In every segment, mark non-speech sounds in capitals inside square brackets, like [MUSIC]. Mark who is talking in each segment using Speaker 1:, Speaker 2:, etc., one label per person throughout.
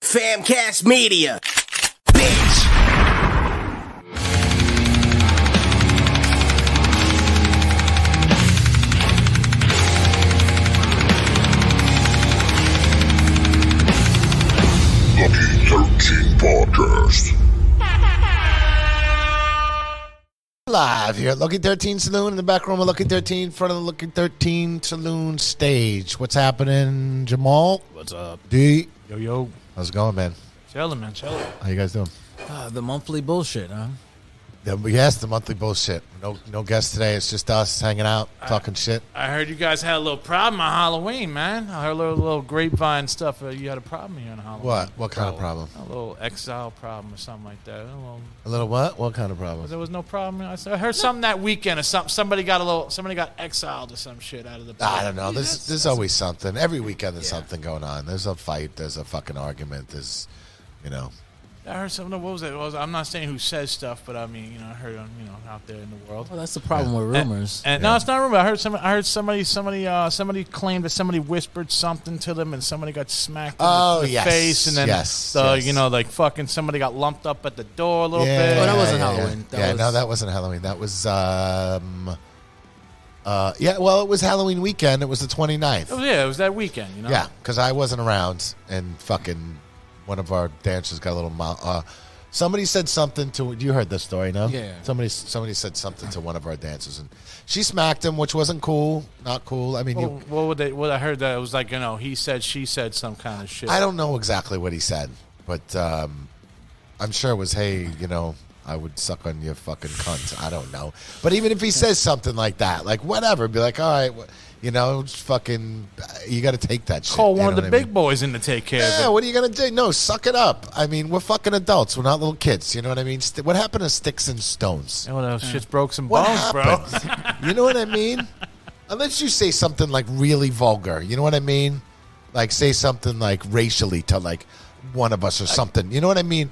Speaker 1: Famcast Media. Bitch.
Speaker 2: Lucky 13 Podcast.
Speaker 3: Live here at Lucky 13 Saloon in the back room of Lucky 13, in front of the Lucky 13 Saloon stage. What's happening, Jamal?
Speaker 4: What's up?
Speaker 3: D.
Speaker 4: Yo, yo.
Speaker 3: How's it going, man?
Speaker 4: Chillin', man. Chillin'.
Speaker 3: How you guys doing?
Speaker 4: Ah, the monthly bullshit, huh?
Speaker 3: Yeah, but Yes, the monthly bullshit. No, no guests today. It's just us hanging out, talking shit.
Speaker 4: I heard you guys had a little problem on Halloween, man. I heard a little, little grapevine stuff. Uh, you had a problem here on Halloween. Oh,
Speaker 3: What? What kind of problem?
Speaker 4: A little exile problem or something like that. A little,
Speaker 3: A little what? What kind of problem?
Speaker 4: there was no problem. I said- I heard something that weekend or something. Somebody got a little. Somebody got exiled or some shit out of the.
Speaker 3: I don't know. There's, there's always something. Every weekend there's something going on. There's a fight. There's a fucking argument. There's, you know.
Speaker 4: I heard something. What was it? What was, I'm not saying who says stuff, but I mean, you know, I heard um, you know out there in the world.
Speaker 5: Well, that's the problem with rumors.
Speaker 4: And no, it's not rumor. I heard some. I heard somebody. Somebody. Uh, somebody claimed that somebody whispered something to them, and somebody got smacked in the-
Speaker 3: Oh,
Speaker 4: the,
Speaker 3: yes,
Speaker 4: face, and then
Speaker 3: yes,
Speaker 4: the,
Speaker 3: yes.
Speaker 4: you know, like fucking somebody got lumped up at the door a little bit.
Speaker 5: Well, that wasn't
Speaker 3: yeah,
Speaker 5: Halloween.
Speaker 3: Yeah,
Speaker 5: That
Speaker 3: Yeah, no,
Speaker 5: was-
Speaker 3: that wasn't Halloween. That was, um, uh, yeah, well, it was Halloween weekend. It was the 29th.
Speaker 4: It was- yeah, it was that weekend. You know.
Speaker 3: Yeah, because I wasn't around, and fucking one of our dancers got a little. Mou- uh, somebody said something to you. Heard this story, no?
Speaker 5: Yeah.
Speaker 3: Somebody somebody said something to one of our dancers, and she smacked him, which wasn't cool. Not cool. I mean,
Speaker 4: Well,
Speaker 3: you,
Speaker 4: what would they? What I heard that it was like you know he said she said some kind of shit.
Speaker 3: I don't know exactly what he said, but um, I'm sure it was, "Hey, you know, I would suck on your fucking cunt." I don't know, but even if he says something like that, like whatever, be like, "All right, wh- you know, just fucking, you got to take that shit."
Speaker 4: Call
Speaker 3: you
Speaker 4: one
Speaker 3: know
Speaker 4: of the
Speaker 3: what I
Speaker 4: big
Speaker 3: mean?
Speaker 4: boys in to take care
Speaker 3: Yeah,
Speaker 4: of it.
Speaker 3: what are you gonna do? No, suck it up. I mean, we're fucking adults. We're not little kids. You know what I mean? St- what happened to sticks and stones?
Speaker 4: And what else? Shit's broke some
Speaker 3: What
Speaker 4: bones, bro.
Speaker 3: happened? [LAUGHS] you know what I mean? Unless you say something like really vulgar, you know what I mean? Like say something like racially to like one of us or something. You know what I mean?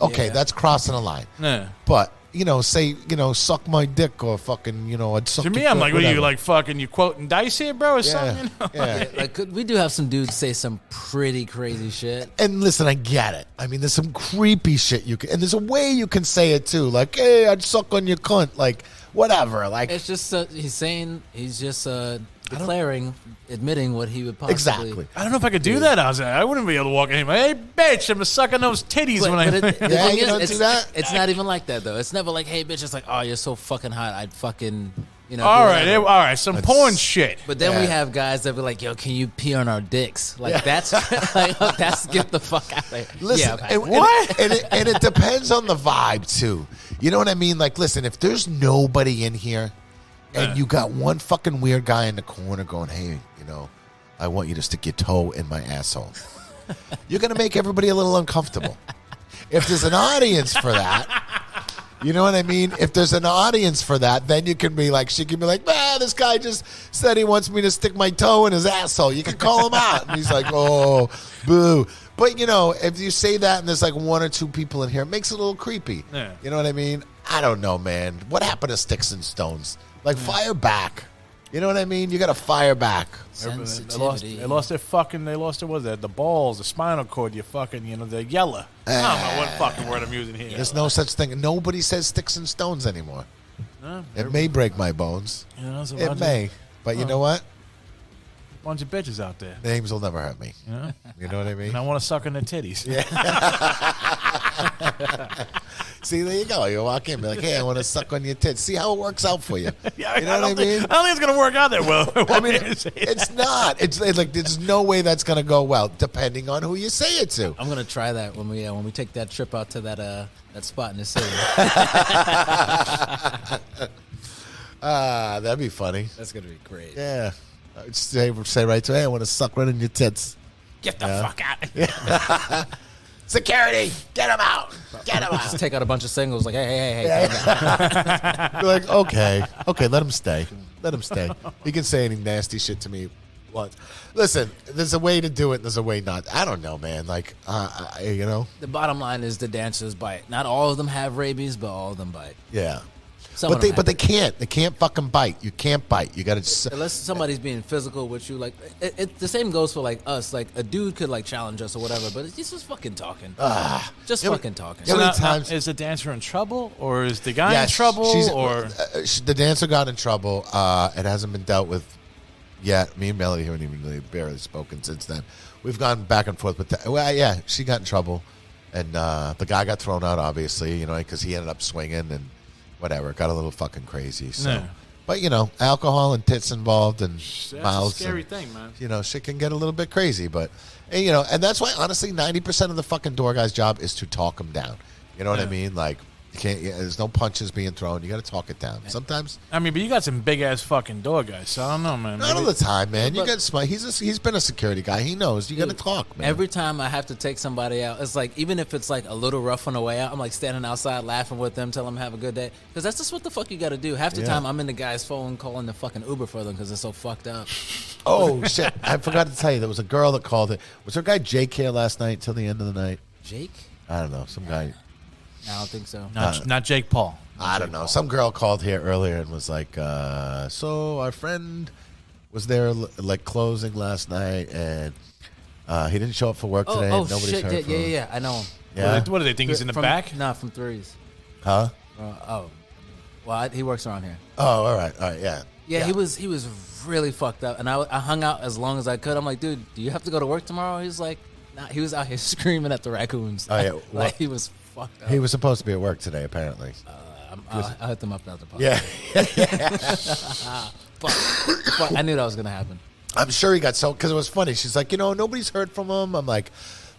Speaker 3: Okay,
Speaker 5: Yeah.
Speaker 3: that's crossing a line.
Speaker 4: Yeah.
Speaker 3: But you know, say you know, suck my dick or fucking you know, I'd suck.
Speaker 4: To me,
Speaker 3: your
Speaker 4: I'm
Speaker 3: dick,
Speaker 4: like, what are you
Speaker 3: whatever.
Speaker 4: like fucking? You quoting dice here, bro, or something?
Speaker 3: Yeah,
Speaker 4: You know?
Speaker 3: yeah.
Speaker 5: like could- we do have some dudes say some pretty crazy shit.
Speaker 3: and listen, I get it. I mean, there's some creepy shit you can, and there's a way you can say it too. Like, hey, I'd suck on your cunt. Like, whatever. Like,
Speaker 5: It's just uh, he's saying he's just uh, declaring, admitting what he would possibly
Speaker 3: exactly.
Speaker 4: I don't know if I could do that. I was like, I wouldn't be able to walk anywhere. Hey, bitch, I'm sucking those titties
Speaker 5: But,
Speaker 4: when I. [LAUGHS]
Speaker 5: but it, the
Speaker 3: Yeah,
Speaker 5: thing
Speaker 3: you
Speaker 5: is,
Speaker 3: don't do
Speaker 5: it's,
Speaker 3: that.
Speaker 5: it's not even like that though. It's never like, hey, bitch. It's like, oh, you're so fucking hot. I'd fucking, you know. do
Speaker 4: all right,
Speaker 5: whatever."
Speaker 4: it- all right, some porn shit.
Speaker 5: But then we
Speaker 3: Yeah.
Speaker 5: have guys that be like, yo, can you pee on our dicks? Like that's [LAUGHS] like that's get the fuck out of here.
Speaker 3: [LAUGHS] Listen,
Speaker 5: yeah,
Speaker 3: and, what? And, it, and it depends on the vibe too. You know what I mean? Like, listen, if there's nobody in here, and you got one fucking weird guy in the corner going, "Hey, you know, I want you to stick your toe in my asshole," [LAUGHS] you're gonna make everybody a little uncomfortable. If there's an audience for that. You know what I mean? If there's an audience for that, then you can be like, she can be like, ah, this guy just said he wants me to stick my toe in his asshole. You can call him out. And he's like, oh, boo. But, you know, if you say that and there's like one or two people in here, it makes it a little creepy.
Speaker 4: Yeah.
Speaker 3: You know what I mean? I don't know, man. What happened to sticks and stones? Like, fire back. You know what I mean? You got to fire back.
Speaker 4: They lost,
Speaker 5: sensitivity.
Speaker 4: they lost their fucking. They lost their what was that? The balls, the spinal cord. You fucking, you know, the yellow. I don't know what fucking word I'm using here.
Speaker 3: Ah. There's no such thing. Nobody says sticks and stones anymore.
Speaker 4: No,
Speaker 3: It may break my bones.
Speaker 4: you know, there's a
Speaker 3: It
Speaker 4: bunch,
Speaker 3: may.
Speaker 4: Of,
Speaker 3: But
Speaker 4: Oh.
Speaker 3: you know what?
Speaker 4: bunch of bitches out there.
Speaker 3: Names will never hurt me.
Speaker 4: You know,
Speaker 3: You know what I mean?
Speaker 4: and I want to suck on their titties. Yeah.
Speaker 3: See, there you go. You walk in, be like, "Hey, I want to suck on your tits." See how it works out
Speaker 4: [LAUGHS]
Speaker 3: for you. you know
Speaker 4: [LAUGHS] I,
Speaker 3: what I
Speaker 4: don't think,
Speaker 3: mean?
Speaker 4: [LAUGHS] I don't think it's gonna work out that well.
Speaker 3: [LAUGHS] I
Speaker 4: [LAUGHS]
Speaker 3: mean, it's not. It's, it's like there's no way that's gonna go well, depending on who you say it to.
Speaker 5: I'm gonna try that when we uh, when we take that trip out to that uh that spot in
Speaker 3: [LAUGHS]
Speaker 5: the city.
Speaker 3: Ah, that'd be funny.
Speaker 5: That's gonna be great.
Speaker 3: Yeah, I'd say say right to, "Hey, I want to suck right in your tits."
Speaker 4: get the fuck out.
Speaker 3: [LAUGHS] Security, get him out. Get him out.
Speaker 5: Just take out a bunch of singles. Like, hey, hey, hey, hey.
Speaker 3: Be like, okay, okay, let him stay. Let him stay. He can say any nasty shit to me once. Listen, there's a way to do it. and There's a way not. I don't know, man. Like, uh, I, you know.
Speaker 5: The bottom line is the dancers bite. Not all of them have rabies, but all of them bite.
Speaker 3: Yeah.
Speaker 5: Some
Speaker 3: but
Speaker 5: of
Speaker 3: they
Speaker 5: them
Speaker 3: but they can't. They can't fucking bite. You can't bite. You got to.
Speaker 5: Unless somebody's being physical with you, like it, it, the same goes for like us. Like a dude could like challenge us or whatever, but it's just fucking talking. just
Speaker 3: Ah. Yeah, but-
Speaker 5: fucking talking.
Speaker 3: yeah,
Speaker 4: So
Speaker 3: many
Speaker 4: now- now,
Speaker 3: times-
Speaker 4: uh, is the dancer in trouble or is the guy in trouble or
Speaker 3: uh, she, the dancer got in trouble. Uh, it hasn't been dealt with yet. Me and Melody haven't even really barely spoken since then. We've gone back and forth, but that, well, yeah, she got in trouble, and uh, the guy got thrown out, obviously, you know, because he ended up swinging and whatever. Got a little fucking crazy. So,
Speaker 4: Yeah.
Speaker 3: but you know, alcohol and tits involved, and
Speaker 4: That's
Speaker 3: mouths.
Speaker 4: a scary
Speaker 3: and-
Speaker 4: thing, man.
Speaker 3: you know, shit can get a little bit crazy, but and, you know, and that's why honestly, ninety percent of the fucking door guy's job is to talk them down. You know what I
Speaker 4: Yeah.
Speaker 3: mean? Like, you can't. Yeah, there's no punches being thrown. You got to talk it down. Sometimes,
Speaker 4: I mean, but you got some big ass fucking door guys, so I don't know, man.
Speaker 3: not all
Speaker 4: Maybe-
Speaker 3: the time, man. You
Speaker 5: But-
Speaker 3: got smart. He's a, he's been a security guy. He knows. You got to talk, man.
Speaker 5: Every time I have to take somebody out, it's like even if it's like a little rough on the way out, I'm like standing outside laughing with them, telling them have a good day, because that's just what the fuck you got to do. Half the
Speaker 3: Yeah.
Speaker 5: time I'm in the guy's phone calling the fucking Uber for them because they're so fucked up.
Speaker 3: [LAUGHS] oh shit! I forgot to tell you. There was a girl that called it. Was there a guy Jake here last night till the end of the night?
Speaker 5: Jake?
Speaker 3: I don't know. Some guy.
Speaker 5: No, I don't think so.
Speaker 4: Not, not Jake Paul.
Speaker 3: I don't know. Some girl called here earlier and was like, uh, "So our friend was there l- like closing last night, and uh, he didn't show up for work
Speaker 5: Oh,
Speaker 3: today.
Speaker 5: oh
Speaker 3: and nobody's
Speaker 5: shit!
Speaker 3: heard
Speaker 5: Yeah,
Speaker 3: from
Speaker 5: yeah,
Speaker 3: him."
Speaker 5: yeah, I know him.
Speaker 3: Yeah.
Speaker 4: What, do they, what do they think? He's in the
Speaker 5: From-
Speaker 4: back.
Speaker 5: Nah, from threes.
Speaker 3: Huh?
Speaker 5: Uh, oh, well, I, he works around here.
Speaker 3: Oh, all right, all right, yeah.
Speaker 5: Yeah, he was he was really fucked up, and I, I hung out as long as I could. I'm like, dude, do you have to go to work tomorrow? He's like, nah. He was out here [LAUGHS] screaming at the raccoons.
Speaker 3: Oh, yeah.
Speaker 5: [LAUGHS] like
Speaker 3: Well-
Speaker 5: he was fucked up.
Speaker 3: He was supposed to be at work today, apparently.
Speaker 5: Oh, I'm- I'll, I'll hit them up after the podcast.
Speaker 3: yeah, [LAUGHS]
Speaker 5: Fuck. Fuck, I knew that was gonna happen.
Speaker 3: I'm sure he got so because it was funny. She's like, you know, nobody's heard from him. I'm like,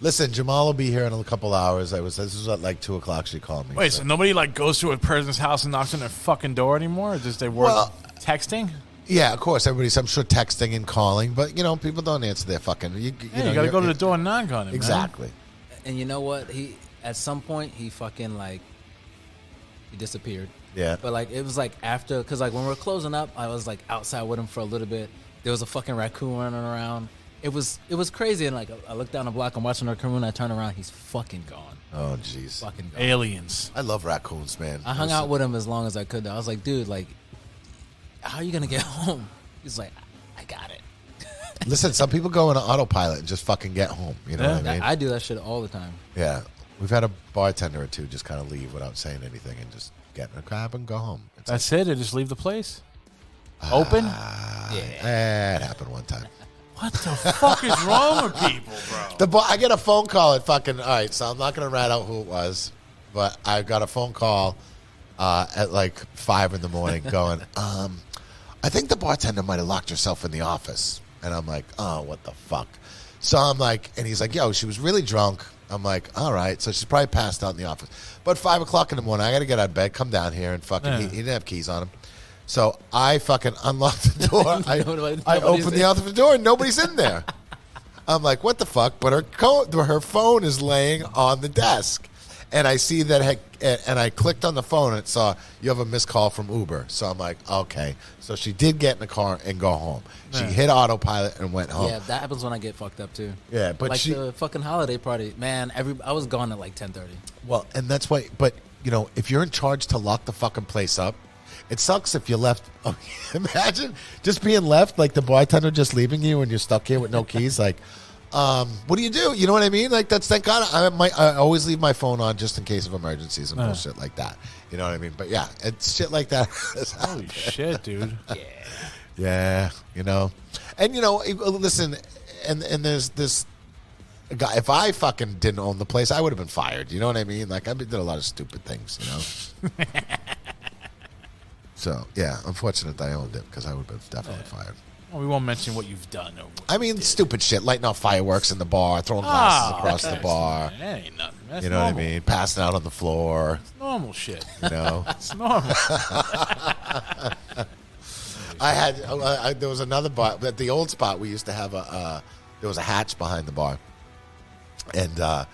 Speaker 3: listen, Jamal will be here in a couple hours. I was this was at like two o'clock. She called me.
Speaker 4: Wait, so nobody like goes to a person's house and knocks on their fucking door anymore? Or just they work
Speaker 3: Well-
Speaker 4: texting?
Speaker 3: yeah, of course, everybody's. I'm sure texting and calling, but you know, people don't answer their fucking. You, you
Speaker 4: Yeah, you,
Speaker 3: know,
Speaker 4: gotta
Speaker 3: you're-
Speaker 4: go to the door and knock on it. man.
Speaker 3: Exactly.
Speaker 5: And you know what? He at some point he fucking like he disappeared.
Speaker 3: Yeah.
Speaker 5: But like it was like after because like when we were closing up, I was like outside with him for a little bit. There was a fucking raccoon running around. It was it was crazy. And like I- I looked down the block, I'm watching the raccoon. I turn around, he's fucking gone.
Speaker 3: Oh, jeez.
Speaker 5: Fucking gone.
Speaker 4: Aliens.
Speaker 3: I love raccoons, man.
Speaker 5: I hung out with him as long as I could. Though. I was like, dude, like, how are you gonna get [LAUGHS] home? He's like, I got it.
Speaker 3: Listen, some people go into autopilot and just fucking get home. You know
Speaker 4: Yeah.
Speaker 3: what I mean?
Speaker 5: I do that shit all the time.
Speaker 3: yeah. We've had a bartender or two just kind of leave without saying anything and just get in a cab and go home. It's
Speaker 4: That's it. They just leave the place.
Speaker 3: Ah.
Speaker 4: Open.
Speaker 5: yeah.
Speaker 3: that happened one time.
Speaker 4: What the fuck is
Speaker 3: [LAUGHS]
Speaker 4: wrong with people, bro?
Speaker 3: The bar, I get a phone call at fucking. All right, so I'm not gonna rat out who it was, but I got a phone call uh, at like five in the
Speaker 5: [LAUGHS]
Speaker 3: morning, going, um, "I think the bartender might have locked herself in the office," and I'm like, "Oh, what the fuck?" So I'm like, and he's like, "Yo, she was really drunk." I'm like, "All right," so she's probably passed out in the office. But five o'clock in the morning, I got to get out of bed, come down here, and fucking. He,
Speaker 4: Yeah.
Speaker 3: he didn't have keys on him. So I fucking [LAUGHS] unlocked the
Speaker 5: [LAUGHS]
Speaker 3: door. I,
Speaker 5: Nobody-
Speaker 3: I
Speaker 5: nobody's
Speaker 3: opened
Speaker 5: in.
Speaker 3: the other door and nobody's in
Speaker 5: [LAUGHS]
Speaker 3: there. I'm like, what the fuck? But her co- her phone is laying on the desk, and I see that, heck- and I clicked on the phone and it saw you have a missed call from Uber. So I'm like, okay. So she did get in the car and go home. She
Speaker 4: Yeah.
Speaker 3: hit autopilot and went home.
Speaker 5: Yeah, that happens when I get fucked up too.
Speaker 3: Oh. Yeah, but
Speaker 5: like
Speaker 3: she-
Speaker 5: the fucking holiday party, man. Every I was gone at like ten thirty.
Speaker 3: Well, and that's why. But you know, if you're in charge to lock the fucking place up, it sucks if you left. [LAUGHS] imagine just being left, like the bartender just leaving you, and you're stuck here with no keys. Like, um, what do you do? You know what I mean? Like, that's thank God. I might, I always leave my phone on just in case of emergencies and bullshit like that. You know what I mean? But yeah, it's shit like that. [LAUGHS]
Speaker 4: Holy shit, dude.
Speaker 3: Yeah, you know, and you know, it- listen, and and there's this guy. If I fucking didn't own the place, I would have been fired. You know what I mean? Like I did a lot of stupid things. You know.
Speaker 4: [LAUGHS]
Speaker 3: so yeah, unfortunate that I owned it because I would have been definitely fired.
Speaker 4: Well, we won't mention what you've done. Or what
Speaker 3: I mean, stupid shit, lighting off fireworks in the bar, throwing glasses
Speaker 4: Ah,
Speaker 3: across the
Speaker 4: that's-
Speaker 3: bar.
Speaker 4: That ain't nothing. That's
Speaker 3: You know
Speaker 4: normal.
Speaker 3: what I mean? Passing out on the floor.
Speaker 4: Normal shit.
Speaker 3: You know.
Speaker 4: [LAUGHS] It's normal.
Speaker 3: [LAUGHS] I had uh, I, I, there was another bar at the old spot. We used to have a uh, there was a hatch behind the bar, and uh,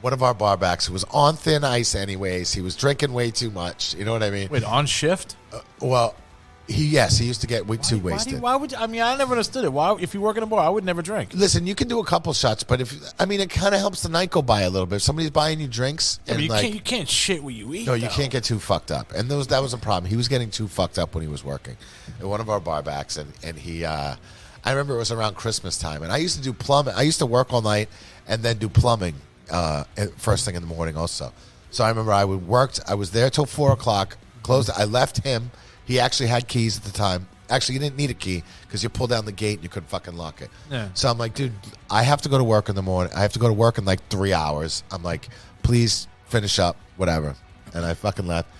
Speaker 3: one of our bar backs who was on thin ice. Anyways, he was drinking way too much. You know what I mean?
Speaker 4: Wait, on shift?
Speaker 3: Well, He yes, he used to get way too
Speaker 4: Why, do
Speaker 3: wasted.
Speaker 4: you, why would you, I mean? I never understood it. Why, if you work in a bar, I would never drink.
Speaker 3: Listen, you can do a couple shots, but if I mean, it kind of helps the night go by a little bit. If somebody's buying you drinks,
Speaker 4: I
Speaker 3: and
Speaker 4: mean, you
Speaker 3: like,
Speaker 4: can't you can't shit what you eat.
Speaker 3: no, you
Speaker 4: though.
Speaker 3: can't get too fucked up, and those that was a problem. He was getting too fucked up when he was working at one of our bar backs, and and he, uh, I remember it was around Christmas time, and I used to do plumbing. I used to work all night and then do plumbing uh, at- first thing in the morning also. So I remember I would worked. I was there till four o'clock. Closed. I left him. He actually had keys at the time. Actually, you didn't need a key because you pulled down the gate and you couldn't fucking lock it.
Speaker 4: Yeah.
Speaker 3: So I'm like, dude, I have to go to work in the morning. I have to go to work in like three hours. I'm like, please finish up, whatever. And I fucking left.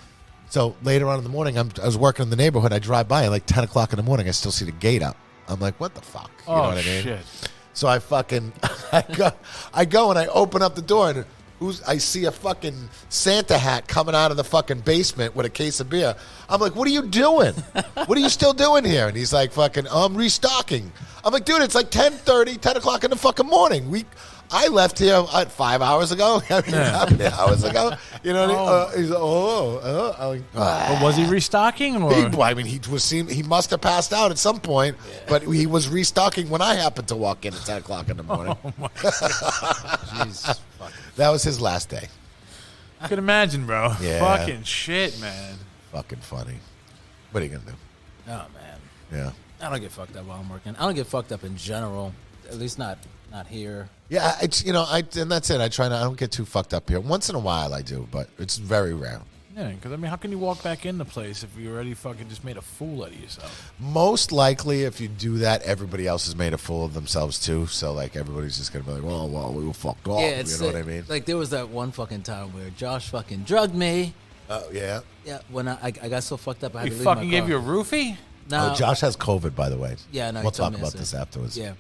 Speaker 3: So later on in the morning, I'm, I was working in the neighborhood. I drive by at like 10 o'clock in the morning. I still see the gate up. I'm like, what the fuck? You
Speaker 4: Oh
Speaker 3: know what I mean?
Speaker 4: shit!
Speaker 3: So I fucking, [LAUGHS] I go, I go and I open up the door and who's, I see a fucking Santa hat coming out of the fucking basement with a case of beer. I'm like, what are you doing? What are you still doing here? And he's like, fucking, I'm restocking. I'm like, dude, it's like 1030, 10 o'clock in the fucking morning. We, I left here uh, five hours ago. [LAUGHS] I mean, how many hours ago? You know what I mean? Uh, he's like, oh, oh, I'm like, ah.
Speaker 4: But was he restocking or?
Speaker 3: He, well, I mean, he was seen, he must have passed out at some point, but he was restocking when I happened to walk in at ten o'clock in the morning. [LAUGHS]
Speaker 5: Jeez, fuck.
Speaker 3: That was his last day.
Speaker 4: I can imagine, bro.
Speaker 3: [LAUGHS] Yeah.
Speaker 4: Fucking shit, man.
Speaker 3: Fucking funny. What are you gonna do?
Speaker 5: Oh man,
Speaker 3: Yeah,
Speaker 5: I don't get fucked up while I'm working. I don't get fucked up in general. At least not not here.
Speaker 3: yeah. It's you know, I and that's it. I try to. I don't get too fucked up here. Once in a while, I do, but it's very rare.
Speaker 4: Yeah, because I mean, how can you walk back in the place if you already fucking just made a fool out of yourself?
Speaker 3: Most likely, if you do that, everybody else has made a fool of themselves too. So like, everybody's just gonna be like, "Well, well, we were fucked up."
Speaker 5: yeah, it's
Speaker 3: you know
Speaker 5: like,
Speaker 3: what I mean?
Speaker 5: Like there was that one fucking time where Josh fucking drugged me.
Speaker 3: Oh yeah.
Speaker 5: Yeah, when I, I, I got so fucked up, I had
Speaker 4: He
Speaker 5: to leave
Speaker 4: fucking
Speaker 5: my
Speaker 4: gave
Speaker 5: car.
Speaker 4: you a roofie.
Speaker 5: No,
Speaker 3: oh, Josh has COVID, by the way.
Speaker 5: uh, Yeah, no, he
Speaker 3: we'll talk
Speaker 5: told me
Speaker 3: about
Speaker 5: this.
Speaker 3: this afterwards.
Speaker 5: Yeah.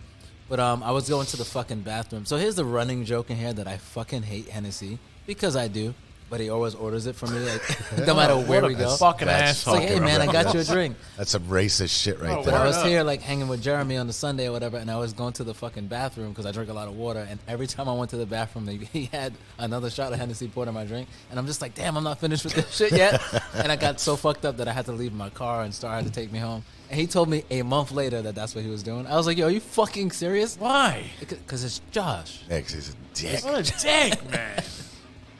Speaker 5: But um, I was going to the fucking bathroom. So here's the running joke in here that I fucking hate Hennessy because I do, but he always orders it for me, like, [LAUGHS] no matter where
Speaker 4: What
Speaker 5: we
Speaker 4: a
Speaker 5: go.
Speaker 4: fucking
Speaker 3: That's
Speaker 5: It's
Speaker 4: asshole.
Speaker 5: like, hey man, I got you a drink.
Speaker 3: That's some racist shit right
Speaker 4: Oh,
Speaker 5: But
Speaker 3: there.
Speaker 5: I
Speaker 4: Word
Speaker 5: was
Speaker 4: up.
Speaker 5: here like hanging with Jeremy on the Sunday or whatever, and I was going to the fucking bathroom because I drink a lot of water. And every time I went to the bathroom, they- [LAUGHS] he had another shot of Hennessy poured in my drink, and I'm just like, damn, I'm not finished with this [LAUGHS] shit yet. and I got so fucked up that I had to leave my car, and Star had to take me home. And he told me a month later that that's what he was doing. I was like, yo, are you fucking serious?
Speaker 4: Why?
Speaker 3: [LAUGHS]
Speaker 5: Because it's Josh.
Speaker 3: Yeah, 'cause he's a dick.
Speaker 4: What a dick, man.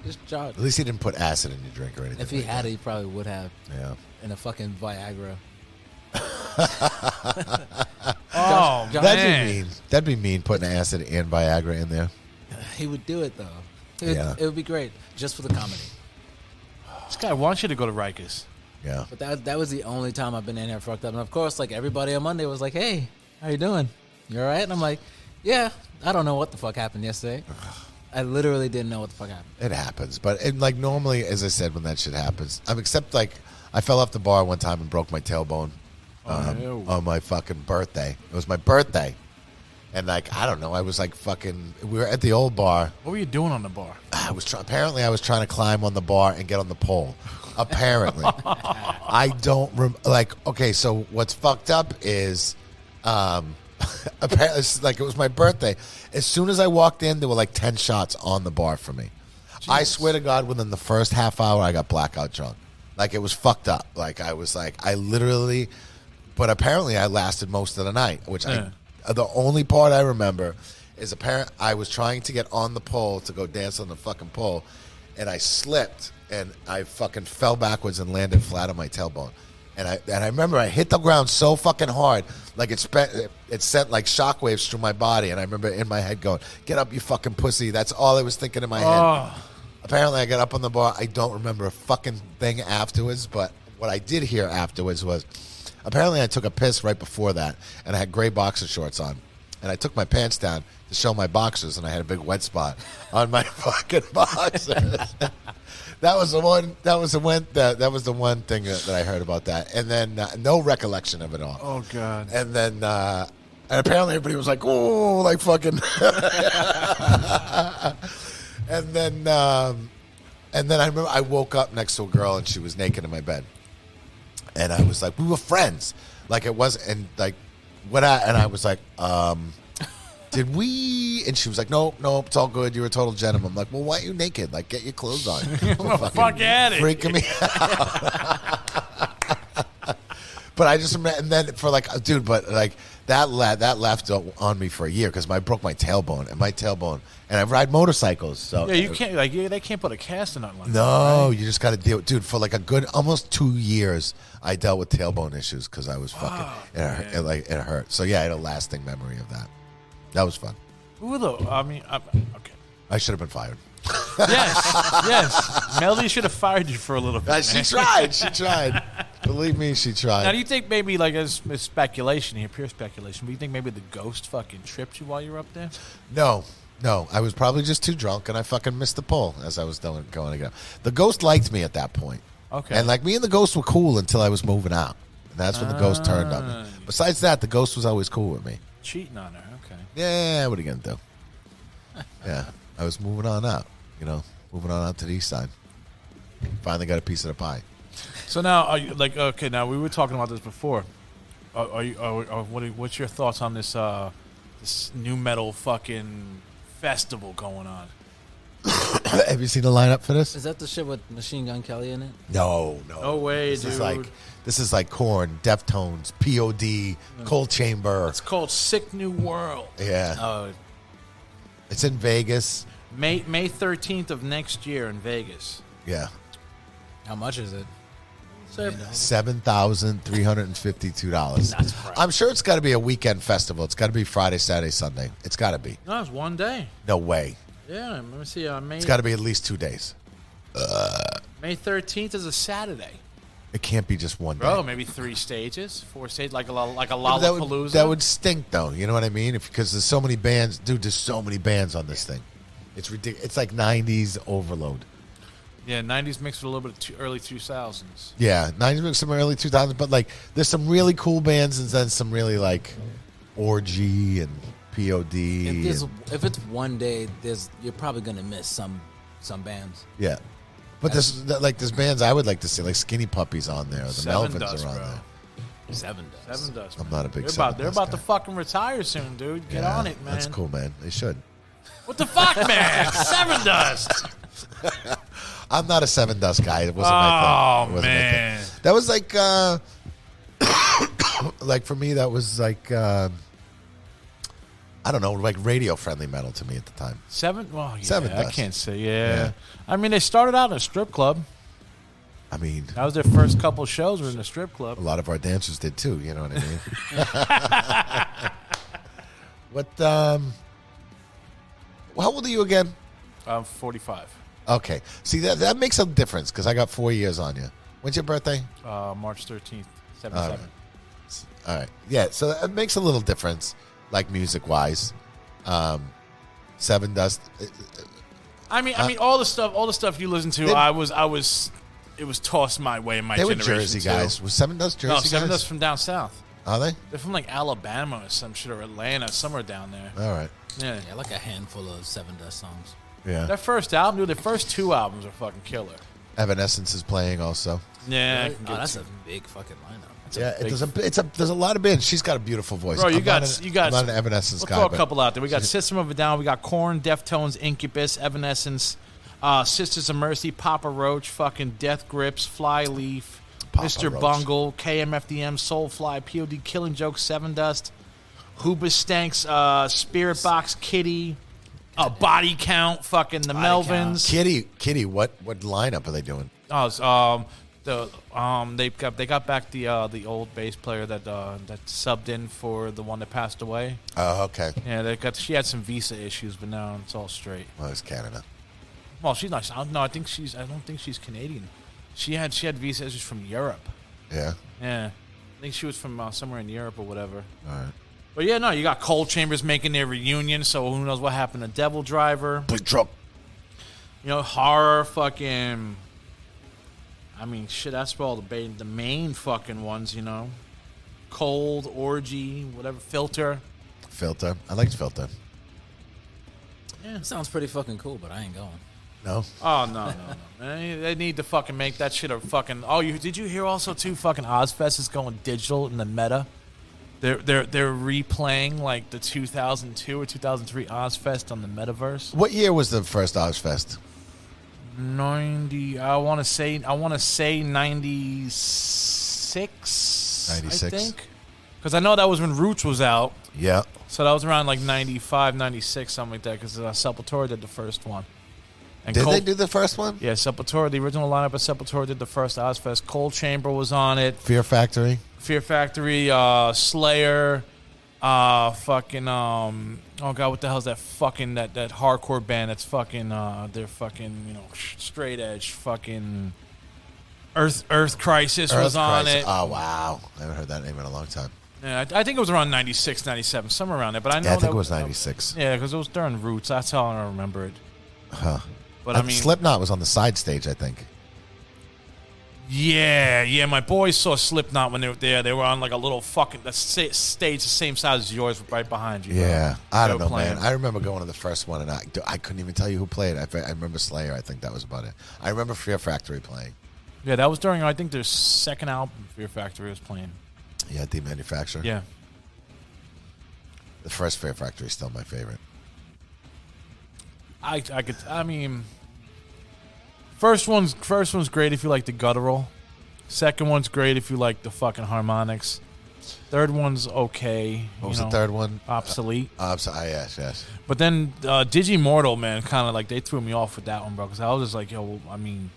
Speaker 5: It's Josh.
Speaker 3: At least he didn't put acid in your drink or anything.
Speaker 5: If he
Speaker 3: like
Speaker 5: had it, he probably would have.
Speaker 3: that. yeah.
Speaker 5: In a fucking Viagra.
Speaker 4: Oh,
Speaker 5: Josh-
Speaker 3: That'd
Speaker 4: man.
Speaker 3: be mean. That'd be mean putting acid and Viagra in there.
Speaker 5: He would do it, though. It would,
Speaker 3: Yeah.
Speaker 5: it would be great just for the comedy.
Speaker 4: This guy wants you to go to Rikers.
Speaker 3: Yeah.
Speaker 5: But that that was the only time I've been in here fucked up. And of course, like everybody on Monday was like, "Hey, how you doing? You all right?" And I'm like, "Yeah, I don't know what the fuck happened yesterday. I literally didn't know what the fuck happened."
Speaker 3: It happens. But and like normally, as I said, when that shit happens, I'm except like I fell off the bar one time and broke my tailbone um,
Speaker 4: ew.
Speaker 3: on my fucking birthday. It was my birthday. And like I don't know, I was like fucking. We were at the old bar,
Speaker 4: What were you doing on the bar?
Speaker 3: [SIGHS] I was try- apparently I was trying to climb on the bar and get on the pole. Apparently, I don't rem- like. Okay, so what's fucked up is, um, [LAUGHS] apparently it's like it was my birthday. As soon as I walked in, there were like ten shots on the bar for me. I swear to God, within the first half hour, I got blackout drunk. Like it was fucked up. Like I was like I literally, but apparently I lasted most of the night, which
Speaker 4: Yeah.
Speaker 3: I uh, the only part I remember is apparent I was trying to get on the pole to go dance on the fucking pole, and I slipped and I fucking fell backwards and landed flat on my tailbone. And I and I remember I hit the ground so fucking hard, like it spent it, it sent like shockwaves through my body. And I remember in my head going, "Get up, you fucking pussy." That's all I was thinking in my head.
Speaker 4: Oh,
Speaker 3: [SIGHS] Apparently, I got up on the bar. I don't remember a fucking thing afterwards, but what I did hear afterwards was apparently I took a piss right before that, and I had gray boxer shorts on. And I took my pants down to show my boxers, and I had a big wet spot [LAUGHS] on my fucking [LAUGHS] boxers. [LAUGHS] that was the one. That was the one. That, that was the one thing that, that I heard about that, and then uh, no recollection of it all.
Speaker 4: oh god.
Speaker 3: And then, uh, and apparently everybody was like, "Oh, like fucking." [LAUGHS] and then, um, and then I remember I woke up next to a girl and she was naked in my bed, and I was like, "We were friends." Like it was, and like what I and I was like, um, [LAUGHS] "Did we?" And she was like, "Nope, nope, it's all good. You're a total gentleman." I'm like, "Well, why are you naked? Like, get your clothes on." You're
Speaker 4: fuck outta here.
Speaker 3: freaking me out. But I just remember, and then for like, uh, dude, but like that la- that left on me for a year because I broke my tailbone and my tailbone, and I ride motorcycles. So
Speaker 4: Yeah, you can't like yeah, they can't put a cast in on like that.
Speaker 3: No, you just got to deal, dude. For like a good almost two years, I dealt with tailbone issues because I was fucking. It hurt, it like it hurt. So yeah, I had a lasting memory of that. That was fun.
Speaker 4: Who though? I mean, I, okay.
Speaker 3: I should have been fired.
Speaker 4: Yes, yes. Melody should have fired you for a little bit.
Speaker 3: Uh, she
Speaker 4: man.
Speaker 3: tried. She tried. [LAUGHS] Believe me, she
Speaker 4: Now, do
Speaker 3: tried.
Speaker 4: you think maybe like as, as speculation here, pure speculation? But you think maybe the ghost fucking tripped you while you were up there?
Speaker 3: No, no. I was probably just too drunk, and I fucking missed the pull as I was doing, going to go. The ghost liked me at that point.
Speaker 4: Okay.
Speaker 3: And like me and the ghost were cool until I was moving out, and that's when the ghost turned
Speaker 4: Ah.
Speaker 3: on me. Besides that, the ghost was always cool with me.
Speaker 4: Cheating on her. Okay.
Speaker 3: Yeah, what are you gonna do?
Speaker 4: [LAUGHS]
Speaker 3: Yeah, I was moving on up, you know, moving on out to the east side. Finally got a piece of the pie. [CLEARS THROAT]
Speaker 4: So now, are you, like, okay, now we were talking about this before. Are, are you? Are, are, what are, what's your thoughts on this? Uh, this new metal fucking festival going on.
Speaker 3: Have you seen the lineup for this?
Speaker 5: Is that the shit with Machine Gun Kelly in it?
Speaker 3: No, no,
Speaker 4: No way,
Speaker 3: This is
Speaker 4: dude.
Speaker 3: like this is like Corn, Deftones, POD, Cold Chamber.
Speaker 4: Mm. It's called Sick New World.
Speaker 3: Yeah,
Speaker 4: Uh,
Speaker 3: it's in Vegas.
Speaker 4: May May thirteenth of next year in Vegas.
Speaker 3: Yeah,
Speaker 5: How much is it?
Speaker 4: So,
Speaker 3: seven thousand three hundred and fifty-two dollars. I'm sure it's got to be a weekend festival. It's got to be Friday, Saturday, Sunday. It's got to be.
Speaker 4: no, it's one day.
Speaker 3: No way.
Speaker 4: Yeah, let me see. Uh, May
Speaker 3: It's got to be at least two days.
Speaker 4: May thirteenth is a Saturday.
Speaker 3: It can't be just one day.
Speaker 4: Bro, maybe three stages, four stages, like a lo- like a
Speaker 3: Yeah, but that
Speaker 4: Lollapalooza.
Speaker 3: would, that would stink, though. You know what I mean? Because there's so many bands, dude. There's so many bands on this thing. It's ridiculous. It's like '90s overload.
Speaker 4: yeah, nineties mixed with a little bit of two, early two thousands.
Speaker 3: Yeah, '90s, mix, some early 2000s, but like there's some really cool bands, and then some really like orgy and POD.
Speaker 5: If, there's,
Speaker 3: and-
Speaker 5: if it's one day, there's you're probably gonna miss some some bands.
Speaker 3: yeah, but this like there's bands I would like to see, like Skinny Puppies on there, the
Speaker 4: Seven
Speaker 3: Melvins
Speaker 4: Dust,
Speaker 3: are on
Speaker 4: bro.
Speaker 3: there.
Speaker 5: Seven does.
Speaker 4: Seven Dust.
Speaker 3: I'm
Speaker 4: man.
Speaker 3: not a big
Speaker 4: They're
Speaker 3: Seven
Speaker 4: about, they're
Speaker 3: Dust
Speaker 4: about
Speaker 3: guy.
Speaker 4: to fucking retire soon, dude. Get
Speaker 3: Yeah,
Speaker 4: on it, man.
Speaker 3: That's cool, man. They should.
Speaker 4: What
Speaker 3: [LAUGHS]
Speaker 4: the fuck, man? Seven Dust.
Speaker 3: I'm not a Seven Dust guy. It wasn't my thing. It
Speaker 4: Oh,
Speaker 3: wasn't my thing.
Speaker 4: man.
Speaker 3: That was like, uh, [COUGHS] like for me, that was like, uh, I don't know, like radio friendly metal to me at the time.
Speaker 4: Seven. Well, yeah,
Speaker 3: Seven
Speaker 4: I
Speaker 3: Dust.
Speaker 4: can't say. Yeah.
Speaker 3: Yeah.
Speaker 4: I mean, they started out in a strip club.
Speaker 3: I mean,
Speaker 4: That was their first couple shows. Were in a strip
Speaker 3: a
Speaker 4: club.
Speaker 3: lot of our dancers did too. You know what I mean?
Speaker 4: [LAUGHS]
Speaker 3: [LAUGHS] what? Um, how old are you again?
Speaker 4: I'm 45.
Speaker 3: Okay, see that that makes a difference because I got four years on you. When's your birthday?
Speaker 4: Uh, March 13th, 77.
Speaker 3: right. All right. Yeah. So it makes a little difference, like music wise. Um, Seven Dust.
Speaker 4: I mean, I mean, all the stuff, all the stuff you listen to,
Speaker 3: Uh, They-
Speaker 4: I was, I was, it was tossed my way in my
Speaker 3: They were
Speaker 4: generation.
Speaker 3: Jersey
Speaker 4: too.
Speaker 3: guys. Was Seven Dust Jersey
Speaker 4: No, some of
Speaker 3: guys?
Speaker 4: those from down south.
Speaker 3: Are they?
Speaker 4: They're from like Alabama or some shit or Atlanta, somewhere down there.
Speaker 3: All right.
Speaker 4: Yeah.
Speaker 5: Yeah, like a handful of Seven Dust songs.
Speaker 3: Yeah.
Speaker 4: Their first album, dude. Their first two albums are fucking killer.
Speaker 3: Evanescence is playing also.
Speaker 4: Yeah, I can
Speaker 5: oh,
Speaker 4: give
Speaker 5: that's
Speaker 4: it
Speaker 5: a big fucking lineup.
Speaker 4: to you.
Speaker 3: yeah,
Speaker 4: Big-
Speaker 3: it does a, it's a there's a lot of bands. She's got a beautiful voice.
Speaker 4: Bro, you
Speaker 3: I'm
Speaker 4: got
Speaker 3: not an,
Speaker 4: you got
Speaker 3: I'm not an Evanescence
Speaker 4: We'll
Speaker 3: guy.
Speaker 4: throw a
Speaker 3: but
Speaker 4: couple out there. We got System of a Down. We got Corn, Deftones, Incubus, Evanescence, uh, Sisters of Mercy, Papa Roach, fucking Death Grips, Flyleaf,
Speaker 3: Papa
Speaker 4: Mr.
Speaker 3: Roach.
Speaker 4: Bungle, KMFDM, Soulfly, POD, Killing Joke, Seven Dust, Hooba Stanks, uh, Spirit Box, Kitty, uh, Body Count, fucking the Melvins.
Speaker 3: Kitty, Kitty, what what lineup are they doing?
Speaker 4: Oh, it's, um, the um, they got they got back the uh, the old bass player that uh, that subbed in for the one that passed away.
Speaker 3: Oh, okay.
Speaker 4: Yeah, they got she had some visa issues, but now it's all straight.
Speaker 3: Well, it's Canada.
Speaker 4: Well, she's not. I- No, I think she's. I don't think she's Canadian. She had she had visa issues from Europe.
Speaker 3: Yeah.
Speaker 4: Yeah, I think she was from uh, somewhere in Europe or whatever.
Speaker 3: All right.
Speaker 4: But yeah, no, you got Cold Chambers making their reunion, so who knows what happened to Devil Driver?
Speaker 3: Big truck.
Speaker 4: You know, horror fucking. I mean, shit. That's all the ba- the main fucking ones. You know, Cold Orgy, whatever filter.
Speaker 3: Filter. I liked Filter.
Speaker 5: Sounds pretty fucking cool, but I ain't going.
Speaker 3: No.
Speaker 4: Oh no, no, no! Man, They need to fucking make that shit a fucking. Oh, you did you hear also too? Fucking Ozfest is going digital in the meta. They're they're they're replaying like the 2002 or 2003 Ozfest on the metaverse.
Speaker 3: What year was the first Ozfest?
Speaker 4: 90. I want to say I want to say 96. 96,
Speaker 3: 96.
Speaker 4: I think. Because I know that was when Roots was out.
Speaker 3: Yeah.
Speaker 4: So that was around like 95, 96, something like that, because uh, Sepultura did the first one. And
Speaker 3: Did
Speaker 4: Cold-
Speaker 3: they do the first one?
Speaker 4: Yeah, Sepultura, the original lineup of Sepultura did the first Ozfest. Cold Chamber was on it.
Speaker 3: Fear Factory.
Speaker 4: Fear Factory, uh, Slayer, uh, fucking um, oh god, what the hell's that fucking that that hardcore band that's fucking uh, they're fucking you know sh- straight edge fucking Earth Earth Crisis was
Speaker 3: Earth
Speaker 4: on
Speaker 3: Crisis.
Speaker 4: it.
Speaker 3: Oh wow, I haven't heard that name in a long time.
Speaker 4: yeah, I, I think it was around 96, 97, somewhere around there. But I know
Speaker 3: Yeah, I think it
Speaker 4: that-
Speaker 3: was '96.
Speaker 4: Yeah, because it was during Roots. That's how I remember it.
Speaker 3: Huh. Uh,
Speaker 4: But I mean,
Speaker 3: Slipknot was on the side stage, I think.
Speaker 4: Yeah, yeah. My boys saw Slipknot when they were there. They were on like a little fucking the sa- stage the same size as yours, right behind you. bro.
Speaker 3: Yeah, I
Speaker 4: They
Speaker 3: don't
Speaker 4: were
Speaker 3: know,
Speaker 4: playing.
Speaker 3: man. I remember going to the first one, and I, I couldn't even tell you who played. I, I remember Slayer. I think that was about it. I remember Fear Factory playing.
Speaker 4: yeah, that was during I think their second album, Fear Factory, was playing.
Speaker 3: Yeah, The Manufacturer.
Speaker 4: Yeah,
Speaker 3: the first Fear Factory is still my favorite.
Speaker 4: I, I could. I mean, first one's first one's great if you like the guttural. Second one's great if you like the fucking harmonics. Third one's okay.
Speaker 3: What was the third one?
Speaker 4: Obsolete.
Speaker 3: Uh, so, ah, yes, yes.
Speaker 4: But then uh, Digimortal, man, kind of like they threw me off with that one, bro. Because I was just like, yo, well, I mean,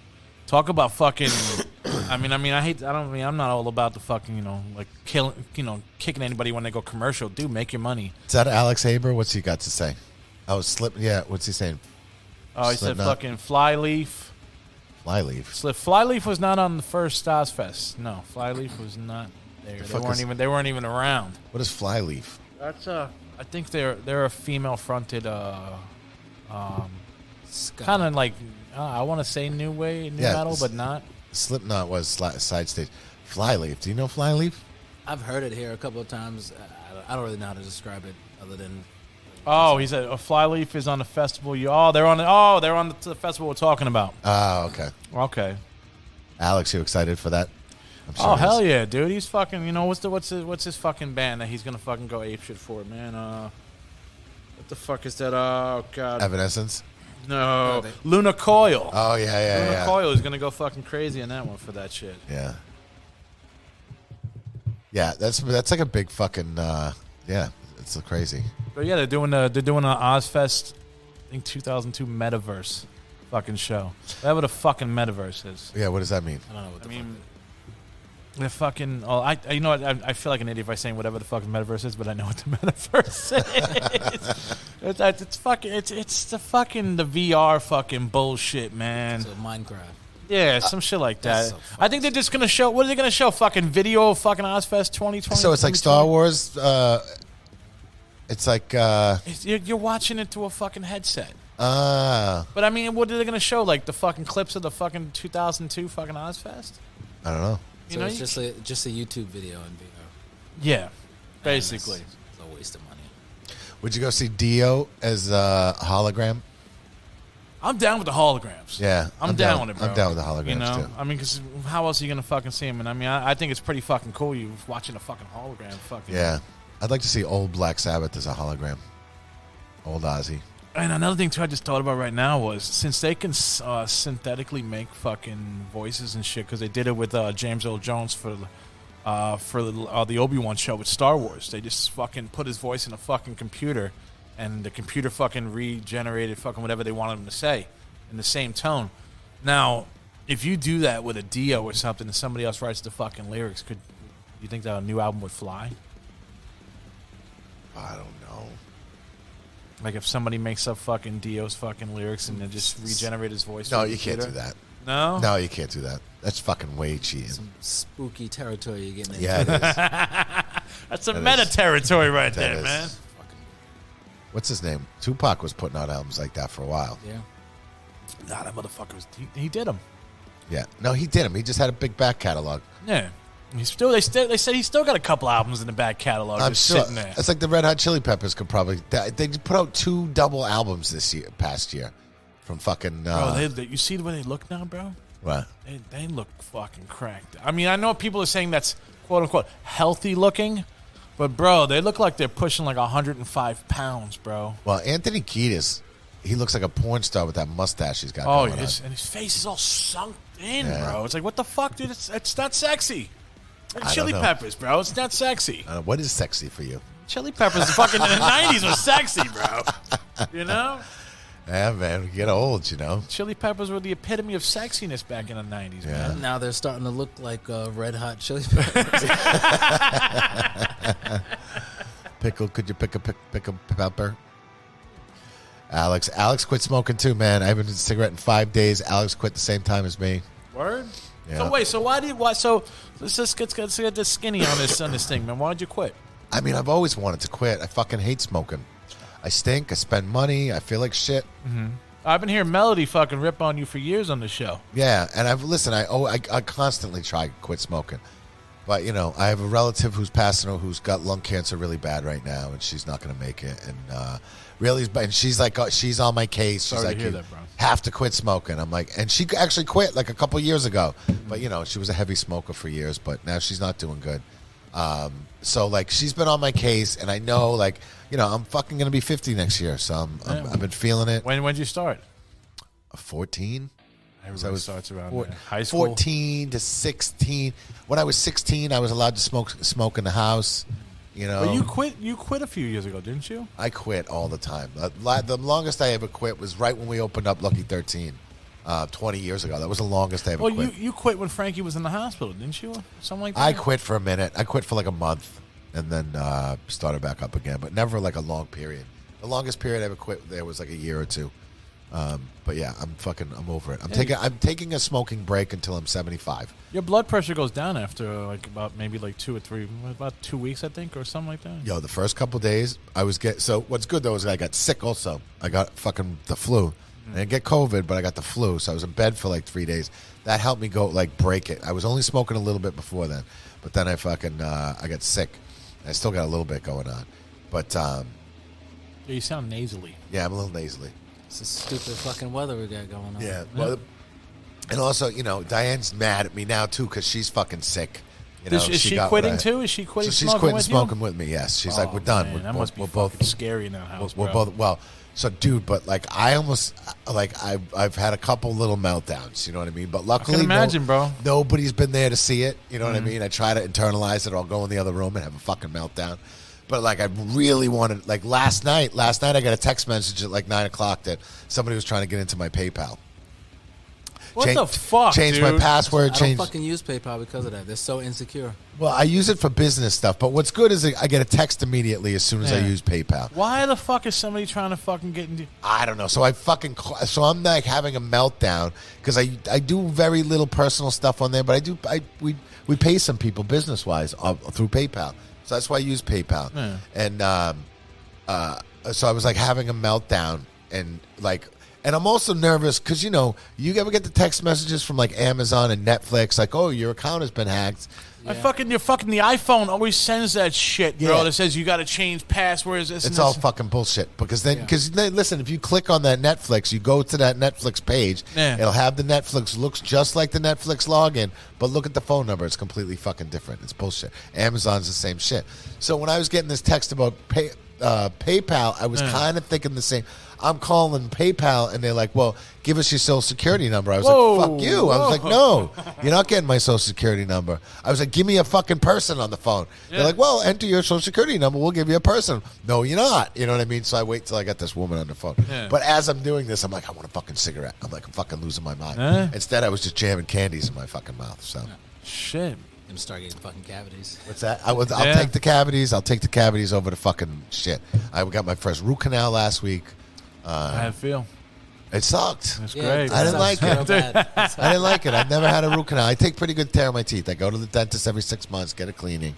Speaker 4: talk about fucking. [COUGHS] I mean, I mean, I hate. I don't I mean. I'm not all about the fucking, you know, like killing, you know, kicking anybody when they go commercial. Dude, make your money.
Speaker 3: Is that Alex Haber? What's he got to say? Oh, slip. Yeah, what's he saying?
Speaker 4: Oh, he said
Speaker 3: Slipknot.
Speaker 4: fucking Flyleaf.
Speaker 3: Fly leaves.
Speaker 4: Slip. Flyleaf was not on the first Ozfest. No, Flyleaf was not there. they
Speaker 3: fuck
Speaker 4: weren't
Speaker 3: is-
Speaker 4: even. They weren't even around.
Speaker 3: What is fly leaf?
Speaker 4: That's uh. I think they're they're a female fronted uh,
Speaker 5: Scott.
Speaker 4: kind of like uh, I want to say new way new
Speaker 3: Yeah,
Speaker 4: metal,
Speaker 3: it's-
Speaker 4: but not.
Speaker 3: Slipknot was sli- side stage. Fly leaf. Do you know fly leaf?
Speaker 5: I've heard it here a couple of times. I- I don't- I don't really know how to describe it other than
Speaker 4: Oh, he said a flyleaf is on the festival. You oh, they're on. The, oh, they're on the, the festival we're talking about.
Speaker 3: Oh, okay.
Speaker 4: Okay.
Speaker 3: Alex, you excited for that? I'm
Speaker 4: Oh
Speaker 3: he is.
Speaker 4: hell yeah, dude. He's fucking. You know what's the what's his, what's his fucking band that he's gonna fucking go ape shit for, man. Uh, what the fuck is that? Oh god,
Speaker 3: Evanescence.
Speaker 4: no. Luna Coil.
Speaker 3: Oh yeah,
Speaker 4: Luna
Speaker 3: yeah, yeah.
Speaker 4: Coil is gonna go fucking crazy on that one for that shit.
Speaker 3: Yeah. Yeah, that's that's like a big fucking uh, yeah. It's crazy.
Speaker 4: But yeah, they're doing a they're doing an Ozfest, I think 2002 Metaverse, fucking show. Whatever the fucking Metaverse is.
Speaker 3: Yeah, what does that mean?
Speaker 5: I don't know what the
Speaker 4: I mean, they're fucking. Oh, I, I you know what? I, I feel like an idiot by saying whatever the fucking metaverse is, but I know what the [LAUGHS] metaverse is. it's, it's, it's fucking. It's it's the fucking the VR fucking bullshit, man.
Speaker 5: fuck. So Minecraft.
Speaker 4: yeah, some shit like that.
Speaker 5: that's so fucking
Speaker 4: I think they're just gonna show. What are they gonna show? Fucking video of fucking Ozfest 2020.
Speaker 3: So it's like Star Wars. Uh, it's like uh,
Speaker 4: It's- You're, you're watching it through a fucking headset.
Speaker 3: uh,
Speaker 4: But I mean, what are they gonna show? Like the fucking clips of the fucking 2002 fucking Ozfest?
Speaker 3: I don't know.
Speaker 4: You
Speaker 5: so
Speaker 4: know,
Speaker 5: it's
Speaker 4: you-
Speaker 5: just a just a YouTube video in VR.
Speaker 4: Yeah, basically.
Speaker 5: it's a waste of money.
Speaker 3: Would you go see Dio as uh, a hologram?
Speaker 4: I'm down with the holograms.
Speaker 3: Yeah,
Speaker 4: I'm,
Speaker 3: I'm
Speaker 4: down,
Speaker 3: down-
Speaker 4: with it, bro.
Speaker 3: I'm down with the holograms,
Speaker 4: you know?
Speaker 3: too.
Speaker 4: I mean, because how else are you gonna fucking see him? And I mean, I, I think it's pretty fucking cool. You watching a fucking hologram, fucking
Speaker 3: Yeah, I'd like to see old Black Sabbath as a hologram. Old Ozzy.
Speaker 4: And another thing too, I just thought about right now was since they can uh, synthetically make fucking voices and shit, because they did it with uh, James Earl Jones for. Uh, for the, uh, the Obi Wan show with Star Wars, they just fucking put his voice in a fucking computer, and the computer fucking regenerated fucking whatever they wanted him to say in the same tone. Now, if you do that with a Dio or something, and somebody else writes the fucking lyrics, could you think that a new album would fly?
Speaker 3: I don't know.
Speaker 4: Like if somebody makes up fucking Dio's fucking lyrics and then just regenerate his voice.
Speaker 3: No,
Speaker 4: with a
Speaker 3: you can't do
Speaker 4: computer?
Speaker 3: that.
Speaker 4: No.
Speaker 3: No, you can't do that. That's fucking way cheating.
Speaker 5: Spooky territory you're getting
Speaker 3: [LAUGHS]
Speaker 5: into.
Speaker 3: Yeah, it is.
Speaker 4: That's some
Speaker 3: That
Speaker 4: meta
Speaker 3: is-
Speaker 4: territory right
Speaker 3: that
Speaker 4: there,
Speaker 3: is.
Speaker 4: man.
Speaker 3: What's his name? Tupac was putting out albums like that for a while.
Speaker 5: Yeah.
Speaker 4: Nah, that motherfucker was, he, he did him.
Speaker 3: Yeah. No, he did him. He just had a big back catalog.
Speaker 4: Yeah. He's still they still they said he's still got a couple albums in the back catalog
Speaker 3: I'm
Speaker 4: just
Speaker 3: sure.
Speaker 4: sitting there.
Speaker 3: It's like the Red Hot Chili Peppers could probably. They they put out two double albums this year, past year, from fucking.
Speaker 4: Bro,
Speaker 3: Uh,
Speaker 4: Oh, they, they, you see the way they look now, bro?
Speaker 3: what?
Speaker 4: They, they look fucking cracked. I mean, I know people are saying that's quote unquote healthy looking, but bro, they look like they're pushing like 105 pounds, bro.
Speaker 3: Well, Anthony Kiedis, he looks like a porn star with that mustache he's got.
Speaker 4: Oh,
Speaker 3: going
Speaker 4: his, and his face is all sunk in,
Speaker 3: Yeah.
Speaker 4: bro. It's like, what the fuck, dude? It's, it's not sexy.
Speaker 3: don't
Speaker 4: Chili
Speaker 3: know.
Speaker 4: peppers, bro. It's not sexy.
Speaker 3: Uh, what is sexy for you?
Speaker 4: Chili peppers fucking
Speaker 3: [LAUGHS]
Speaker 4: in the 90s was sexy, bro. You know?
Speaker 3: Yeah, man, we get old, you know.
Speaker 4: Chili peppers were the epitome of sexiness back in the 90s, man.
Speaker 5: Now they're starting to look like uh, red hot chili peppers. [LAUGHS]
Speaker 3: Pickle, could you pick a pick, pick a pepper? Alex, Alex quit smoking too, man. I haven't had a cigarette in five days. Alex quit the same time as me.
Speaker 4: Word?
Speaker 3: Yeah.
Speaker 4: So wait, so why did why so let's just get, let's get this skinny on this on this thing, man. Why did you quit?
Speaker 3: I mean, I've always wanted to quit. I fucking hate smoking. I stink. I spend money. I feel like shit.
Speaker 4: I've been hearing Melody fucking rip on you for years on the show.
Speaker 3: Yeah, and I've listen. I oh, I, I constantly try to quit smoking, but you know, I have a relative who's passing who's got lung cancer really bad right now, and she's not going to make it. And uh, really, and she's like, uh, she's on my case. She's
Speaker 4: Sorry to
Speaker 3: like,
Speaker 4: hear
Speaker 3: you
Speaker 4: that, bro.
Speaker 3: have to quit smoking. I'm like, and she actually quit like a couple years ago, but you know, she was a heavy smoker for years, but now she's not doing good. Um, so like, she's been on my case, and I know like, you know, I'm fucking going to be 50 next year, so I'm, I'm, I've been feeling it.
Speaker 4: When when did you start?
Speaker 3: 14.
Speaker 4: Everybody
Speaker 3: So I was
Speaker 4: starts around
Speaker 3: four-
Speaker 4: there. high school.
Speaker 3: 14 to 16. When I was 16, I was allowed to smoke smoke in the house. You know,
Speaker 4: But you quit you quit a few years ago, didn't you?
Speaker 3: I quit all the time. The la- The longest I ever quit was right when we opened up Lucky 13 uh, 20 years ago. That was the longest I ever
Speaker 4: Well,
Speaker 3: quit.
Speaker 4: you, you quit when Frankie was in the hospital, didn't you? Something like that.
Speaker 3: I quit for a minute. I quit for like a month and then uh, started back up again, but never like a long period. The longest period I ever quit there was like a year or two. Um, but yeah, I'm fucking I'm over it. I'm taking I'm taking a smoking break until I'm 75.
Speaker 4: Your blood pressure goes down after uh, like about maybe like two or three, about two weeks, I think, or something like that.
Speaker 3: Yo, the first couple days, I was get so. What's good though is I got sick also. I got fucking the flu. I didn't get COVID, but I got the flu, so I was in bed for like three days. That helped me go like break it. I was only smoking a little bit before then, but then I fucking uh, I got sick. I still got a little bit going on, but um,
Speaker 4: Yeah, you sound nasally.
Speaker 3: yeah, I'm a little nasally.
Speaker 5: it's the stupid fucking weather we got going on.
Speaker 3: Yeah, well, and also you know Diane's mad at me now too because she's fucking sick. You know,
Speaker 4: is, is she,
Speaker 3: got what
Speaker 4: quitting
Speaker 3: I-
Speaker 4: too? Is she
Speaker 3: So
Speaker 4: quitting?
Speaker 3: she's
Speaker 4: smoking
Speaker 3: quitting
Speaker 4: with you?
Speaker 3: smoking with me. Yes, she's like,
Speaker 4: Oh,
Speaker 3: we're done.
Speaker 4: man,
Speaker 3: we're
Speaker 4: that
Speaker 3: both-
Speaker 4: must be
Speaker 3: we're both
Speaker 4: fucking scary in that house.
Speaker 3: We're
Speaker 4: bro.
Speaker 3: both well. So, dude, but like I almost like I've I've had a couple little meltdowns. You know what I mean? But luckily, no-
Speaker 4: imagine, bro. Mm-hmm.
Speaker 3: Nobody's been there to see it. You know what I mean? I try to internalize it. Or I'll go in the other room and have a fucking meltdown. But like I really wanted. Like last night, last night I got a text message at like nine o'clock that somebody was trying to get into my PayPal.
Speaker 4: What
Speaker 3: Change-
Speaker 4: the fuck,
Speaker 3: Change
Speaker 4: dude?
Speaker 3: my password.
Speaker 5: I
Speaker 3: Change.
Speaker 5: don't fucking use PayPal because of that. They're so insecure.
Speaker 3: well, I use it for business stuff. But what's good is I get a text immediately as soon as I
Speaker 4: Yeah.
Speaker 3: use PayPal.
Speaker 4: Why the fuck is somebody trying to fucking get into?
Speaker 3: I don't know. So I fucking cl- so I'm like having a meltdown because I I do very little personal stuff on there, but I do I we we pay some people business wise through PayPal, so that's why I use PayPal. And um, uh, so I was like having a meltdown and like. And I'm also nervous because you know you ever get the text messages from like Amazon and Netflix, like, "Oh, your account has been hacked."
Speaker 4: I fucking your fucking the iPhone always sends that shit, bro.
Speaker 3: Yeah.
Speaker 4: That says you got to change passwords. This and
Speaker 3: It's all
Speaker 4: this.
Speaker 3: fucking bullshit because then because listen, if you click on that Netflix, you go to that Netflix page,
Speaker 4: Yeah.
Speaker 3: it'll have the Netflix looks just like the Netflix login, but look at the phone number; it's completely fucking different. It's bullshit. Amazon's the same shit. So when I was getting this text about pay, uh, PayPal, I was kind of thinking the same. I'm calling PayPal, and they're like, "Well, give us your social security number." I was like,
Speaker 4: Whoa,
Speaker 3: "Fuck you!" I was like,
Speaker 4: whoa.
Speaker 3: "No, you're not getting my social security number." I was like, "Give me a fucking person on the phone." They're
Speaker 4: Yeah.
Speaker 3: like, well, enter your social security number. We'll give you a person. No, you're not. You know what I mean? So I wait till I got this woman on the phone.
Speaker 4: Yeah.
Speaker 3: But as I'm doing this, I'm like, I want a fucking cigarette. I'm like, I'm fucking losing my mind.
Speaker 4: Huh?
Speaker 3: Instead, I was just jamming candies in my fucking mouth. So
Speaker 4: shit.
Speaker 5: Them start getting fucking cavities.
Speaker 3: what's that? I was, I'll
Speaker 4: Yeah.
Speaker 3: take the cavities. I'll take the cavities over the fucking shit. I got my first root canal last week. Uh,
Speaker 4: I feel
Speaker 3: It sucked.
Speaker 4: it's great.
Speaker 3: I
Speaker 5: that
Speaker 3: didn't
Speaker 5: sounds
Speaker 3: like it.
Speaker 4: [LAUGHS]
Speaker 5: real bad.
Speaker 3: I didn't like it. I've never had a root canal. I take pretty good care of my teeth. I go to the dentist every six months, get a cleaning.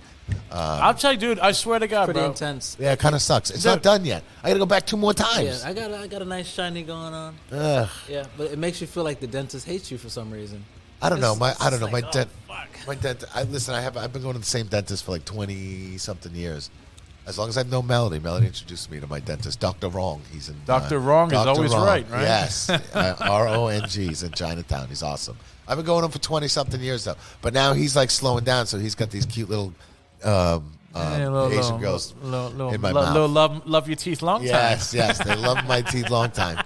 Speaker 4: I'll tell you, dude. I swear to God,
Speaker 5: Pretty
Speaker 4: bro.
Speaker 5: intense.
Speaker 3: Yeah, it kind of sucks. It's not done yet. I got to go back two more
Speaker 5: Yeah,
Speaker 3: times.
Speaker 5: I got a, I got a nice shiny going on.
Speaker 3: Ugh.
Speaker 5: Yeah, but it makes you feel like the dentist hates you for some reason.
Speaker 3: I don't know.
Speaker 5: It's-
Speaker 3: My
Speaker 5: [LAUGHS] it's
Speaker 3: I don't know.
Speaker 5: just
Speaker 3: My
Speaker 5: like,
Speaker 3: dent.
Speaker 5: oh, fuck.
Speaker 3: My dent. I listen. I have. I've been going to the same dentist for like twenty something years. As long as I've known Melody, Melody introduced me to my dentist, Doctor Wrong. He's in
Speaker 4: Dr. Wrong is
Speaker 3: Dr.
Speaker 4: always right, right? [LAUGHS]
Speaker 3: Yes, Uh, R O N G. He's in Chinatown. He's awesome. I've been going to him for twenty something years though, but now he's like slowing down. So he's got these cute little um, um,
Speaker 4: Yeah, little-
Speaker 3: Asian
Speaker 4: little-
Speaker 3: girls
Speaker 4: little- little-
Speaker 3: in my
Speaker 4: lo-
Speaker 3: mouth.
Speaker 4: little love, love your teeth long time. [LAUGHS]
Speaker 3: Yes, yes, they love my teeth long time.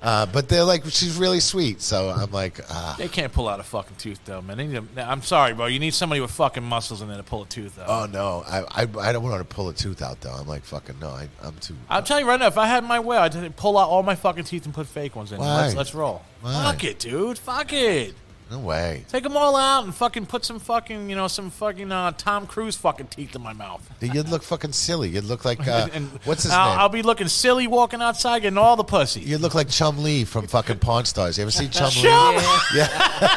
Speaker 3: Uh, but they're like, she's really sweet. So I'm like, ah.
Speaker 4: They can't pull out a fucking tooth though, man. They need to, I'm sorry, bro. You need somebody with fucking muscles in there to pull a tooth out.
Speaker 3: Oh no, I, I, I don't want to pull a tooth out though. I'm like fucking no, I, I'm too.
Speaker 4: I'm telling you right now, if I had my way, I'd just pull out all my fucking teeth and put fake ones in.
Speaker 3: Why?
Speaker 4: Let's, let's roll.
Speaker 3: Why?
Speaker 4: Fuck it, dude. Fuck it.
Speaker 3: No way.
Speaker 4: Take them all out and fucking put some fucking, you know, some fucking uh, Tom Cruise fucking teeth in my mouth.
Speaker 3: You'd look fucking silly. You'd look like uh,
Speaker 4: [LAUGHS] And
Speaker 3: what's his
Speaker 4: I'll,
Speaker 3: name?
Speaker 4: I'll be looking silly walking outside getting all the pussy.
Speaker 3: You'd look like Chum Lee from fucking Pawn Stars. You ever seen Chum Lee?
Speaker 4: Chum!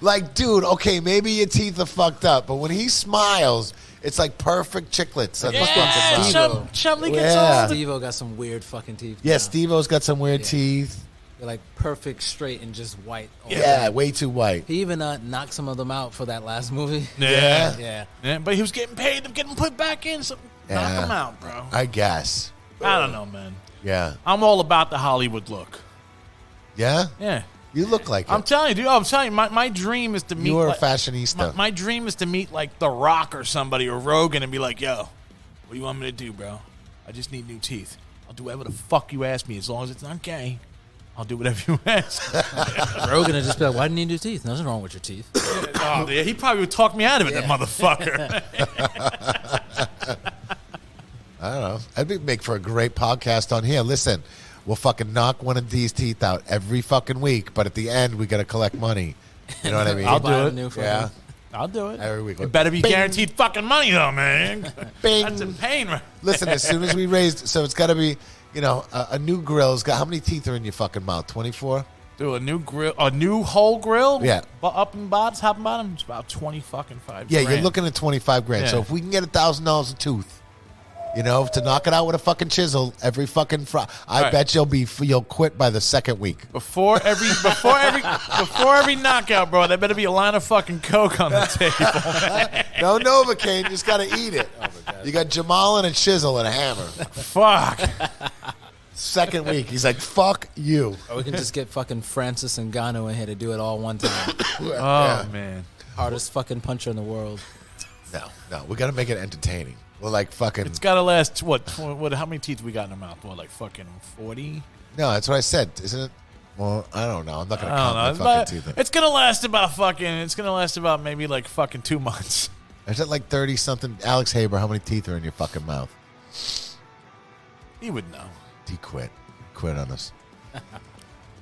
Speaker 3: Like, dude, okay, maybe your teeth are fucked up, but when he smiles, it's like perfect chicklets. That's
Speaker 4: Yeah,
Speaker 3: fucking
Speaker 5: Chum-
Speaker 3: Steve-O.
Speaker 4: Chum- Chumley gets
Speaker 3: Yeah.
Speaker 4: all the
Speaker 5: Devo got some weird fucking teeth.
Speaker 3: Yeah,
Speaker 5: now.
Speaker 3: Steve-O's got some weird teeth.
Speaker 5: They're like perfect straight and just white. all the
Speaker 3: Yeah,
Speaker 5: time.
Speaker 3: way too white.
Speaker 5: He even uh, knocked some of them out for that last movie.
Speaker 4: Yeah.
Speaker 5: [LAUGHS] Yeah.
Speaker 4: Yeah, but he was getting paid. They're getting put back in. So knock
Speaker 3: Yeah.
Speaker 4: him out, bro.
Speaker 3: I guess.
Speaker 4: I don't know, man.
Speaker 3: Yeah.
Speaker 4: I'm all about the Hollywood look.
Speaker 3: Yeah?
Speaker 4: Yeah.
Speaker 3: You look like
Speaker 4: I'm
Speaker 3: it.
Speaker 4: telling you, dude. I'm telling you, my, my dream is to meet.
Speaker 3: You are a
Speaker 4: like- my,
Speaker 3: fashionista.
Speaker 4: my dream is to meet like The Rock or somebody or Rogan and be like, "Yo, what do you want me to do, bro? I just need new teeth. I'll do whatever the fuck you ask me, as long as it's not gay. I'll do whatever you [LAUGHS] ask."
Speaker 5: [LAUGHS] Rogan would just be like, why didn't you do teeth? Nothing's wrong with your teeth.
Speaker 4: oh, yeah, he probably would talk me out of it,
Speaker 3: [LAUGHS]
Speaker 4: that motherfucker.
Speaker 3: I don't know. That'd be make for a great podcast on here. Listen, we'll fucking knock one of these teeth out every fucking week, but at the end we gotta collect money. You know what
Speaker 4: [LAUGHS]
Speaker 3: I mean?
Speaker 4: I'll do
Speaker 5: Buy a
Speaker 4: it.
Speaker 5: new fucking-
Speaker 3: yeah.
Speaker 4: I'll do it.
Speaker 3: Every week.
Speaker 4: It better be
Speaker 3: Bing.
Speaker 4: guaranteed fucking money, though,
Speaker 3: [LAUGHS]
Speaker 4: man. [LAUGHS]
Speaker 3: Bing.
Speaker 4: That's a pain. right?
Speaker 3: Listen, as soon as we raised, so it's got to be, you know, a, a new grill's got how many teeth are in your fucking mouth? Twenty four.
Speaker 4: Do a new grill, a new whole grill.
Speaker 3: Yeah.
Speaker 4: bu- up and bottom, top and bottom. It's about twenty fucking five.
Speaker 3: Yeah,
Speaker 4: grand.
Speaker 3: you're looking at twenty five grand. So
Speaker 4: Yeah.
Speaker 3: if we can get a thousand dollars a tooth, you know, to knock it out with a fucking chisel every fucking Friday, I
Speaker 4: Right.
Speaker 3: bet you'll be you'll quit by the second week.
Speaker 4: Before every before every before every knockout, bro, there better be a line of fucking coke
Speaker 3: [LAUGHS]
Speaker 4: on the table.
Speaker 3: No Novocaine, you just got to eat it. you got Jamal and a chisel and a hammer.
Speaker 4: Fuck.
Speaker 3: Second week, he's like, "Fuck you."
Speaker 5: Or we can just get fucking Francis and Gano in here to do it all
Speaker 4: [LAUGHS]
Speaker 5: one time.
Speaker 3: Oh
Speaker 4: Oh man.
Speaker 5: Hardest fucking puncher in the world.
Speaker 3: No, no, we got to make it entertaining. We're like fucking.
Speaker 4: It's gotta last what, tw- what how many teeth we got in our mouth? What like fucking forty?
Speaker 3: No, that's what I said, isn't it? Well, I don't know. I'm not gonna
Speaker 4: I
Speaker 3: count
Speaker 4: don't know.
Speaker 3: my
Speaker 4: It's,
Speaker 3: fucking
Speaker 4: about-
Speaker 3: teeth. in.
Speaker 4: it's gonna last about fucking it's gonna last about maybe like fucking two months. [LAUGHS]
Speaker 3: Is that like 30 something? Alex Haber, how many teeth are in your fucking mouth?
Speaker 4: He would know.
Speaker 3: He quit. Quit on us.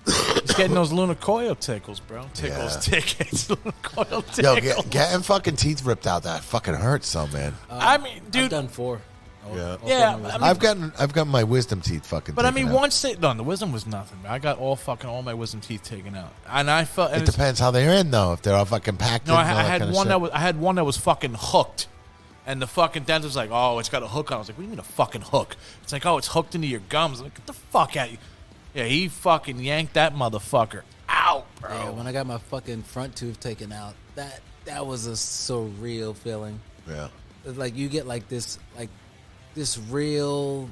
Speaker 4: He's getting those Luna Coil tickles, bro. Tickles,
Speaker 3: Yeah.
Speaker 4: tickets, [LAUGHS] Luna Coil
Speaker 3: [LAUGHS]
Speaker 4: tickles.
Speaker 3: Yo, get, getting fucking teeth ripped out, that fucking hurts some, man.
Speaker 4: I mean,
Speaker 5: I've
Speaker 4: dude,
Speaker 5: done four. All-
Speaker 3: Oh, Yeah.
Speaker 5: all four
Speaker 4: Yeah,
Speaker 5: numbers.
Speaker 4: I mean-
Speaker 3: I've gotten I've gotten my wisdom teeth fucking
Speaker 4: But I
Speaker 3: taken
Speaker 4: mean,
Speaker 3: out.
Speaker 4: once they no, the wisdom was nothing. man. I got all fucking all my wisdom teeth taken out, and I felt. And
Speaker 3: It
Speaker 4: it's-
Speaker 3: depends how they're in, though. If they're all fucking packed
Speaker 4: No,
Speaker 3: in.
Speaker 4: I,
Speaker 3: and
Speaker 4: ha-
Speaker 3: all
Speaker 4: I
Speaker 3: that
Speaker 4: had
Speaker 3: kinda
Speaker 4: one
Speaker 3: shit.
Speaker 4: that was I had one that was fucking hooked, and the fucking dentist was like, "Oh, it's got a hook on." it." I was like, "What do you mean a fucking hook?" It's like, "Oh, it's hooked into your gums." I'm like, "Get the fuck out!" of you. Yeah, he fucking yanked that motherfucker out, bro.
Speaker 5: Yeah, when I got my fucking front tooth taken out, that that was a surreal feeling.
Speaker 3: Yeah.
Speaker 5: It's Like you get like this like this real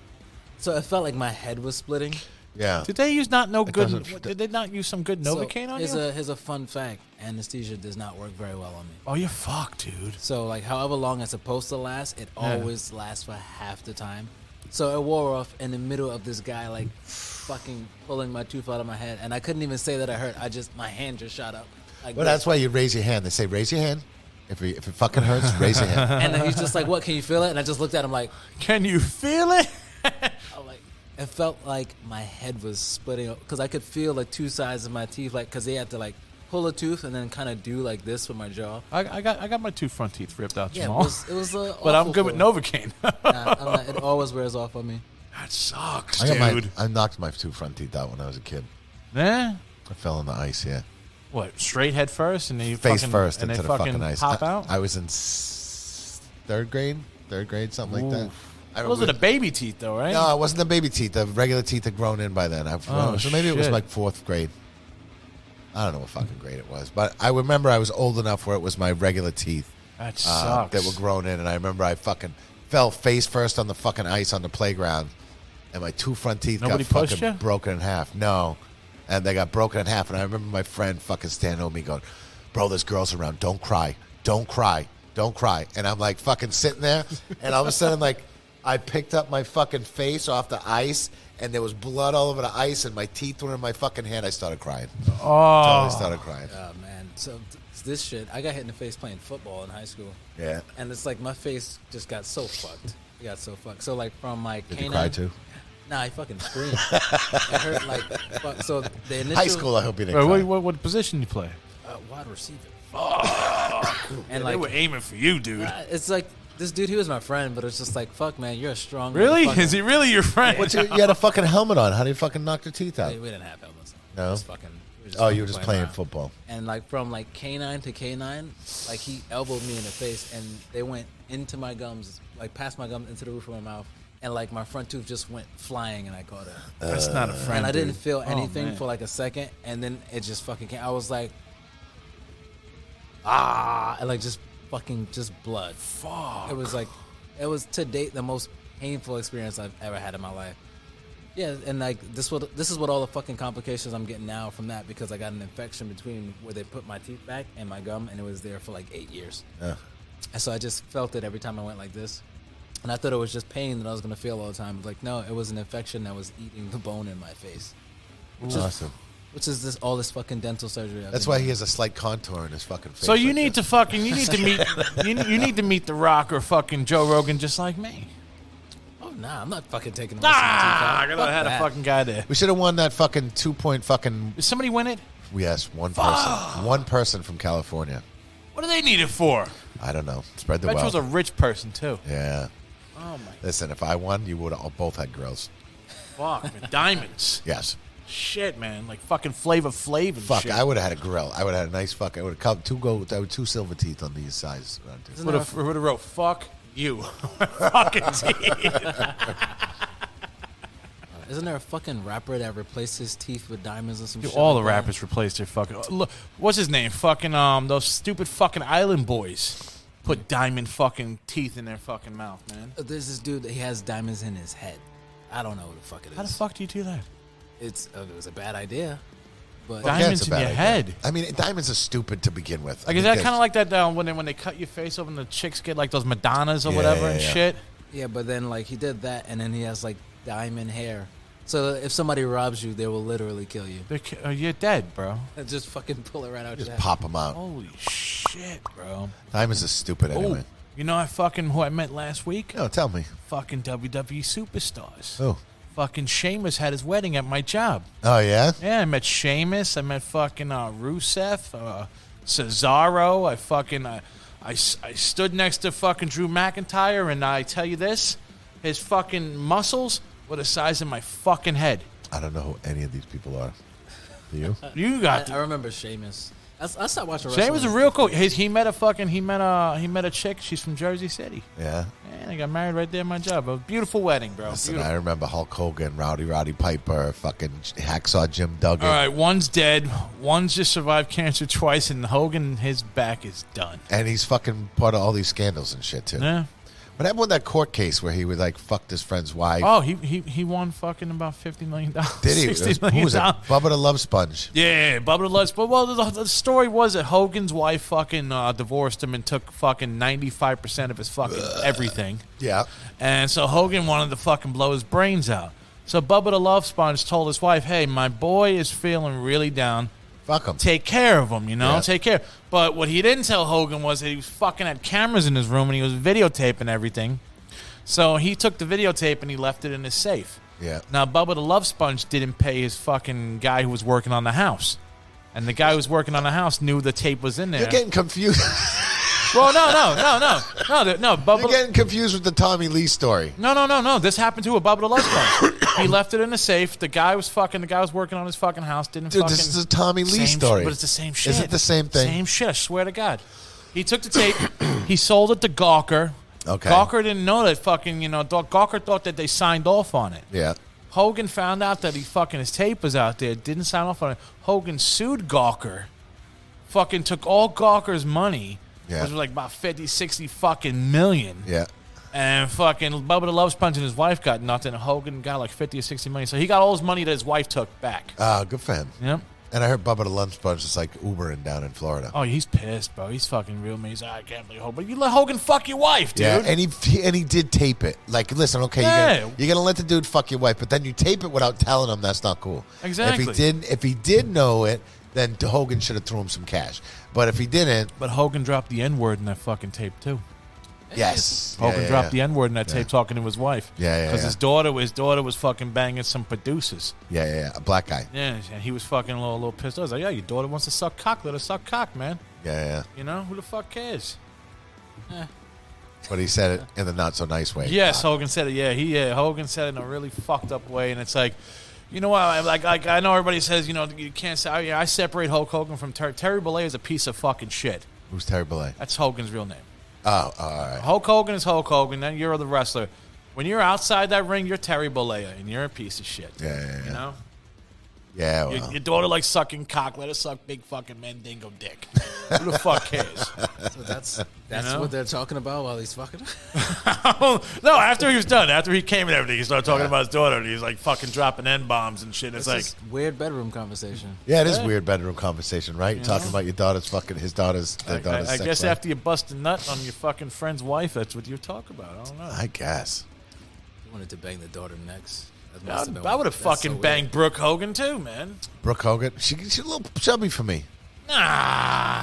Speaker 5: so it felt like my head was splitting.
Speaker 3: Yeah.
Speaker 4: did they use not no good?
Speaker 3: doesn't-
Speaker 4: Did they not use some good
Speaker 5: So
Speaker 4: Novocaine on you?
Speaker 5: here's a here's a fun fact. Anesthesia does not work very well on me.
Speaker 4: oh, you're fucked, dude.
Speaker 5: So like however long it's supposed to last, it always lasts for half the time. So it wore off in the middle of this guy like fucking pulling my tooth out of my head and I couldn't even say that I hurt. I just my hand just shot up. Like
Speaker 3: Well,
Speaker 5: this.
Speaker 3: that's why you raise your hand. They say, raise your hand. If it, if it fucking hurts, raise your
Speaker 4: [LAUGHS]
Speaker 3: hand.
Speaker 5: and then he's just like, "What? Can you feel it?" And I just looked at him like,
Speaker 4: Can you feel it?
Speaker 5: I'm like, it felt like my head was splitting up because I could feel like two sides of my teeth, like because they had to like pull a tooth and then kind of do like this with my jaw.
Speaker 4: I, I got I got my two front teeth ripped out,
Speaker 5: Yeah, it
Speaker 4: Jamal.
Speaker 5: was it was. A
Speaker 4: [LAUGHS] but I'm good with
Speaker 5: no.
Speaker 4: Novocaine. [LAUGHS]
Speaker 5: Nah, I'm not, it always wears off on me.
Speaker 4: That sucks,
Speaker 3: I, got my,
Speaker 4: dude.
Speaker 3: I knocked my two front teeth out when I was a kid.
Speaker 4: Nah.
Speaker 3: I fell on the ice, yeah.
Speaker 4: What? Straight head first, and then you
Speaker 3: face
Speaker 4: fucking,
Speaker 3: first
Speaker 4: and
Speaker 3: into
Speaker 4: they
Speaker 3: the
Speaker 4: fucking,
Speaker 3: fucking ice.
Speaker 4: pop
Speaker 3: I,
Speaker 4: out.
Speaker 3: I was in s- third grade, third grade, something like that.
Speaker 4: Oof.
Speaker 3: I
Speaker 4: Those are the baby teeth, though, right?
Speaker 3: no, it wasn't the baby teeth. The regular teeth had grown in by then. I
Speaker 4: Oh,
Speaker 3: so maybe it was
Speaker 4: shit.
Speaker 3: like fourth grade. I don't know what fucking grade it was, but I remember I was old enough where it was my regular teeth
Speaker 4: that
Speaker 3: uh,
Speaker 4: sucks.
Speaker 3: that were grown in, and I remember I fucking fell face first on the fucking ice on the playground, and my two front teeth
Speaker 4: Nobody
Speaker 3: got
Speaker 4: pushed
Speaker 3: fucking
Speaker 4: you?
Speaker 3: broken in half. No, and they got broken in half, and I remember my friend fucking standing over me going, "Bro, there's girls around. Don't cry. Don't cry. Don't cry." And I'm like fucking sitting there, and all of a sudden like I picked up my fucking face off the ice. and there was blood all over the ice, and my teeth were in my fucking hand. I started crying. I
Speaker 4: Oh,
Speaker 3: started crying.
Speaker 5: Oh man, so th- this shit. I got hit in the face playing football in high school.
Speaker 3: Yeah.
Speaker 5: and it's like my face just got so fucked. It got so fucked. So like from my
Speaker 3: Did
Speaker 5: canine.
Speaker 3: you cry too?
Speaker 5: Nah, I fucking
Speaker 3: [LAUGHS]
Speaker 5: screamed. it hurt like fuck. So the initial
Speaker 3: High school, I hope you didn't.
Speaker 4: Wait,
Speaker 3: Cry.
Speaker 4: what, what, what position you play?
Speaker 5: uh, wide receiver. and
Speaker 4: they
Speaker 5: like
Speaker 4: were aiming for you, dude.
Speaker 5: uh, it's like this dude, he was my friend, but it's just like fuck, man, you're a strong.
Speaker 4: really?
Speaker 5: motherfucker.
Speaker 4: Is he really your friend?
Speaker 3: What's your, you had a fucking helmet on. How do you fucking knock your teeth out?
Speaker 5: Hey, we didn't have helmets.
Speaker 3: No?
Speaker 5: We just fucking. we
Speaker 3: Oh, you were just
Speaker 5: fucking
Speaker 3: playing
Speaker 5: around.
Speaker 3: football.
Speaker 5: And like from like canine to canine, like he elbowed me in the face, and they went into my gums, like past my gums into the roof of my mouth, and like my front tooth just went flying, and I caught it.
Speaker 4: That's not a friend.
Speaker 5: and I didn't
Speaker 4: dude.
Speaker 5: feel
Speaker 4: Oh,
Speaker 5: anything
Speaker 4: man.
Speaker 5: for like a second, and then it just fucking came. I was like, ah, and like just fucking just blood. Fuck. It was like, it was to date the most painful experience I've ever had in my life. Yeah, and like this what this is what all the fucking complications I'm getting now from that because I got an infection between where they put my teeth back and my gum, and it was there for like eight years. And so I just felt it every time I went like this. And I thought it was just pain that I was going to feel all the time. But like, no, it was an infection that was eating the bone in my face,
Speaker 3: Awesome.
Speaker 5: which is this all this fucking dental surgery. I've
Speaker 3: That's
Speaker 5: been
Speaker 3: why
Speaker 5: doing.
Speaker 3: he has a slight contour in his fucking face.
Speaker 4: So you
Speaker 3: like
Speaker 4: need
Speaker 3: that.
Speaker 4: to fucking you need to meet you, you need to meet The Rock or fucking Joe Rogan just like me.
Speaker 5: Oh, nah, I'm not fucking taking a
Speaker 4: Ah, I
Speaker 5: teeth out.
Speaker 4: gotta
Speaker 5: Fuck
Speaker 4: had a
Speaker 5: that.
Speaker 4: fucking guy there.
Speaker 3: We should have won that fucking two point fucking.
Speaker 4: Did somebody win it?
Speaker 3: Yes, one person. One person from California.
Speaker 4: What do they need it for?
Speaker 3: I don't know. Spread the
Speaker 4: Bet you was
Speaker 3: wealth.
Speaker 4: a rich person too.
Speaker 3: yeah.
Speaker 4: Oh my
Speaker 3: Listen, if I won, you would have both had grills.
Speaker 4: fuck! with diamonds.
Speaker 3: Yes.
Speaker 4: Shit, man! Like fucking Flavor Flav and
Speaker 3: Fuck,
Speaker 4: shit.
Speaker 3: I would have had a grill. I would have had a nice fuck. I would have come two gold, uh, two silver teeth on these uh, sides. around here.
Speaker 4: would have would have wrote "fuck you." [LAUGHS] fucking teeth.
Speaker 5: Isn't there a fucking rapper that replaced his teeth with diamonds or some shit?
Speaker 4: All the
Speaker 5: like that?
Speaker 4: rappers replaced their fucking. oh, Look, what's his name? Fucking um, those stupid fucking island boys put diamond fucking teeth in their fucking mouth, man.
Speaker 5: There's this dude that he has diamonds in his head. I don't know what the fuck it
Speaker 4: How the
Speaker 5: is.
Speaker 4: fuck do you do that?
Speaker 5: It's uh, it was a bad idea, but
Speaker 4: Di-
Speaker 3: Yeah,
Speaker 4: diamonds
Speaker 3: it's a
Speaker 4: in
Speaker 3: bad
Speaker 4: your
Speaker 3: idea.
Speaker 4: head.
Speaker 3: I mean, diamonds are stupid to begin with.
Speaker 4: Like, is that kind of like that um, when they, when they cut your face open, the chicks get like those Madonnas or
Speaker 3: Yeah,
Speaker 4: whatever
Speaker 3: yeah,
Speaker 4: and
Speaker 3: yeah.
Speaker 4: shit?
Speaker 5: yeah. But then like he did that, and then he has like diamond hair. So if somebody robs you, they will literally kill you. [LAUGHS]
Speaker 4: They're, ki- uh, you're dead, bro.
Speaker 5: Just fucking pull it right out.
Speaker 3: just
Speaker 5: your head.
Speaker 3: pop them out?
Speaker 4: Holy shit, bro.
Speaker 3: Diamonds are stupid anyway.
Speaker 4: Oh, you know I fucking who I met last week?
Speaker 3: No, tell me.
Speaker 4: Fucking WWE superstars.
Speaker 3: Oh,
Speaker 4: Fucking Sheamus had his wedding at my job.
Speaker 3: oh yeah.
Speaker 4: Yeah, I met Sheamus. I met fucking uh, Rusev, uh, Cesaro. I fucking uh, I, s- I stood next to fucking Drew McIntyre, and I tell you this, his fucking muscles were the size of my fucking head.
Speaker 3: I don't know who any of these people are. Do
Speaker 4: [LAUGHS]
Speaker 3: you?
Speaker 4: You got
Speaker 5: Uh, I, I
Speaker 4: to.
Speaker 5: remember Sheamus. I, I stopped watching.
Speaker 4: Shane was a
Speaker 5: wrestling.
Speaker 4: real cool. His, he met a fucking he met a he met a chick. She's from Jersey City,
Speaker 3: Yeah.
Speaker 4: and they got married right there at my job. A beautiful wedding, bro.
Speaker 3: Listen,
Speaker 4: Beautiful.
Speaker 3: I remember Hulk Hogan, Rowdy Roddy Piper, fucking Hacksaw Jim Duggan.
Speaker 4: All right, one's dead. One's just survived cancer twice, and Hogan his back is done.
Speaker 3: And he's fucking part of all these scandals and shit too.
Speaker 4: Yeah.
Speaker 3: What happened with that court case where he would like fucked his friend's wife?
Speaker 4: Oh, he, he he won fucking about fifty million dollars.
Speaker 3: Did he?
Speaker 4: [LAUGHS] Sixty
Speaker 3: Who
Speaker 4: million
Speaker 3: was it?
Speaker 4: dollars.
Speaker 3: Bubba the Love Sponge.
Speaker 4: Yeah, Bubba the Lutz. But well, the, the story was that Hogan's wife fucking uh, divorced him and took fucking ninety five percent of his fucking everything.
Speaker 3: Yeah.
Speaker 4: And so Hogan wanted to fucking blow his brains out. So Bubba the Love Sponge told his wife, "Hey, my boy is feeling really down.
Speaker 3: Fuck him.
Speaker 4: Take care of him, you know.
Speaker 3: Yeah.
Speaker 4: Take care." But what he didn't tell Hogan was that he was fucking had cameras in his room and he was videotaping everything. So he took the videotape and he left it in his safe.
Speaker 3: Yeah.
Speaker 4: Now Bubba the Love Sponge didn't pay his fucking guy who was working on the house. And the guy who was working on the house knew the tape was in there.
Speaker 3: You're getting
Speaker 4: [LAUGHS]
Speaker 3: confused.
Speaker 4: well, no, no, no, no, no, th- no, Bubba.
Speaker 3: You're getting confused with the Tommy Lee story.
Speaker 4: No, no, no, no. This happened to a Bubba the Love Sponge.
Speaker 3: [COUGHS]
Speaker 4: he left it in the safe. The guy was fucking. The guy was working on his fucking house. Didn't
Speaker 3: Dude,
Speaker 4: fucking.
Speaker 3: this is a Tommy Lee
Speaker 4: Same sh-
Speaker 3: story.
Speaker 4: but it's the same shit.
Speaker 3: Is it the same thing?
Speaker 4: Same shit. I swear to God. He took the tape. he sold it to Gawker.
Speaker 3: Okay.
Speaker 4: Gawker didn't know that fucking. You know, Daw- Gawker thought that they signed off on it.
Speaker 3: Yeah.
Speaker 4: Hogan found out that he fucking his tape was out there, didn't sign off on it. Hogan sued Gawker, fucking took all Gawker's money,
Speaker 3: Yeah.
Speaker 4: which was like about 50, 60 fucking million.
Speaker 3: Yeah.
Speaker 4: And fucking Bubba the Love Sponge and his wife got nothing. Hogan got like 50 or 60 million. So he got all his money that his wife took back.
Speaker 3: Uh, good for him.
Speaker 4: Yep.
Speaker 3: And I heard Bubba the Lunch Bunch is like Ubering down in Florida.
Speaker 4: Oh, he's pissed, bro. He's fucking real mean. He's like, I can't believe Hogan. You let Hogan fuck your wife, dude.
Speaker 3: yeah, and he and he did tape it. Like, listen, okay, you're,
Speaker 4: Yeah.
Speaker 3: gonna, you're gonna let the dude fuck your wife, but then you tape it without telling him that's not cool.
Speaker 4: Exactly.
Speaker 3: If he didn't, if he did know it, then Hogan should have threw him some cash. But if he didn't,
Speaker 4: but Hogan dropped the N word in that fucking tape too.
Speaker 3: yes,
Speaker 4: Hogan
Speaker 3: yeah, yeah,
Speaker 4: dropped
Speaker 3: yeah.
Speaker 4: the N word in that tape talking to his wife.
Speaker 3: Yeah, yeah,
Speaker 4: Because
Speaker 3: yeah.
Speaker 4: his daughter, his daughter was fucking banging some producers.
Speaker 3: Yeah, yeah, yeah, a black guy.
Speaker 4: Yeah, and he was fucking a little, a little pissed. I was like, yeah, your daughter wants to suck cock. Let her suck cock, man.
Speaker 3: Yeah, yeah. yeah.
Speaker 4: You know who the fuck cares?
Speaker 3: But he said it in the not so nice way.
Speaker 4: Yes, Hogan said it. Yeah, he yeah Hogan said it in a really fucked up way, and it's like, you know what? I, like, like I know everybody says you know you can't say. I, I separate Hulk Hogan from Ter- Terry Bollea is a piece of fucking shit.
Speaker 3: Who's Terry Bollea?
Speaker 4: That's Hogan's real name.
Speaker 3: Oh, all right.
Speaker 4: Hulk Hogan is Hulk Hogan. Then you're the wrestler. When you're outside that ring, you're Terry Bollea, and you're a piece of shit.
Speaker 3: Yeah, yeah, yeah.
Speaker 4: You know,
Speaker 3: Yeah,
Speaker 4: your,
Speaker 3: well,
Speaker 4: your daughter likes sucking cock. Let her suck big fucking mandingo dick. Who the fuck cares? [LAUGHS]
Speaker 5: So that's that's
Speaker 4: know?
Speaker 5: what they're talking about while he's fucking.
Speaker 4: no, after he was done, after he came and everything, he started talking about his daughter, and he's like fucking dropping n bombs and shit. It's
Speaker 5: It's
Speaker 4: like.
Speaker 5: this weird bedroom conversation.
Speaker 3: yeah, it is weird bedroom conversation, right? Talking about your daughter's fucking his daughter's
Speaker 4: I,
Speaker 3: their
Speaker 4: I,
Speaker 3: daughter's
Speaker 4: I
Speaker 3: sex
Speaker 4: guess
Speaker 3: life.
Speaker 4: after you bust a nut on your fucking friend's wife, that's what you talk about. I don't know.
Speaker 3: I guess.
Speaker 5: He wanted to bang the daughter next. That must have
Speaker 4: I,
Speaker 5: been
Speaker 4: would have
Speaker 5: that's so
Speaker 4: fucking
Speaker 5: weird.
Speaker 4: banged Brooke Hogan too, man.
Speaker 3: Brooke Hogan, she she's a little chubby for me. I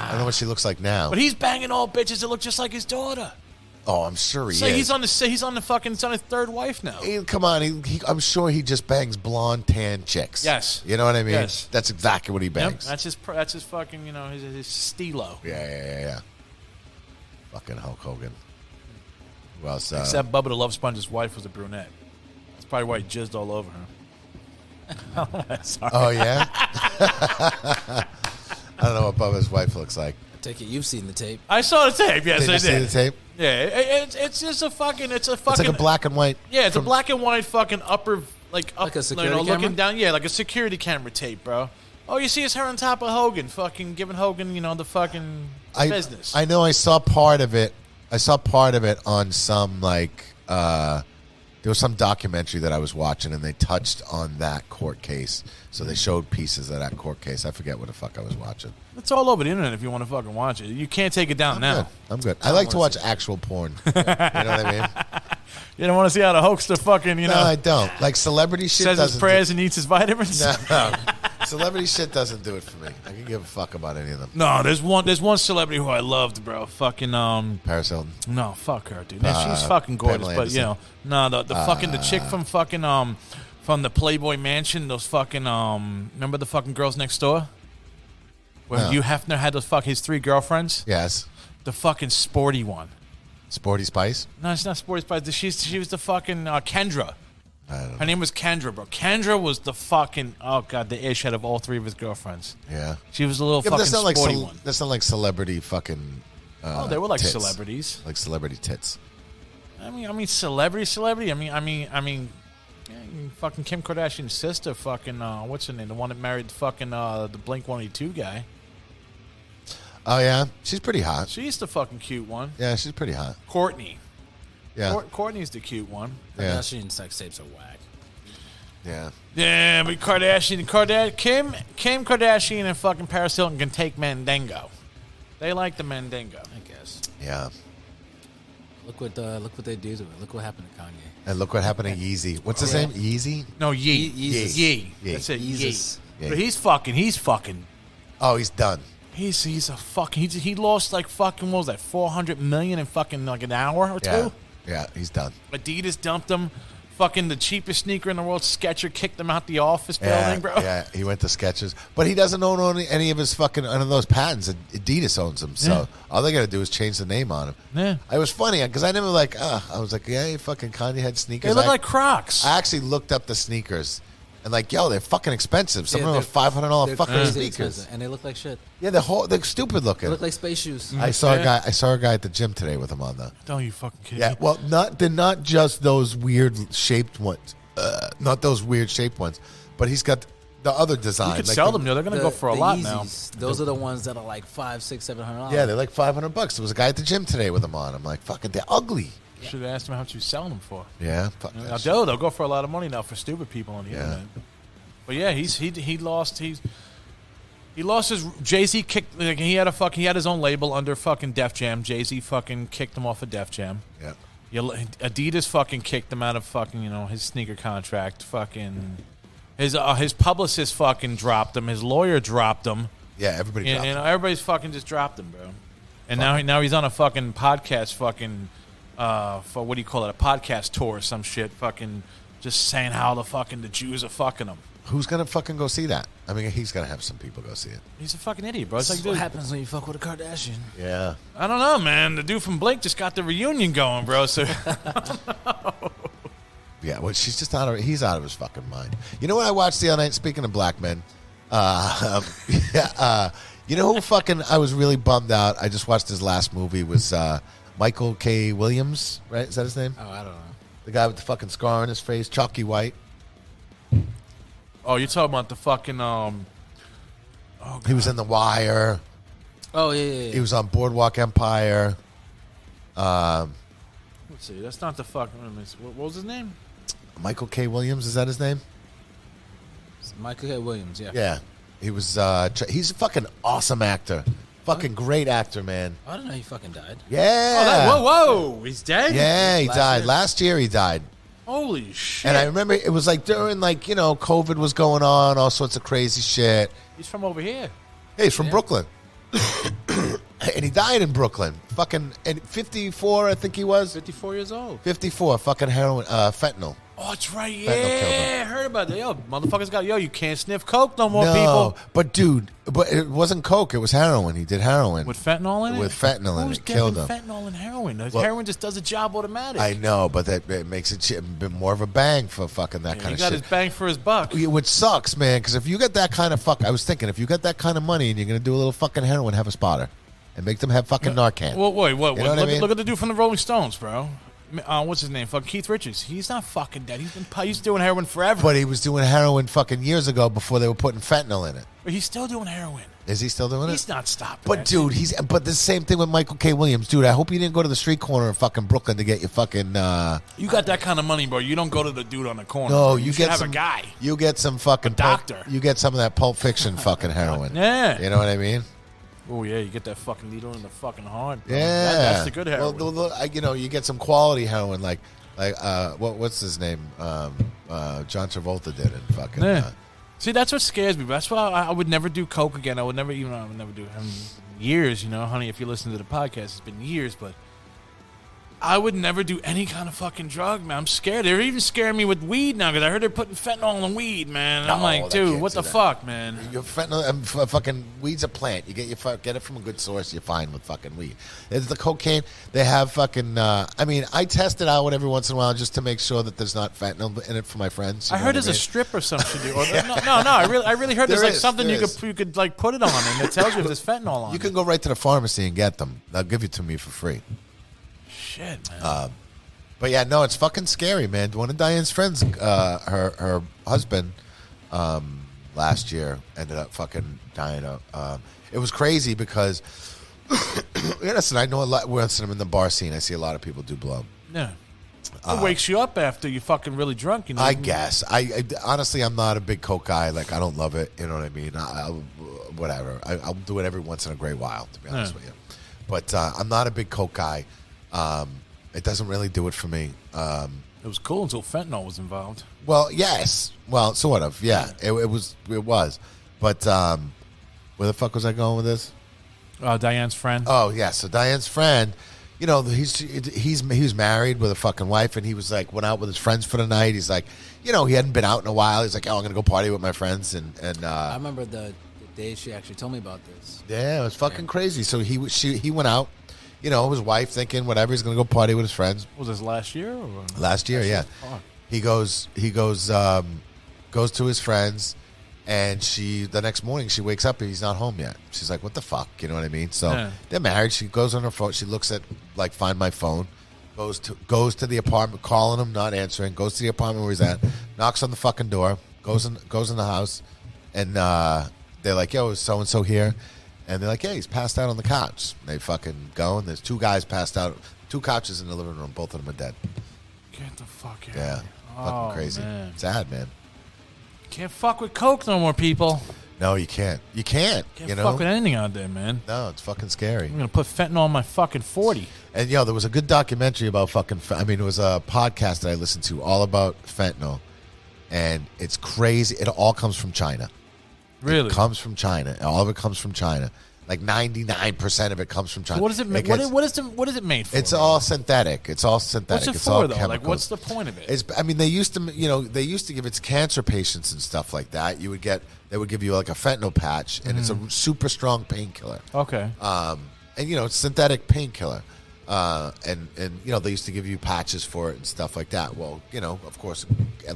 Speaker 4: Nah.
Speaker 3: don't know what she looks like now.
Speaker 4: But he's banging all bitches that look just like his daughter.
Speaker 3: oh, I'm sure he
Speaker 4: So
Speaker 3: is.
Speaker 4: he's on the so he's on the fucking he's on his third wife now.
Speaker 3: He- come on, he, he, I'm sure he just bangs blonde tan chicks.
Speaker 4: Yes.
Speaker 3: you know what I mean.
Speaker 4: Yes.
Speaker 3: that's exactly what he
Speaker 4: Yep,
Speaker 3: bangs.
Speaker 4: that's his pr- that's his fucking you know his, his stilo.
Speaker 3: yeah, yeah, yeah, yeah. Fucking Hulk Hogan. Who else? Uh,
Speaker 4: Except Bubba the Love Sponge's wife was a brunette. That's probably why he jizzed all over her. Sorry.
Speaker 3: oh yeah. [LAUGHS] I don't know what Bubba's wife looks like.
Speaker 5: Take it. You've seen the tape.
Speaker 4: I saw the tape. Yes,
Speaker 3: Did you
Speaker 4: I
Speaker 3: see
Speaker 4: did.
Speaker 3: the tape?
Speaker 4: Yeah, it, it's it's just a fucking it's a
Speaker 3: It's
Speaker 4: fucking
Speaker 3: like a black and white.
Speaker 4: Yeah, it's
Speaker 3: from-
Speaker 4: a black and white fucking upper, like up,
Speaker 5: Like a
Speaker 4: you
Speaker 5: security
Speaker 4: know, looking
Speaker 5: camera?
Speaker 4: down. Yeah, like a security camera tape, bro. All you see is her on top of Hogan, fucking giving Hogan, you know, the fucking
Speaker 3: I,
Speaker 4: business.
Speaker 3: I know I saw part of it. I saw part of it on some like uh, there was some documentary that I was watching, and they touched on that court case. So
Speaker 4: Mm.
Speaker 3: they showed pieces of that court case. I forget what the fuck I was watching.
Speaker 4: it's all over the internet if you want to fucking watch it. You can't take it down now.
Speaker 3: Good. I'm good. I, like to watch actual
Speaker 4: [LAUGHS]
Speaker 3: porn. you know what I mean?
Speaker 4: You don't want to see how the hoaxer fucking, you
Speaker 3: No,
Speaker 4: know,
Speaker 3: I don't. Like celebrity shit
Speaker 4: says his
Speaker 3: doesn't. do-
Speaker 4: prayers and eats his vitamins.
Speaker 3: [LAUGHS] no, celebrity shit doesn't do it for me. I can give a fuck about any of them.
Speaker 4: [LAUGHS] No, there's one. There's one celebrity who I loved, bro. Fucking um,
Speaker 3: Paris Hilton.
Speaker 4: no, fuck her, dude. Now, she's
Speaker 3: Uh,
Speaker 4: fucking gorgeous,
Speaker 3: Pamela
Speaker 4: but you know, no, the, the fucking the chick from fucking um, from the Playboy Mansion. Those fucking um, remember the fucking girls next door. Where
Speaker 3: No.
Speaker 4: Hugh Hefner had those fuck his three girlfriends.
Speaker 3: Yes,
Speaker 4: The fucking sporty one.
Speaker 3: Sporty Spice.
Speaker 4: No, it's not sporty spice. She's she was the fucking uh, Kendra.
Speaker 3: I don't know.
Speaker 4: Her name was Kendra, bro. Kendra was the fucking oh god, the ish out of all three of his girlfriends.
Speaker 3: Yeah.
Speaker 4: She was a little
Speaker 3: Yeah, but
Speaker 4: fucking
Speaker 3: that's not like
Speaker 4: sporty
Speaker 3: cel-
Speaker 4: one.
Speaker 3: that's not like celebrity fucking. Uh,
Speaker 4: Oh, they were like
Speaker 3: tits.
Speaker 4: celebrities.
Speaker 3: like celebrity tits.
Speaker 4: I mean, I mean, celebrity, celebrity. I mean, I mean, I mean, yeah, fucking Kim Kardashian's sister. Fucking uh, what's her name? The one that married fucking uh, the Blink One Eighty Two guy.
Speaker 3: Oh yeah, she's pretty hot.
Speaker 4: She's the fucking cute one.
Speaker 3: Yeah, she's pretty hot.
Speaker 4: Courtney.
Speaker 3: Yeah,
Speaker 4: Cour- Courtney's the cute one.
Speaker 3: yeah,
Speaker 5: Kardashian sex tapes are whack.
Speaker 3: yeah.
Speaker 4: Yeah, but Kardashian, Kardashian, Kim, Kim Kardashian, and fucking Paris Hilton can take Mandango. They like the Mandango.
Speaker 5: I guess.
Speaker 3: yeah.
Speaker 5: Look what uh, look what they do to it. Look what happened to Kanye.
Speaker 3: And look what happened to Yeezy. What's his
Speaker 5: Yeah.
Speaker 3: name? Yeezy.
Speaker 4: No, Yee,
Speaker 5: Ye- Yeezus.
Speaker 4: Yee,
Speaker 3: Ye.
Speaker 4: That's it, Yee.
Speaker 5: Yeezus.
Speaker 3: Ye.
Speaker 4: But he's fucking, he's fucking
Speaker 3: Oh, he's done.
Speaker 4: He's he's a fucking he's, he lost like fucking what was that four hundred million in fucking like an hour or two.
Speaker 3: Yeah, yeah, he's done.
Speaker 4: Adidas dumped him. Fucking the cheapest sneaker in the world, Sketcher kicked him out the office
Speaker 3: Yeah,
Speaker 4: building, bro.
Speaker 3: yeah, he went to Sketches, but he doesn't own any- any of his fucking any of those patents. Adidas owns them, so
Speaker 4: Yeah.
Speaker 3: all they got to do is change the name on him.
Speaker 4: Yeah.
Speaker 3: it was funny because I never like. Uh, I was like, yeah, fucking Kanye had
Speaker 4: [LAUGHS] They
Speaker 3: sneakers.
Speaker 4: look
Speaker 3: I-
Speaker 4: like Crocs.
Speaker 3: I actually looked up the sneakers and like, yo, they're fucking expensive. Some
Speaker 5: Yeah,
Speaker 3: of them are
Speaker 5: they're-
Speaker 3: five hundred dollar
Speaker 5: They're
Speaker 3: fucking
Speaker 5: crazy
Speaker 3: sneakers.
Speaker 5: expensive, and they look like shit.
Speaker 3: Yeah, they're whole, they're stupid
Speaker 5: They
Speaker 3: looking.
Speaker 5: look like space shoes.
Speaker 3: I saw a
Speaker 4: Yeah.
Speaker 3: guy. I saw a guy at the gym today with them on though.
Speaker 4: Don't you fucking kidding
Speaker 3: Yeah,
Speaker 4: me?
Speaker 3: well, not they're not just those weird shaped ones. Uh, not those weird shaped ones, but he's got the other design.
Speaker 4: You could
Speaker 3: like
Speaker 4: sell
Speaker 3: the-
Speaker 4: them, yo. They're gonna go for a
Speaker 5: the
Speaker 4: lot now.
Speaker 5: Yeezys, Those are the ones that are like five, six, seven hundred dollars.
Speaker 3: Yeah, they're like five hundred bucks. There was a guy at the gym today with them on. I'm like, fucking, they're ugly.
Speaker 4: Should have asked him how much you sell them for.
Speaker 3: Yeah, fuck that
Speaker 4: Now,
Speaker 3: shit.
Speaker 4: though, they'll go for a lot of money now for stupid people on the internet. But yeah, he's he he lost. He's He lost his Jay Z kicked. Like, he had a fuck. He had his own label under fucking Def Jam. Jay Z fucking kicked him off of Def Jam.
Speaker 3: Yeah.
Speaker 4: You- Adidas fucking kicked him out of fucking you know his sneaker contract. Fucking his uh, his publicist fucking dropped him. His lawyer dropped him.
Speaker 3: Yeah, everybody
Speaker 4: And,
Speaker 3: dropped
Speaker 4: and
Speaker 3: it.
Speaker 4: everybody's fucking just dropped him, bro. And now he now he's on a fucking podcast, fucking uh, for what do you call it, a podcast tour or some shit, fucking just saying how the fucking the Jews are fucking him.
Speaker 3: Who's gonna fucking go see that? I mean, he's gonna have some people go see it.
Speaker 4: He's a fucking idiot, bro. It's
Speaker 5: This
Speaker 4: like,
Speaker 5: is what
Speaker 4: dude,
Speaker 5: happens when you fuck with a Kardashian.
Speaker 3: Yeah.
Speaker 4: I don't know, man. The dude from Blake just got the reunion going, bro. So
Speaker 3: Yeah, well, she's just out of he's out of his fucking mind. You know what I watched the other night? Speaking of black men, uh, [LAUGHS] um, yeah, uh, you know who fucking I was really bummed out. I just watched his last movie was uh, Michael K. Williams, right? Is that his name?
Speaker 5: Oh, I don't know.
Speaker 3: The guy with the fucking scar on his face, chalky white.
Speaker 4: Oh, you're talking about the fucking um Oh,
Speaker 3: He was in The Wire.
Speaker 5: Oh yeah, yeah.
Speaker 3: He was on Boardwalk Empire.
Speaker 4: let's see, that's not the fucking let me see, what, what was his name?
Speaker 3: Michael K. Williams is that his name?
Speaker 5: Michael K. Williams. Yeah.
Speaker 3: Yeah, he was. Uh, ch- he's a fucking awesome actor. Fucking great actor, man.
Speaker 5: I don't know. He fucking died.
Speaker 3: Yeah.
Speaker 4: Oh, that, whoa, whoa, he's dead?
Speaker 3: Yeah, he
Speaker 5: Last
Speaker 3: died
Speaker 5: year?
Speaker 3: last year. He died,
Speaker 4: Holy shit.
Speaker 3: and I remember it was like during like you know COVID was going on, all sorts of crazy shit.
Speaker 4: he's from over here.
Speaker 3: Hey, he's from Brooklyn, [COUGHS] and he died in Brooklyn. Fucking and 54, I think he was.
Speaker 4: Fifty four years old.
Speaker 3: 54, fucking heroin, uh, fentanyl.
Speaker 4: Oh, it's right, yeah.
Speaker 3: Fentanyl killed him.
Speaker 4: I heard about that. Yo, motherfuckers got yo, you can't sniff coke no more,
Speaker 3: no,
Speaker 4: people.
Speaker 3: but dude, but it wasn't coke. It was heroin. He did heroin.
Speaker 4: With fentanyl in it?
Speaker 3: With fentanyl in
Speaker 4: Who's
Speaker 3: it, killed
Speaker 4: dipping
Speaker 3: him.
Speaker 4: Fentanyl and heroin.
Speaker 3: Well-
Speaker 4: heroin just does a job automatic.
Speaker 3: I know, but that it makes it shit- bit more of a bang for fucking that
Speaker 4: he
Speaker 3: kind
Speaker 4: got
Speaker 3: of shit.
Speaker 4: his bang for his buck.
Speaker 3: Yeah, Which sucks, man. Because if you got that kind of fuck, I was thinking if you got that kind of money and you're gonna do a little fucking heroin, have a spotter, and make them have fucking Narcan.
Speaker 4: Well, wait, what?
Speaker 3: You
Speaker 4: what
Speaker 3: know what I
Speaker 4: look,
Speaker 3: mean?
Speaker 4: look at the dude from the Rolling Stones, bro. Uh, what's his name? Fucking Keith Richards. He's not fucking dead. He's been he's doing heroin forever.
Speaker 3: but he was doing heroin fucking years ago before they were putting fentanyl in it.
Speaker 4: But he's still doing heroin.
Speaker 3: Is he still doing
Speaker 4: He's
Speaker 3: it?
Speaker 4: not stopping.
Speaker 3: But
Speaker 4: that.
Speaker 3: dude, he's but the same thing with Michael K. Williams, dude. I hope you didn't go to the street corner in fucking Brooklyn to get your fucking. Uh,
Speaker 4: you got that kind of money, bro. You don't go to the dude on the corner.
Speaker 3: no,
Speaker 4: you,
Speaker 3: you,
Speaker 4: should
Speaker 3: get
Speaker 4: have
Speaker 3: some
Speaker 4: a guy.
Speaker 3: You get some fucking Pulp-
Speaker 4: doctor.
Speaker 3: you get some of that Pulp
Speaker 4: [LAUGHS]
Speaker 3: Fiction fucking heroin.
Speaker 4: Yeah.
Speaker 3: you know what I mean.
Speaker 4: Oh yeah, you get that fucking needle in the fucking heart. Bro.
Speaker 3: Yeah,
Speaker 4: That- that's the good heroin.
Speaker 3: Well, the- the- I- you know, you get some quality heroin, like like uh, what what's his name? Um, uh, John Travolta did it. Fucking
Speaker 4: yeah.
Speaker 3: uh,
Speaker 4: See, that's what scares me. That's why I, I would never do coke again. I would never even. I would never do I mean, years. You know, honey, if you listen to the podcast, it's been years, but. I would never do any kind of fucking drug, man. I'm scared. They're even scaring me with weed now because I heard they're putting fentanyl in weed, man. And I'm
Speaker 3: No,
Speaker 4: like,
Speaker 3: they
Speaker 4: dude,
Speaker 3: can't
Speaker 4: what
Speaker 3: do
Speaker 4: the
Speaker 3: that.
Speaker 4: fuck, man?
Speaker 3: your fentanyl, um, f- fucking weed's a plant. You get your fu- get it from a good source. You're fine with fucking weed. It's the cocaine. They have fucking. Uh, I mean, I test it out every once in a while just to make sure that there's not fentanyl in it for my friends. you
Speaker 4: I
Speaker 3: know
Speaker 4: heard
Speaker 3: what
Speaker 4: there's
Speaker 3: I
Speaker 4: a
Speaker 3: mean?
Speaker 4: strip or something.
Speaker 3: [LAUGHS]
Speaker 4: Dude. Or, no, no, no, I really, I really heard there's
Speaker 3: There
Speaker 4: like
Speaker 3: is,
Speaker 4: something
Speaker 3: there
Speaker 4: you
Speaker 3: is.
Speaker 4: could you could like put it on and it tells you if there's fentanyl on.
Speaker 3: You
Speaker 4: it.
Speaker 3: can go right to the pharmacy and get them. They'll give it to me for free.
Speaker 4: shit, man.
Speaker 3: uh, But yeah, no, it's fucking scary, man. One of Diane's friends, uh, her her husband, um, last year ended up fucking dying. Of, um, it was crazy because, [COUGHS] yeah, listen, I know a lot. Well, listen, I'm in the bar scene. I see a lot of people do blow.
Speaker 4: yeah. it wakes you up after you fucking really drunk. You know?
Speaker 3: uh, I guess. I, I honestly, I'm not a big coke guy. Like, I don't love it. You know what I mean? I, I'll, whatever. I, I'll do it every once in a great while, to be honest
Speaker 4: Yeah.
Speaker 3: with you. But uh, I'm not a big coke guy. Um, it doesn't really do it for me. Um,
Speaker 4: It was cool until fentanyl was involved.
Speaker 3: Well, yes. Well, sort of. Yeah. It, it was. It was. But um, where the fuck was I going with this?
Speaker 4: Uh, Diane's friend.
Speaker 3: Oh yeah, so Diane's friend, you know, he's he's he was married with a fucking wife, and he was like went out with his friends for the night. He's like, you know, he hadn't been out in a while. He's like, oh, I'm gonna go party with my friends, and and
Speaker 5: I
Speaker 3: uh,
Speaker 5: remember the, the day she actually told me about this.
Speaker 3: yeah, it was fucking crazy. So he was- she he went out, you know, his wife thinking whatever he's gonna go party with his friends.
Speaker 4: was this last year? Or?
Speaker 3: last year yeah he goes he goes um, goes to his friends and she the next morning she wakes up and he's not home yet she's like what the fuck you know what i mean so
Speaker 4: Yeah.
Speaker 3: they're married she goes on her phone she looks at like find my phone goes to goes to the apartment calling him not answering goes to the apartment where he's at [LAUGHS] knocks on the fucking door goes in goes in the house and uh, they're like yo is so and so here and they're like yeah he's passed out on the couch they fucking go and there's two guys passed out two couches in the living room both of them are dead
Speaker 4: Get the fuck out.
Speaker 3: yeah.
Speaker 4: Oh,
Speaker 3: fucking crazy.
Speaker 4: man.
Speaker 3: Sad, man.
Speaker 4: Can't fuck with coke no more, people.
Speaker 3: No, you can't. You can't.
Speaker 4: Can't
Speaker 3: you know.
Speaker 4: fuck with anything out there, man.
Speaker 3: no, it's fucking scary.
Speaker 4: I'm gonna put fentanyl on my fucking forty.
Speaker 3: And yo, there was a good documentary about fucking. fe- I mean, it was a podcast that I listened to all about fentanyl, and it's crazy. It all comes from China.
Speaker 4: Really?
Speaker 3: Comes from China. All of it comes from China. Like ninety nine percent of it comes from China.
Speaker 4: What is it? ma- what,
Speaker 3: gets-
Speaker 4: is, what is the, What is it made for?
Speaker 3: It's all synthetic. It's all synthetic.
Speaker 4: What's it
Speaker 3: it's
Speaker 4: for
Speaker 3: all
Speaker 4: though? Like,
Speaker 3: chemicals.
Speaker 4: what's the point of it?
Speaker 3: It's, I mean, they used to, you know, they used to give it to cancer patients and stuff like that. You would get, they would give you like a fentanyl patch, and it's a super strong painkiller.
Speaker 4: okay.
Speaker 3: Um, and you know, it's synthetic painkiller. Uh, and and you know, they used to give you patches for it and stuff like that. Well, you know, of course,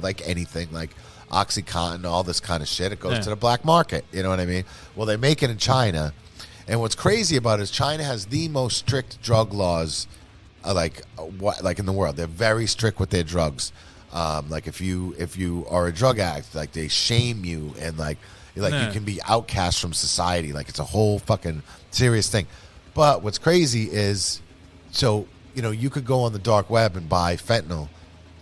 Speaker 3: like anything, like OxyContin, all this kind of shit, it goes
Speaker 4: Yeah.
Speaker 3: to the black market. You know what I mean? Well, they make it in China, and what's crazy about it is China has the most strict drug laws uh, like uh, what like in the world. They're very strict with their drugs. Um, like if you if you are a drug addict, like they shame you and like like
Speaker 4: Yeah.
Speaker 3: you can be outcast from society. Like it's a whole fucking serious thing. But what's crazy is so you know you could go on the dark web and buy fentanyl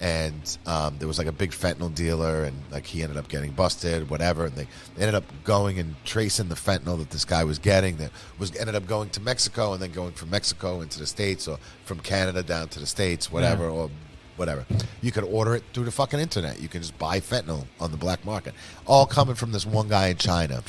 Speaker 3: and um, there was like a big fentanyl dealer and like he ended up getting busted whatever and they, they ended up going and tracing the fentanyl that this guy was getting that was ended up going to mexico and then going from mexico into the states or from canada down to the states whatever or whatever you could order it through the fucking internet you can just buy fentanyl on the black market all coming from this one guy in china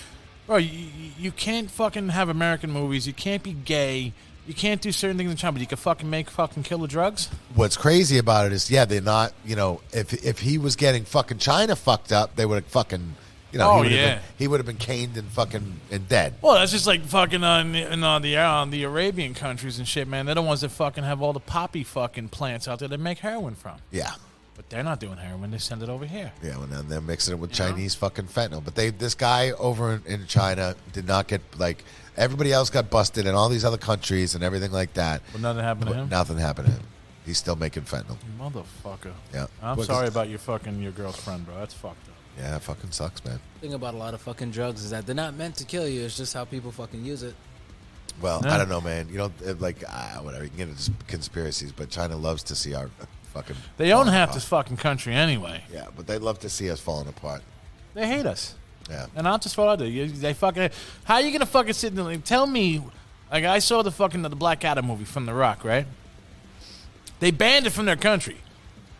Speaker 4: Bro, you, you- you can't fucking have American movies. You can't be gay. You can't do certain things in China, but you can fucking make fucking killer drugs.
Speaker 3: what's crazy about it is, yeah, they're not. You know, if if he was getting fucking China fucked up, they would have fucking. You know,
Speaker 4: Oh,
Speaker 3: he would
Speaker 4: yeah.
Speaker 3: have been, he would have been caned and fucking and dead.
Speaker 4: Well, that's just like fucking on the, on the uh, on the Arabian countries and shit, man. They're the ones that fucking have all the poppy fucking plants out there that make heroin from.
Speaker 3: Yeah,
Speaker 4: But they're not doing heroin. They send it over here.
Speaker 3: yeah, and then they're mixing it with Chinese fucking fentanyl. But they, this guy over in, in China did not get like everybody else got busted in all these other countries and everything like that.
Speaker 4: But nothing happened to
Speaker 3: But
Speaker 4: him.
Speaker 3: nothing happened to him. He's still making fentanyl.
Speaker 4: Motherfucker.
Speaker 3: Yeah.
Speaker 4: I'm
Speaker 3: What is-
Speaker 4: sorry about your fucking your girlfriend, bro. That's fucked up.
Speaker 3: Yeah, that fucking sucks, man.
Speaker 5: thing about a lot of fucking drugs is that they're not meant to kill you. It's just how people fucking use it.
Speaker 3: Well,
Speaker 4: Yeah.
Speaker 3: I don't know, man. You know, it, like ah, whatever. You can get into conspiracies, but China loves to see our fucking.
Speaker 4: They own
Speaker 3: falling
Speaker 4: half
Speaker 3: apart.
Speaker 4: this fucking country anyway.
Speaker 3: Yeah, but they love to see us falling apart.
Speaker 4: They hate us.
Speaker 3: Yeah.
Speaker 4: And I'll just throw it out there. You- They fucking. How you gonna fucking sit there? Like, tell me. Like I saw the fucking the Black Adam movie from The Rock, right? They banned it from their country.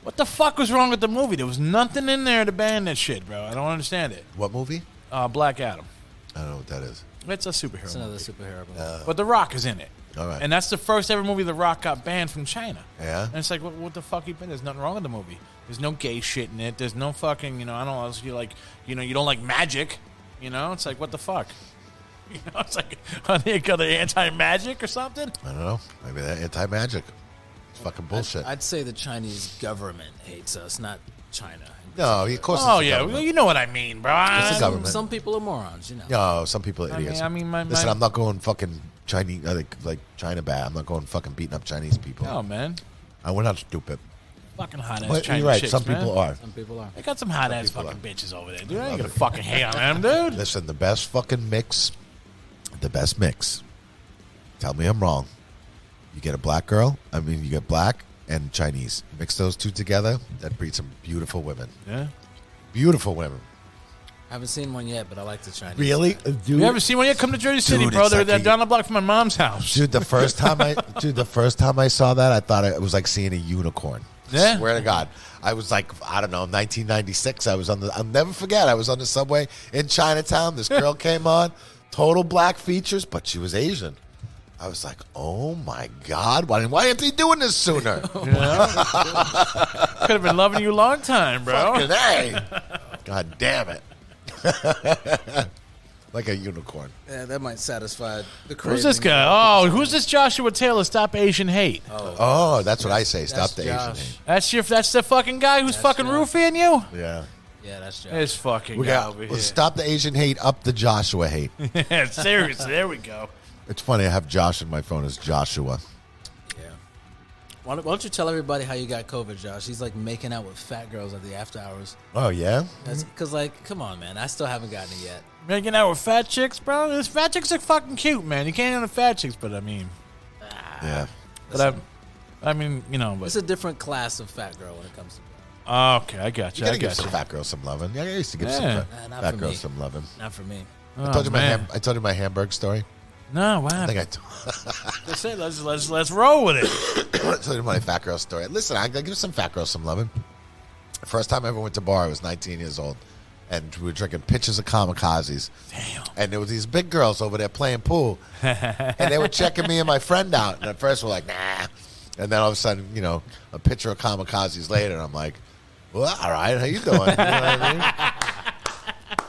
Speaker 4: What the fuck was wrong with the movie? There was nothing in there to ban that shit, bro. I don't understand it.
Speaker 3: What movie?
Speaker 4: Uh, Black Adam.
Speaker 3: I don't know what that is.
Speaker 4: It's a superhero.
Speaker 5: It's another superhero. movie.
Speaker 4: movie. Uh, But The Rock is in it.
Speaker 3: All right.
Speaker 4: And that's the first ever movie The Rock got banned from China.
Speaker 3: Yeah?
Speaker 4: And it's like, what, what the fuck you been? There's nothing wrong with the movie. There's no gay shit in it. There's no fucking, you know, I don't know. You like, you know, you don't like magic. You know, it's like, what the fuck? [LAUGHS] You know, it's like, [LAUGHS] are they, are they anti-magic or something?
Speaker 3: I don't know. Maybe that anti magic. It's fucking bullshit.
Speaker 5: I'd say the Chinese government hates us, not China.
Speaker 3: no, of course.
Speaker 4: Oh
Speaker 3: it's the
Speaker 4: yeah, well,
Speaker 3: government.
Speaker 4: you know what I mean, bro.
Speaker 3: It's the
Speaker 4: I-
Speaker 3: government.
Speaker 5: Some people are morons, you know.
Speaker 3: no, some people are
Speaker 4: mean-
Speaker 3: idiots.
Speaker 4: I mean, my-
Speaker 3: listen,
Speaker 4: my-
Speaker 3: I'm not going fucking Chinese uh, like, like China bad. I'm not going fucking beating up Chinese people.
Speaker 4: No man,
Speaker 3: I, we're not stupid.
Speaker 4: fucking hot ass
Speaker 3: But
Speaker 4: Chinese
Speaker 3: you're right.
Speaker 4: chicks,
Speaker 3: some people
Speaker 4: man.
Speaker 3: are.
Speaker 5: Some people are.
Speaker 4: They got some hot ass
Speaker 3: people
Speaker 4: fucking
Speaker 3: are.
Speaker 4: bitches over there, dude. I ain't gonna fucking hate on
Speaker 3: [LAUGHS]
Speaker 4: them, dude.
Speaker 3: Listen, the best fucking mix, the best mix. Tell me I'm wrong. You get a black girl. I mean, you get black and Chinese. Mix those two together. That breeds some beautiful women.
Speaker 4: Yeah.
Speaker 3: Beautiful women.
Speaker 5: Haven't seen one yet, but I like the Chinese.
Speaker 3: Really,
Speaker 4: You ever seen one yet? Come to Jersey City,
Speaker 3: Dude,
Speaker 4: bro.
Speaker 3: it's
Speaker 4: They're,
Speaker 3: like
Speaker 4: they're
Speaker 3: a-
Speaker 4: down the block from my mom's house.
Speaker 3: Dude, the first time I dude, the first time I saw that, I thought it was like seeing a unicorn.
Speaker 4: Yeah.
Speaker 3: Swear to God, I was like, I don't know, 1996. I was on the, I'll never forget. I was on the subway in Chinatown. This girl came on, total black features, but she was Asian. I was like, oh my God, why why aren't they doing this sooner?
Speaker 4: Could have been loving you long time, bro.
Speaker 3: Fucking A. God damn it, [LAUGHS] like a unicorn.
Speaker 5: Yeah, that might satisfy the craving.
Speaker 4: Who's this guy? Oh, who's this Joshua Taylor? Stop Asian hate.
Speaker 3: Oh, that's what I say. Stop
Speaker 5: That's
Speaker 3: the
Speaker 5: Josh.
Speaker 3: Asian.
Speaker 4: That's your. That's the fucking guy who's fucking
Speaker 5: yeah.
Speaker 4: roofing you.
Speaker 3: hate. Yeah.
Speaker 5: Yeah, that's Josh.
Speaker 4: This fucking
Speaker 3: We
Speaker 4: guy
Speaker 3: got
Speaker 4: over
Speaker 3: let's
Speaker 4: here.
Speaker 3: stop the Asian hate, up the Joshua hate.
Speaker 4: Yeah, [LAUGHS] seriously, there we go.
Speaker 3: It's funny. I have Josh in my phone as Joshua.
Speaker 5: Yeah. Why don't, why don't you tell everybody how you got COVID, Josh? He's like making out with fat girls at the after hours.
Speaker 3: Oh yeah.
Speaker 5: That's
Speaker 4: Mm-hmm.
Speaker 5: because, like, come on, man. I still haven't gotten it yet.
Speaker 4: Making out with fat chicks, bro. These fat chicks are fucking cute, man. You can't handle fat chicks, but I mean, Ah,
Speaker 3: Yeah.
Speaker 4: but I, I mean, you know,
Speaker 5: It's
Speaker 4: but Ah,
Speaker 5: a different class of fat girl when it comes to
Speaker 4: okay, I got
Speaker 3: You
Speaker 4: you. I
Speaker 3: gotta give
Speaker 4: got
Speaker 3: some
Speaker 4: you.
Speaker 3: fat girls some loving. Yeah, I used to give
Speaker 4: Yeah. Oh,
Speaker 3: some
Speaker 5: Nah,
Speaker 3: fat,
Speaker 5: not
Speaker 3: fat
Speaker 5: for
Speaker 3: girls
Speaker 5: me.
Speaker 3: some loving.
Speaker 5: Not for me.
Speaker 3: I told you my
Speaker 4: man.
Speaker 3: ham- I told you my Hamburg story.
Speaker 4: No, what
Speaker 3: I
Speaker 4: happened?
Speaker 3: think I told.
Speaker 4: That's it. Let's let's let's roll with it.
Speaker 3: so did my fat girl story. Listen, I, I give some fat girls some loving. First time I ever went to bar, I was 19 years old, and we were drinking pitchers of kamikazes. Damn. And there was these big girls over there playing pool, and they were checking me and my friend out. And at first, we're like, nah. And then all of a sudden, you know, a pitcher of kamikazes later, and I'm like, well, all right, how you doing? You know what I mean?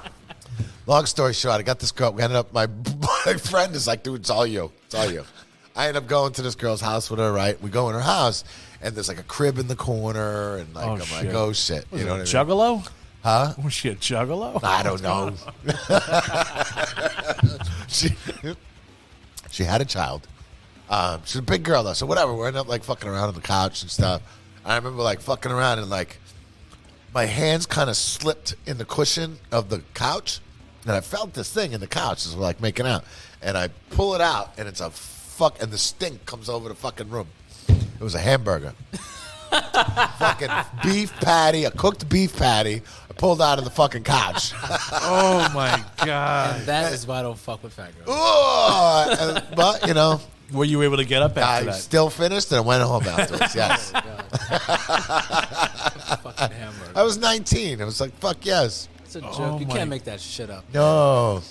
Speaker 3: Long story short, I got this girl. We ended up, my, [LAUGHS] my friend is like, dude, it's all you. It's all you. I end up going to this girl's house with her, right? We go in her house, and there's like a crib in the corner, and like,
Speaker 4: Oh,
Speaker 3: I'm like,
Speaker 4: shit.
Speaker 3: oh shit. You know what I mean?
Speaker 4: Juggalo? Huh? Was she a juggalo?
Speaker 3: I don't know. she, she had a child. Um, she's a big girl though, so whatever. We're ended up like fucking around on the couch and stuff. I remember like fucking around and like my hands kind of slipped in the cushion of the couch, and I felt this thing in the couch as we're like making out, and I pull it out, and it's a fuck, and the stink comes over the fucking room. It was a hamburger fucking beef patty, a cooked beef patty. I pulled out of the fucking couch.
Speaker 4: Oh my god!
Speaker 5: That is why I don't fuck with fat girls.
Speaker 3: Oh, and- but you know,
Speaker 4: Were you able to get up [LAUGHS]
Speaker 3: I
Speaker 4: after that?
Speaker 3: still finished and I went home
Speaker 4: [LAUGHS]
Speaker 3: afterwards. Yes,
Speaker 5: Fucking hamburger.
Speaker 3: I was 19. I was like, fuck yes.
Speaker 5: It's a joke.
Speaker 4: Oh
Speaker 5: you
Speaker 4: my-
Speaker 5: can't make that shit up.
Speaker 3: No,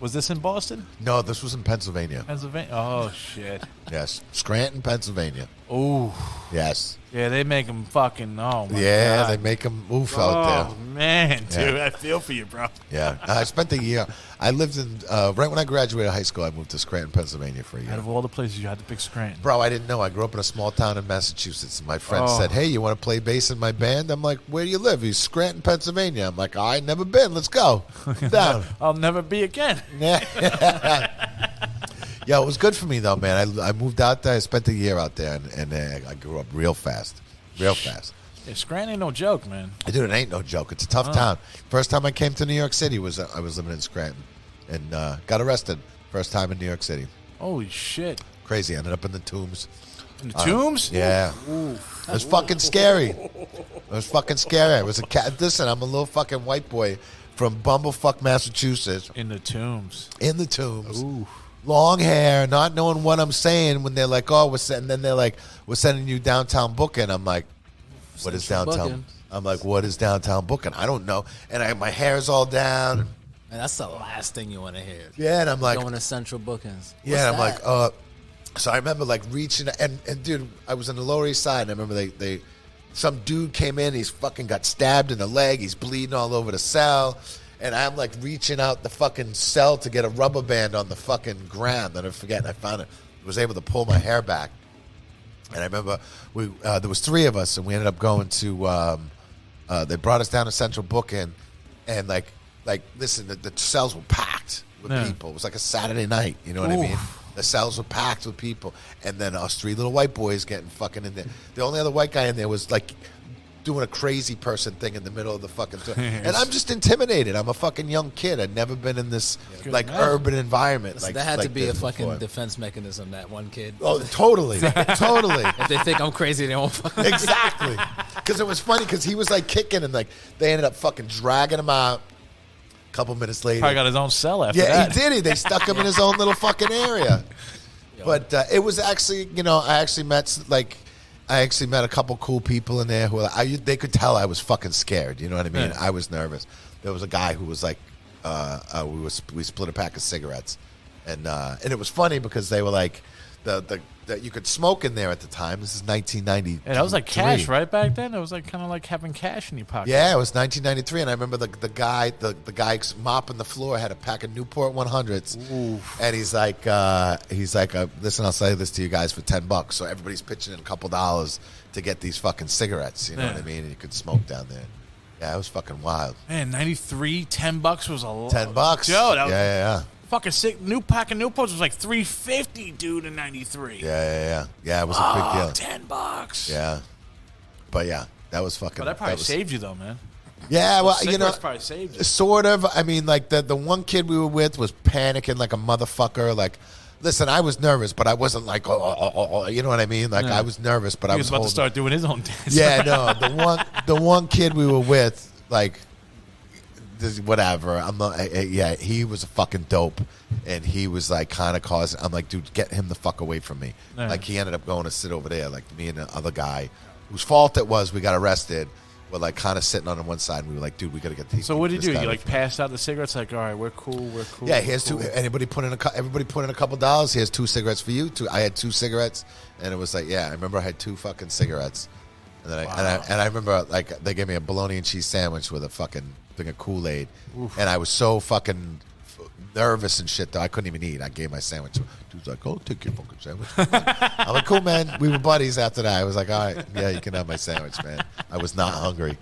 Speaker 4: was this in Boston,
Speaker 3: no, this was in Pennsylvania.
Speaker 4: Pennsylvania? Oh [LAUGHS] shit!
Speaker 3: Yes, Scranton, Pennsylvania.
Speaker 4: Oh
Speaker 3: Yes,
Speaker 4: yeah, they make them fucking. Oh my
Speaker 3: yeah,
Speaker 4: God.
Speaker 3: they make them oof
Speaker 4: Oh
Speaker 3: out
Speaker 4: man, dude,
Speaker 3: Yeah.
Speaker 4: I feel for you, bro.
Speaker 3: there. Yeah, I spent a year. I lived in uh, right when I graduated high school. I moved to Scranton, Pennsylvania for a year.
Speaker 4: Out of all the places, you had to pick Scranton.
Speaker 3: Bro, I didn't know. I grew up in a small town in Massachusetts. And my friend
Speaker 4: Oh.
Speaker 3: said, "Hey, you want to play bass in my band?" I'm like, "Where do you live?" He's Scranton, Pennsylvania. I'm like, "I ain't never been. Let's
Speaker 4: [LAUGHS]
Speaker 3: go down."
Speaker 4: I'll never be again.
Speaker 3: yeah, [LAUGHS] it was good for me though, man. I, I moved out there. I spent a year out there, and, and uh, I grew up real fast, real fast.
Speaker 4: Yeah, Scranton ain't no joke, man.
Speaker 3: Dude, it ain't no joke. It's a tough town. First time I came to New York City was uh, I was living in Scranton, and uh, got arrested. First time in New York City.
Speaker 4: Holy shit!
Speaker 3: Crazy. Ended up in the tombs.
Speaker 4: In the tombs?
Speaker 3: Uh, Yeah. It was fucking scary. It was fucking scary. It was a cat. Listen, I'm a little fucking white boy from Bumblefuck, Massachusetts,
Speaker 4: In the tombs.
Speaker 3: in the tombs. Long hair, not knowing what I'm saying when they're like, oh, we're sending, then they're like, we're sending you downtown booking. I'm like, what is
Speaker 5: Central
Speaker 3: downtown?
Speaker 5: booking.
Speaker 3: I'm like, what is downtown booking? I don't know. And I, my hair's all down.
Speaker 5: And that's the last thing you want to hear.
Speaker 3: Yeah, and I'm like,
Speaker 5: Going to central bookings.
Speaker 3: Yeah,
Speaker 5: What's
Speaker 3: and I'm like,
Speaker 5: that?
Speaker 3: uh, so I remember like reaching and and dude, I was in the Lower East Side, and I remember they they some dude came in, he's fucking got stabbed in the leg, he's bleeding all over the cell, and I'm like reaching out the fucking cell to get a rubber band on the fucking ground. I never forget, and I found it, was able to pull my hair back, and I remember we uh, there was three of us, and we ended up going to. Um, uh, they brought us down to Central Booking, and like like listen, the, the cells were packed with
Speaker 4: Yeah.
Speaker 3: people. It was like a Saturday night. You know what I mean?
Speaker 4: Oof.
Speaker 3: The cells were packed with people, and then us three little white boys getting fucking in there. The only other white guy in there was like doing a crazy person thing in the middle of the fucking
Speaker 4: [LAUGHS]
Speaker 3: tour. and I'm just intimidated. I'm a fucking young kid. I've never been in this like
Speaker 4: imagine.
Speaker 3: urban environment.
Speaker 5: So
Speaker 3: like
Speaker 5: that had to
Speaker 3: like
Speaker 5: be a
Speaker 3: this
Speaker 5: fucking
Speaker 3: before.
Speaker 5: defense mechanism, that one kid.
Speaker 3: oh,
Speaker 5: [LAUGHS]
Speaker 3: totally, totally.
Speaker 5: If they think I'm crazy, they
Speaker 3: [LAUGHS]
Speaker 5: won't fucking.
Speaker 3: exactly. Because it was funny because he was like kicking and like they ended up fucking dragging him out. A couple minutes later,
Speaker 4: Probably got his own cell after
Speaker 3: yeah,
Speaker 4: that.
Speaker 3: he did. He they stuck him in his own little fucking area. But uh, it was actually, you know, I actually met s- like I actually met a couple cool people in there who I, you- they could tell I was fucking scared. You know what I mean?
Speaker 4: Yeah.
Speaker 3: I was nervous. There was a guy who was like, uh, uh, we was we split a pack of cigarettes, and uh, and it was funny because they were like. The, the, that you could smoke in there at the time. This is 1990.
Speaker 4: Yeah, that was like cash, right back then. It was like kind of like having cash in your pocket.
Speaker 3: Yeah, it was 1993, and I remember the the guy the the guy mopping the floor had a pack of Newport 100s, and he's like uh, he's like uh, listen, I'll sell this to you guys for ten bucks. So everybody's pitching in a couple dollars to get these fucking cigarettes. You know
Speaker 4: Yeah.
Speaker 3: what I mean? And you could smoke down there. Yeah, it was fucking wild.
Speaker 4: Man, 93, 10 bucks was a lot.
Speaker 3: Ten bucks.
Speaker 4: Yo, that was
Speaker 3: yeah, yeah, yeah.
Speaker 4: fucking sick. New pack of Newports was like 350, dude, in 93.
Speaker 3: Yeah, yeah, yeah. Yeah, it was a
Speaker 4: Oh,
Speaker 3: big deal.
Speaker 4: 10 bucks.
Speaker 3: Yeah, but yeah, that was fucking.
Speaker 4: But that probably
Speaker 3: was-
Speaker 4: saved you, though, man.
Speaker 3: Yeah, well, you know,
Speaker 4: Cigarettes probably saved you.
Speaker 3: sort of. I mean, like the the one kid we were with was panicking like a motherfucker. Like, listen, I was nervous, but I wasn't like, oh, oh, oh, oh," you know what I mean? Like, I was nervous, but I
Speaker 4: He
Speaker 3: was
Speaker 4: was about to
Speaker 3: holding- [LAUGHS]
Speaker 4: start doing his own dance.
Speaker 3: Yeah, no, the one the one kid we were with, like, this, whatever. I'm not. I- I- yeah, he was a fucking dope, and he was like kind of causing. I'm like, dude, get him the fuck away from me.
Speaker 4: Yeah.
Speaker 3: Like he ended up going to sit over there. Like me and the other guy, whose fault it was, we got arrested. We're like kind of sitting on one side, and we were like, dude, we gotta get these.
Speaker 4: So what did
Speaker 3: this
Speaker 4: you do?
Speaker 3: guy
Speaker 4: You
Speaker 3: away
Speaker 4: like
Speaker 3: from-
Speaker 4: passed out the cigarettes? Like, all right, we're cool, we're cool.
Speaker 3: yeah,
Speaker 4: we're
Speaker 3: here's two.
Speaker 4: cool.
Speaker 3: Anybody put in a cou- everybody put in a couple dollars. Here's two cigarettes for you. Two. I had two cigarettes, and it was like, yeah, I remember I had two fucking cigarettes, and then I, and, I and I remember like they gave me a bologna and cheese sandwich with a fucking thing of Kool Aid, and I was so fucking f- nervous and shit though I couldn't even eat. I gave my sandwich. to- Dude's like, oh, take your fucking sandwich. I'm like, cool, man. We were buddies after that. I was like, all right, yeah, you can have my sandwich, man. I was not hungry.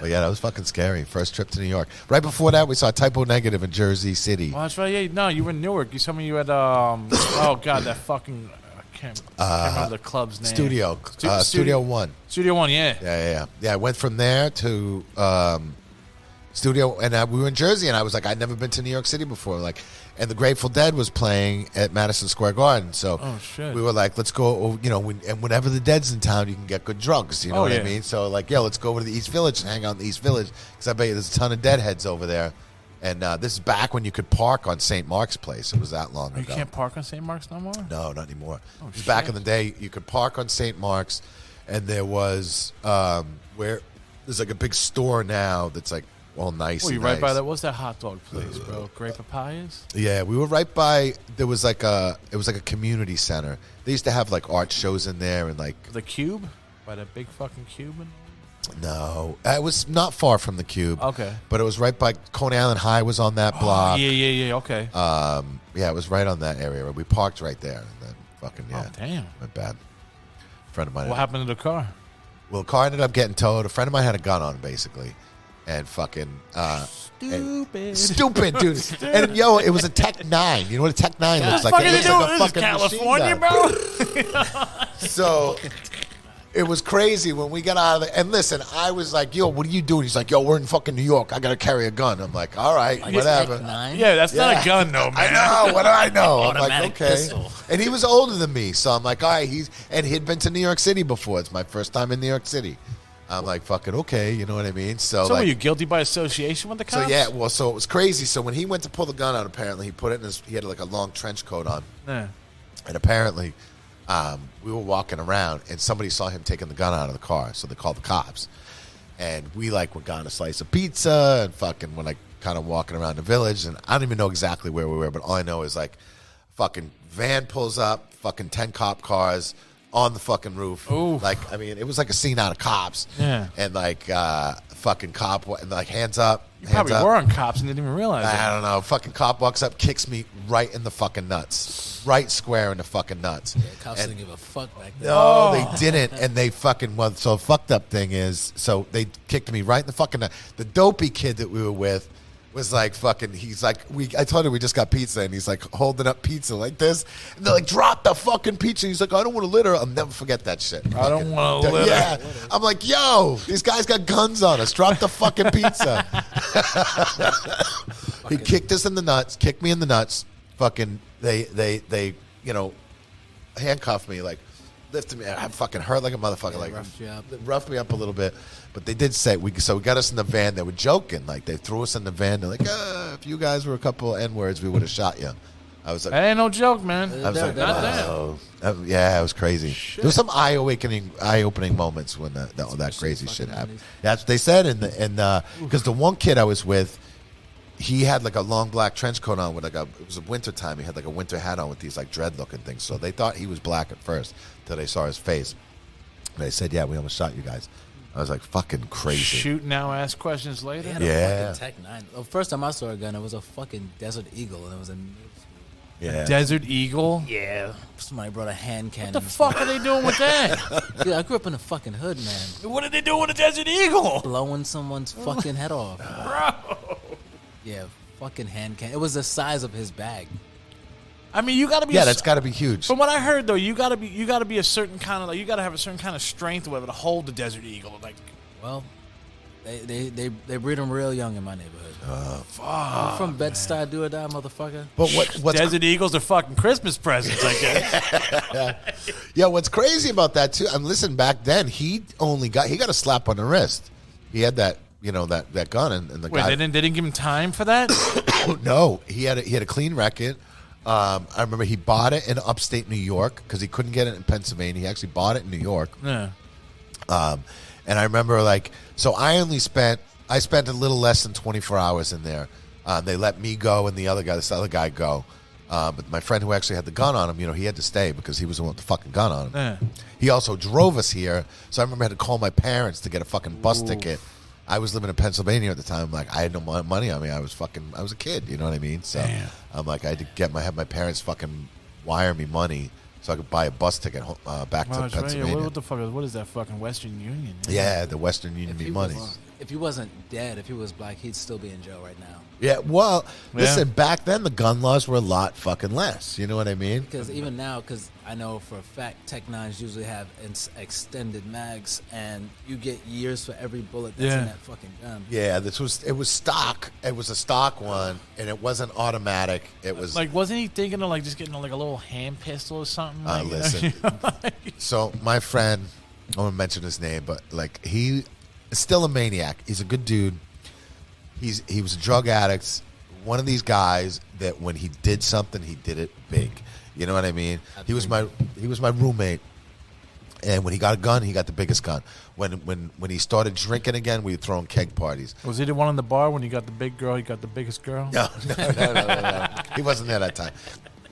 Speaker 3: But yeah, that was fucking scary. First trip to New York. Right before that, we saw Typo Negative in Jersey City.
Speaker 4: Well, that's right. Yeah, no, you were in Newark. You told me you
Speaker 3: [COUGHS]
Speaker 4: had um. oh God, that fucking uh, I can't, I can't remember the club's name.
Speaker 3: Uh, Studio,
Speaker 4: Stu-
Speaker 3: uh, Studio
Speaker 4: One.
Speaker 3: One.
Speaker 4: Studio One. Yeah.
Speaker 3: Yeah, yeah, yeah. Yeah, I went from there to um, Studio, and uh, we were in Jersey, and I was like, I'd never been to New York City before, like, and the Grateful Dead was playing at Madison Square Garden, so
Speaker 4: Oh, shit.
Speaker 3: we were like, let's go, oh, you know, when, and whenever the Dead's in town, you can get good drugs, you know
Speaker 4: Oh,
Speaker 3: what I
Speaker 4: yeah.
Speaker 3: mean? So like, yeah, let's go over to the East Village and hang out in the East Village because I bet you there's a ton of Deadheads over there. And uh, this is back when you could park on St. Mark's Place. It was that long
Speaker 4: Oh, You
Speaker 3: ago.
Speaker 4: can't park on St. Mark's no more.
Speaker 3: No, not anymore.
Speaker 4: Oh,
Speaker 3: Back in the day, you could park on St. Mark's, and there was um, where there's like a big store now that's like all nice.
Speaker 4: Oh, you
Speaker 3: and
Speaker 4: right by
Speaker 3: nice. Uh,
Speaker 4: that? What's that hot dog place, bro? Great papayas.
Speaker 3: Yeah, we were right by. There was like a it was like a community center. They used to have like art shows in there and like
Speaker 4: The cube. By that big fucking cube. and-
Speaker 3: no, Uh, it was not far from the cube.
Speaker 4: Okay.
Speaker 3: but it was right by Coney Island High was on that block.
Speaker 4: Oh. Yeah, yeah, yeah. Okay.
Speaker 3: Um, yeah, it was right on that area. We parked right there. And then fucking
Speaker 4: Oh,
Speaker 3: yeah,
Speaker 4: damn.
Speaker 3: my bad. Friend of mine.
Speaker 4: what happened to the car?
Speaker 3: Well, the car ended up getting towed. A friend of mine had a gun on, him, basically, and fucking uh, and-
Speaker 4: Stupid.
Speaker 3: stupid dude. And yo, it was a Tech Nine. You know what a Tech Nine looks like? It looks like a fucking machine gun.
Speaker 4: bro.
Speaker 3: [LAUGHS] So it was crazy when we got out of there. And listen, I was like, "Yo, what are you doing?" He's like, "Yo, we're in fucking New York. I gotta carry a gun." I'm like, "All right, whatever."
Speaker 5: Nine?
Speaker 4: Yeah, that's not
Speaker 3: Yeah.
Speaker 4: a gun, though,
Speaker 3: I
Speaker 4: man.
Speaker 3: know. What do I know? I'm like,
Speaker 5: Automatic
Speaker 3: okay.
Speaker 5: pistol.
Speaker 3: And he was older than me, so I'm like, all right. He's and he'd been to New York City before. It's my first time in New York City. I'm like, fucking okay. You know what I mean? So,
Speaker 4: So
Speaker 3: like,
Speaker 4: were you guilty by association with the
Speaker 3: so
Speaker 4: cops?
Speaker 3: yeah. Well, so it was crazy. So when he went to pull the gun out, apparently he put it in his. He had like a long trench coat on,
Speaker 4: Yeah.
Speaker 3: and apparently. Um, we were walking around and somebody saw him taking the gun out of the car, so they called the cops. And we like were got a slice of pizza and fucking were like kind of walking around the village and I don't even know exactly where we were, but all I know is like fucking van pulls up, fucking ten cop cars on the fucking roof.
Speaker 4: Oof.
Speaker 3: Like I mean, it was like a scene out of cops.
Speaker 4: Yeah.
Speaker 3: And like uh fucking cop wa- and like hands up.
Speaker 4: You
Speaker 3: hands
Speaker 4: probably
Speaker 3: up.
Speaker 4: were on cops and didn't even realize
Speaker 3: I
Speaker 4: it.
Speaker 3: don't know. Fucking cop walks up, kicks me right in the fucking nuts, right square in the fucking nuts.
Speaker 5: Cops
Speaker 3: And-
Speaker 5: didn't give a fuck back then.
Speaker 3: no, they didn't, and they fucking well. So fucked up thing is, so they kicked me right in the fucking nut. The dopey kid that we were with was like fucking. He's like, we. I told him we just got pizza, and he's like holding up pizza like this, and they're like, drop the fucking pizza. He's like, I don't want to litter. I'll never forget that shit.
Speaker 4: I don't
Speaker 3: Fucking-
Speaker 4: wanna litter.
Speaker 3: Yeah, I'm like, yo, these guys got guns on us. Drop the fucking pizza. [LAUGHS] he kicked us in the nuts, kicked me in the nuts. Fucking, they, they, they, you know, handcuffed me, like lifted me. I fucking hurt like a motherfucker. like
Speaker 5: roughed you up.
Speaker 3: roughed me up a little bit. But they did say we. So we got us in the van. They were joking, like they threw us in the van. They're like, uh, if you guys were a couple n words, we would have shot you. I was like.
Speaker 4: That ain't no joke, man.
Speaker 3: I was like,
Speaker 5: Not
Speaker 4: that.
Speaker 3: wow. Uh, yeah, it was crazy. There was some eye awakening, eye opening moments when the, the, all that crazy shit happened. That's what they said, and the- and because the one kid I was with, he had like a long black trench coat on with like a it was a winter time. He had like a winter hat on with these like dread looking things. So they thought he was black at first till they saw his face. They said, "Yeah, we almost shot you guys." I was like, "Fucking crazy."
Speaker 4: Shoot now, ask questions later.
Speaker 5: They had a
Speaker 3: Yeah.
Speaker 5: fucking Tech Nine. The first time I saw a gun, it was a fucking Desert Eagle, and it was a.
Speaker 3: Yeah.
Speaker 4: Desert Eagle.
Speaker 5: Yeah. Somebody brought a hand cannon.
Speaker 4: What the fuck are they doing with that?
Speaker 3: [LAUGHS]
Speaker 5: Yeah, I grew up in a fucking hood, man.
Speaker 4: what did they do with a Desert Eagle?
Speaker 5: Blowing someone's
Speaker 3: Oh.
Speaker 5: fucking
Speaker 3: [LAUGHS]
Speaker 5: head off.
Speaker 4: Bro.
Speaker 5: Yeah, fucking hand cannon. It was the size of his bag.
Speaker 4: I mean, you got to be.
Speaker 3: yeah,
Speaker 4: a-
Speaker 3: that's got to be huge.
Speaker 4: From what I heard, though, you got to be you got to be a certain kind of like you got to have a certain kind of strength or whatever to hold the Desert Eagle. Like,
Speaker 5: Well, they they they, they breed them real young in my neighborhood.
Speaker 3: Uh,
Speaker 5: I'm from Bed Stuy, do or die, motherfucker.
Speaker 3: But what what's
Speaker 4: Desert Eagles are fucking Christmas presents, I
Speaker 3: [LAUGHS]
Speaker 4: guess.
Speaker 3: Yeah, what's crazy about that too? And listen, back then he only got he got a slap on the wrist. He had that you know that that gun and, and the
Speaker 4: Wait,
Speaker 3: guy.
Speaker 4: they didn't they didn't give him time
Speaker 3: [COUGHS]
Speaker 4: for that? [COUGHS]
Speaker 3: No, he had a, he had a clean record. Um, I remember he bought it in upstate New York because he couldn't get it in Pennsylvania. He actually bought it in New York.
Speaker 4: yeah.
Speaker 3: Um, and I remember like so I only spent I spent a little less than 24 hours in there. Um, they let me go and the other guy, this other guy, go. Uh, but my friend who actually had the gun on him, you know, he had to stay because he was the one with the fucking gun on him.
Speaker 4: Yeah.
Speaker 3: He also drove us here, so I remember I had to call my parents to get a fucking bus ticket. I was living in Pennsylvania at the time. Like I had no mo- money on me. I was fucking. I was a kid. You know what I mean? So I'm like, I had to get my have my parents fucking wire me money so I could buy a bus ticket ho- uh, back
Speaker 4: Wow,
Speaker 3: to
Speaker 4: it's right here.
Speaker 3: Pennsylvania.
Speaker 4: What, what the fuck? is- What is that fucking Western Union?
Speaker 3: Yeah, the Western Union
Speaker 5: he
Speaker 3: me money.
Speaker 5: was- if he wasn't dead, if he was black, he'd still be in jail right now.
Speaker 3: Yeah, well,
Speaker 4: Yeah.
Speaker 3: listen, back then the gun laws were a lot fucking less. You know what I mean?
Speaker 5: Because even now, because I know for a fact, Tech Nines usually have ins- extended mags, and you get years for every bullet that's
Speaker 4: Yeah.
Speaker 5: in that fucking gun.
Speaker 3: Yeah, this was it was stock. It was a stock one, and it wasn't automatic. It was
Speaker 4: Like, wasn't he thinking of like just getting like a little hand pistol or something?
Speaker 3: Uh,
Speaker 4: Like, [LAUGHS]
Speaker 3: listen. so my friend, I won't mention his name, but like he is still a maniac. He's a good dude. He's he was a drug addict. One of these guys that when he did something, he did it big. You know what I mean? He was my he was my roommate. And when he got a gun, he got the biggest gun. When when when he started drinking again, we were throwing keg parties.
Speaker 4: was he the one in the bar when he got the big girl? He got the biggest girl.
Speaker 3: [LAUGHS] No, no, no, no, no, no. He wasn't there that time.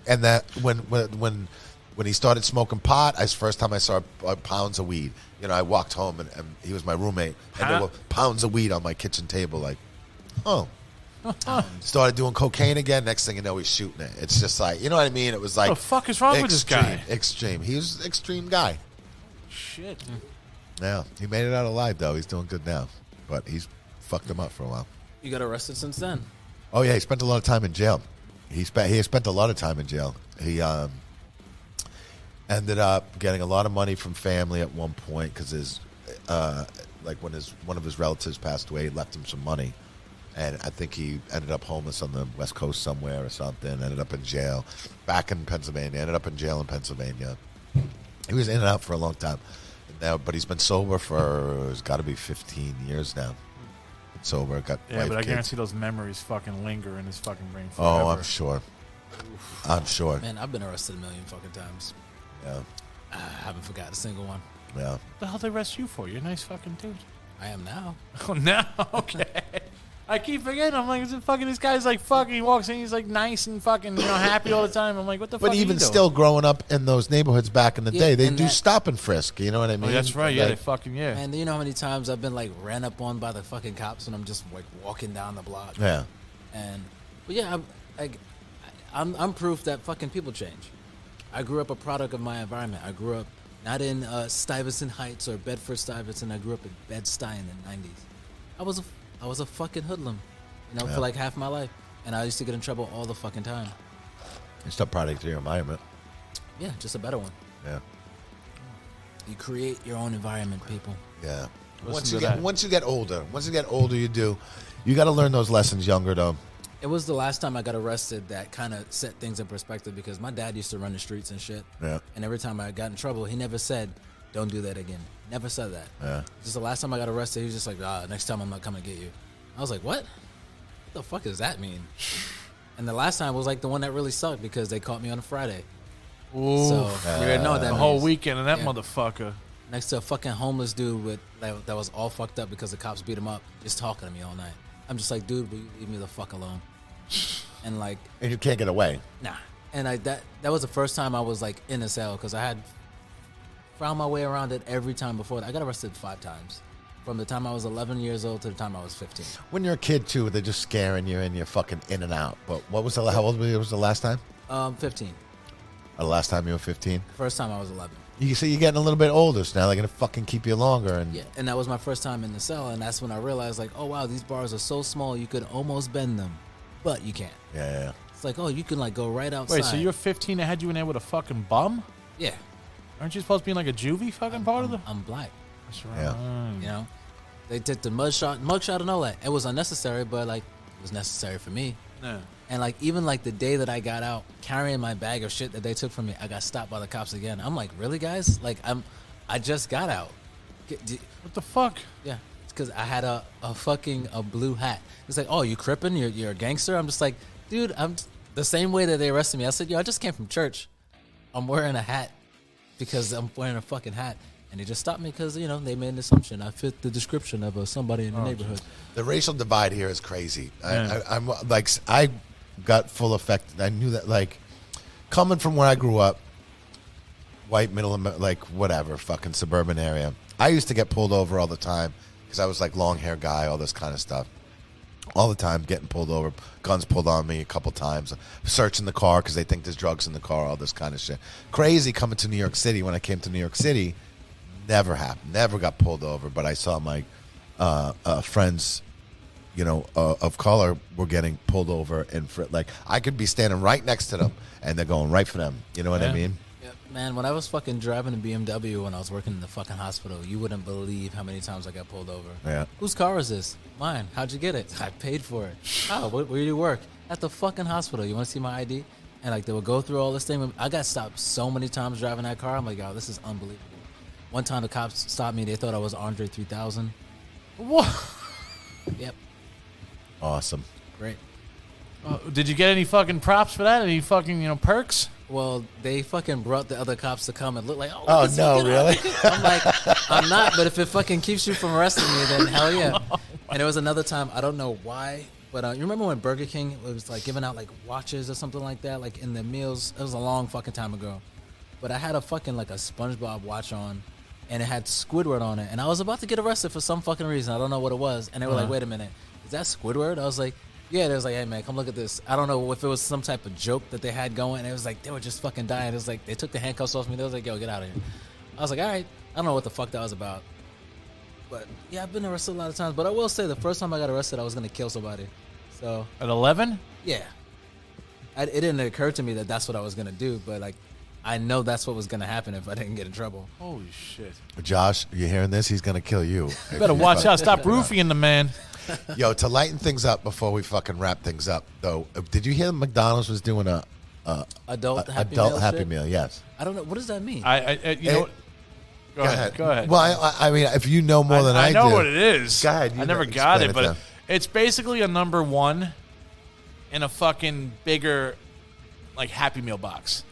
Speaker 3: And that when when when when he started smoking pot, I first time I saw uh, pounds of weed. You know, I walked home and, and he was my roommate, and there
Speaker 4: Huh?
Speaker 3: were pounds of weed on my kitchen table. Like,
Speaker 4: [LAUGHS]
Speaker 3: oh. Started doing cocaine again. Next thing you know, he's shooting it. It's just like you know what I mean. It was like
Speaker 4: the fuck is wrong with this guy?
Speaker 3: extreme, Extreme. He was an extreme guy.
Speaker 4: Shit.
Speaker 3: Mm. Yeah, he made it out alive though. He's doing good now, but he's fucked him up for a while.
Speaker 5: You got arrested since then.
Speaker 3: Oh yeah, he spent a lot of time in jail. He spent he spent a lot of time in jail. He um, ended up getting a lot of money from family at one point because his uh, like when his one of his relatives passed away, he left him some money, and I think he ended up homeless on the west coast somewhere or something. Ended up in jail, back in Pennsylvania. Ended up in jail in Pennsylvania. He was in and out for a long time, now, but he's been sober for it's got to be fifteen years now. Sober, got
Speaker 4: Yeah,
Speaker 3: wife,
Speaker 4: but I
Speaker 3: kids.
Speaker 4: guarantee those memories fucking linger in his fucking brain forever.
Speaker 3: Oh, I'm sure. I'm sure.
Speaker 5: Man, I've been arrested a million fucking times.
Speaker 3: Yeah.
Speaker 5: I haven't forgot a single one.
Speaker 3: Yeah.
Speaker 4: What the hell they arrest you for? You're a nice fucking dude.
Speaker 5: I am now.
Speaker 4: Oh [LAUGHS] no, okay. I keep forgetting. I'm like, is it fucking this guy's like fucking. He walks in, he's like nice and fucking, you know, happy all the time. I'm like, what the fuck?
Speaker 3: But
Speaker 4: are you
Speaker 3: even
Speaker 4: doing?
Speaker 3: still, growing up in those neighborhoods back in the
Speaker 5: Yeah,
Speaker 3: day, they
Speaker 5: and
Speaker 3: do
Speaker 5: that-
Speaker 3: stop and frisk. You know what I mean?
Speaker 4: Oh, that's right. Yeah, they
Speaker 3: Like,
Speaker 4: fucking yeah.
Speaker 5: And you know how many times I've been like ran up on by the fucking cops when I'm just like walking down the block.
Speaker 3: yeah.
Speaker 5: And but yeah, I'm, like, I- I'm I'm proof that fucking people change. I grew up a product of my environment. I grew up not in uh, Stuyvesant Heights or Bedford Stuyvesant. I grew up in Bed Stuy in the '90s. I was a I was a fucking hoodlum, you know,
Speaker 3: Yeah.
Speaker 5: for like half my life, and I used to get in trouble all the fucking time.
Speaker 3: It's a product of your environment.
Speaker 5: Yeah, just a better one.
Speaker 3: Yeah.
Speaker 5: You create your own environment, people.
Speaker 3: Yeah. once
Speaker 4: to
Speaker 3: you get
Speaker 4: that.
Speaker 3: once you get older, once you get older, you do. You got to learn those lessons younger, though.
Speaker 5: It was the last time I got arrested that kind of set things in perspective because my dad used to run the streets and shit.
Speaker 3: Yeah.
Speaker 5: And every time I got in trouble, he never said, "Don't do that again." Never said that.
Speaker 3: Yeah.
Speaker 5: Just the last time I got arrested, he was just like, "Ah, next time I'm not coming to get you." I was like, "What? What the fuck does
Speaker 3: [LAUGHS]
Speaker 5: that mean?" And the last time was like the one that really sucked because they caught me on a Friday.
Speaker 4: Ooh,
Speaker 5: So you already know what that
Speaker 4: the whole
Speaker 5: means.
Speaker 4: weekend and that
Speaker 5: Yeah.
Speaker 4: motherfucker.
Speaker 5: next to a fucking homeless dude with that, that was all fucked up because the cops beat him up, just talking to me all night. I'm just like, dude, will you leave me the fuck alone? And like,
Speaker 3: And you can't get away.
Speaker 5: nah. And I that that was the first time I was like in a cell because I had found my way around it every time before. that. I got arrested five times, from the time I was 11 years old to the time I was 15.
Speaker 3: When you're a kid too, they're just scaring you and you're fucking in and out. But what was the how old were you was the last time? Uh,
Speaker 5: Um, 15.
Speaker 3: The last time you were 15.
Speaker 5: First time I was 11.
Speaker 3: You see, you're getting a little bit older, so now they're gonna fucking keep you longer. And
Speaker 5: Yeah, and that was my first time in the cell, and that's when I realized like, oh wow, these bars are so small you could almost bend them, but you can't.
Speaker 3: yeah, yeah. yeah.
Speaker 5: It's like, oh, you can like go right outside.
Speaker 4: Wait, so you're 15 and had you in there with a fucking bum?
Speaker 5: yeah.
Speaker 4: Aren't you supposed to be in like a juvie fucking part of the? Hmm.
Speaker 5: I'm black.
Speaker 4: That's
Speaker 3: Yeah.
Speaker 5: You know, they took the mugshot, mugshot, and all that. It was unnecessary, but like it was necessary for me.
Speaker 4: Yeah.
Speaker 5: And like even like the day that I got out carrying my bag of shit that they took from me, I got stopped by the cops again. I'm like, really, guys? Like I'm, I just got out. Get- d-
Speaker 4: What the fuck?
Speaker 5: Yeah, because I had a, a fucking a blue hat. It's like, oh, you crippin'? You're, you're a gangster? I'm just like, dude, I'm t- the same way that they arrested me. I said, yo, I just came from church. I'm wearing a hat because I'm wearing a fucking hat. And they just stopped me because, you know, they made an assumption. I fit the description of uh, somebody in the neighborhood.
Speaker 3: The racial divide here is crazy. I,
Speaker 4: Yeah.
Speaker 3: I, I'm like I got full effect. I knew that like coming from where I grew up, white middle Amer- like whatever fucking suburban area. I used to get pulled over all the time because I was like long hair guy, all this kind of stuff. All the time getting pulled over, guns pulled on me a couple times, searching the car because they think there's drugs in the car, all this kind of shit. Crazy coming to New York City. When I came to New York City, never happened, never got pulled over. But I saw my uh, uh, friends you know, uh, of color were getting pulled over, and for, like I could be standing right next to them, and they're going right for them. You know what I
Speaker 4: Yeah.
Speaker 3: mean?
Speaker 5: Yep. Man, when I was fucking driving a BMW when I was working in the fucking hospital, you wouldn't believe how many times I got pulled over.
Speaker 3: Yeah.
Speaker 5: Whose car is this? Mine. How'd you get it? I paid for it. Oh, where, where do you work? At the fucking hospital. You want to see my ID? And like they would go through all this thing. I got stopped so many times driving that car. I'm like, yo, this is unbelievable. One time the cops stopped me. They thought I was Andre 3000. What? Yep.
Speaker 3: Awesome.
Speaker 5: Great.
Speaker 4: Uh, did you get any fucking props for that? Any fucking you know perks?
Speaker 5: Well, they fucking brought the other cops to come and look like, oh,
Speaker 3: Oh,
Speaker 5: look, it's
Speaker 3: no,
Speaker 5: fucking
Speaker 3: really?
Speaker 5: Andre. I'm like, I'm not, but if it fucking keeps you from arresting me, then
Speaker 3: [LAUGHS]
Speaker 5: hell yeah.
Speaker 3: Oh
Speaker 5: And there was another time, I don't know why, but uh, you remember when Burger King was like giving out like watches or something like that, like in the meals? It was a long fucking time ago. But I had a fucking like a SpongeBob watch on and it had Squidward on it. And I was about to get arrested for some fucking reason. I don't know what it was. And they were like, wait a minute, is that Squidward? I was like, yeah, they was like, hey man, come look at this. I don't know if it was some type of joke that they had going. And it was like, they were just fucking dying. It was like, they took the handcuffs off me. They was like, yo, get out of here. I was like, all right. I don't know what the fuck that was about. But yeah, I've been arrested a lot of times. But I will say, the first time I got arrested, I was going to kill somebody. So
Speaker 4: At eleven?
Speaker 5: yeah. I, it didn't occur to me that that's what I was going to do. But like, I know that's what was going to happen if I didn't get in trouble.
Speaker 4: Holy shit!
Speaker 3: Josh, you hearing this? He's gonna kill you.
Speaker 4: [LAUGHS] You better watch out. Stop roofing the man.
Speaker 3: Yo, to lighten things up before we fucking wrap things up, though, uh, did you hear McDonald's was doing a, a
Speaker 5: Adult
Speaker 3: a-
Speaker 5: happy
Speaker 3: adult
Speaker 5: meal
Speaker 3: Happy
Speaker 5: shit?
Speaker 3: Meal? Yes.
Speaker 5: I don't know. What does that mean?
Speaker 4: I, I, I you know.
Speaker 3: Hey,
Speaker 4: what? Go, ahead. Go ahead.
Speaker 3: Well, I, I- I mean, if you know more than I,
Speaker 4: know
Speaker 3: do,
Speaker 4: what it is.
Speaker 3: Go ahead, you
Speaker 4: I never
Speaker 3: know- explain
Speaker 4: got it,
Speaker 3: it
Speaker 4: but
Speaker 3: then.
Speaker 4: it's basically a number one in a fucking bigger, like Happy Meal box.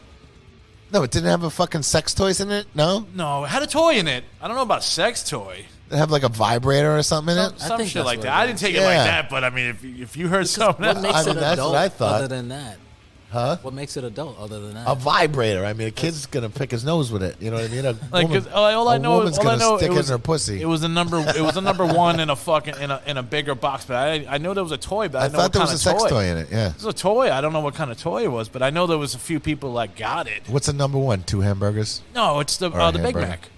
Speaker 3: No, it didn't have a fucking sex toys in it. No,
Speaker 4: No, it had a toy in it. I don't know about a sex toy,
Speaker 3: it have like a vibrator or something in it.
Speaker 5: I
Speaker 4: some
Speaker 5: think
Speaker 4: shit
Speaker 5: that's
Speaker 4: like
Speaker 5: what
Speaker 4: that.
Speaker 5: it
Speaker 4: I
Speaker 5: is.
Speaker 4: didn't take it like
Speaker 3: Yeah.
Speaker 4: that, but I mean, if you- if you heard something, [LAUGHS]
Speaker 5: what
Speaker 4: else,
Speaker 5: makes
Speaker 3: I
Speaker 5: it
Speaker 3: mean, that's
Speaker 5: adult
Speaker 3: what I thought.
Speaker 5: other than that?
Speaker 3: Huh?
Speaker 5: What makes it adult other than that?
Speaker 3: A vibrator. I mean, a kid's gonna pick his nose with it. You know what I mean? A
Speaker 4: [LAUGHS] like 'cause
Speaker 3: woman-
Speaker 4: all I- all I
Speaker 3: a
Speaker 4: know,
Speaker 3: woman's
Speaker 4: all I
Speaker 3: gonna
Speaker 4: know,
Speaker 3: stick
Speaker 4: it
Speaker 3: it
Speaker 4: was
Speaker 3: in her pussy.
Speaker 4: It was a number. It was
Speaker 3: [LAUGHS]
Speaker 4: a number one in a fucking in a in a bigger box, but I I know there was a toy, but I,
Speaker 3: I
Speaker 4: didn't know
Speaker 3: thought
Speaker 4: what
Speaker 3: there was
Speaker 4: kind
Speaker 3: a
Speaker 4: of
Speaker 3: sex
Speaker 4: toy.
Speaker 3: toy in it. Yeah.
Speaker 4: It was a toy. I don't know what kind of toy it was, but I know there was a few people that got it.
Speaker 3: What's the number one? Two hamburgers.
Speaker 4: No, it's the
Speaker 3: Or a
Speaker 4: uh, the Big
Speaker 3: hamburger.
Speaker 4: Mac.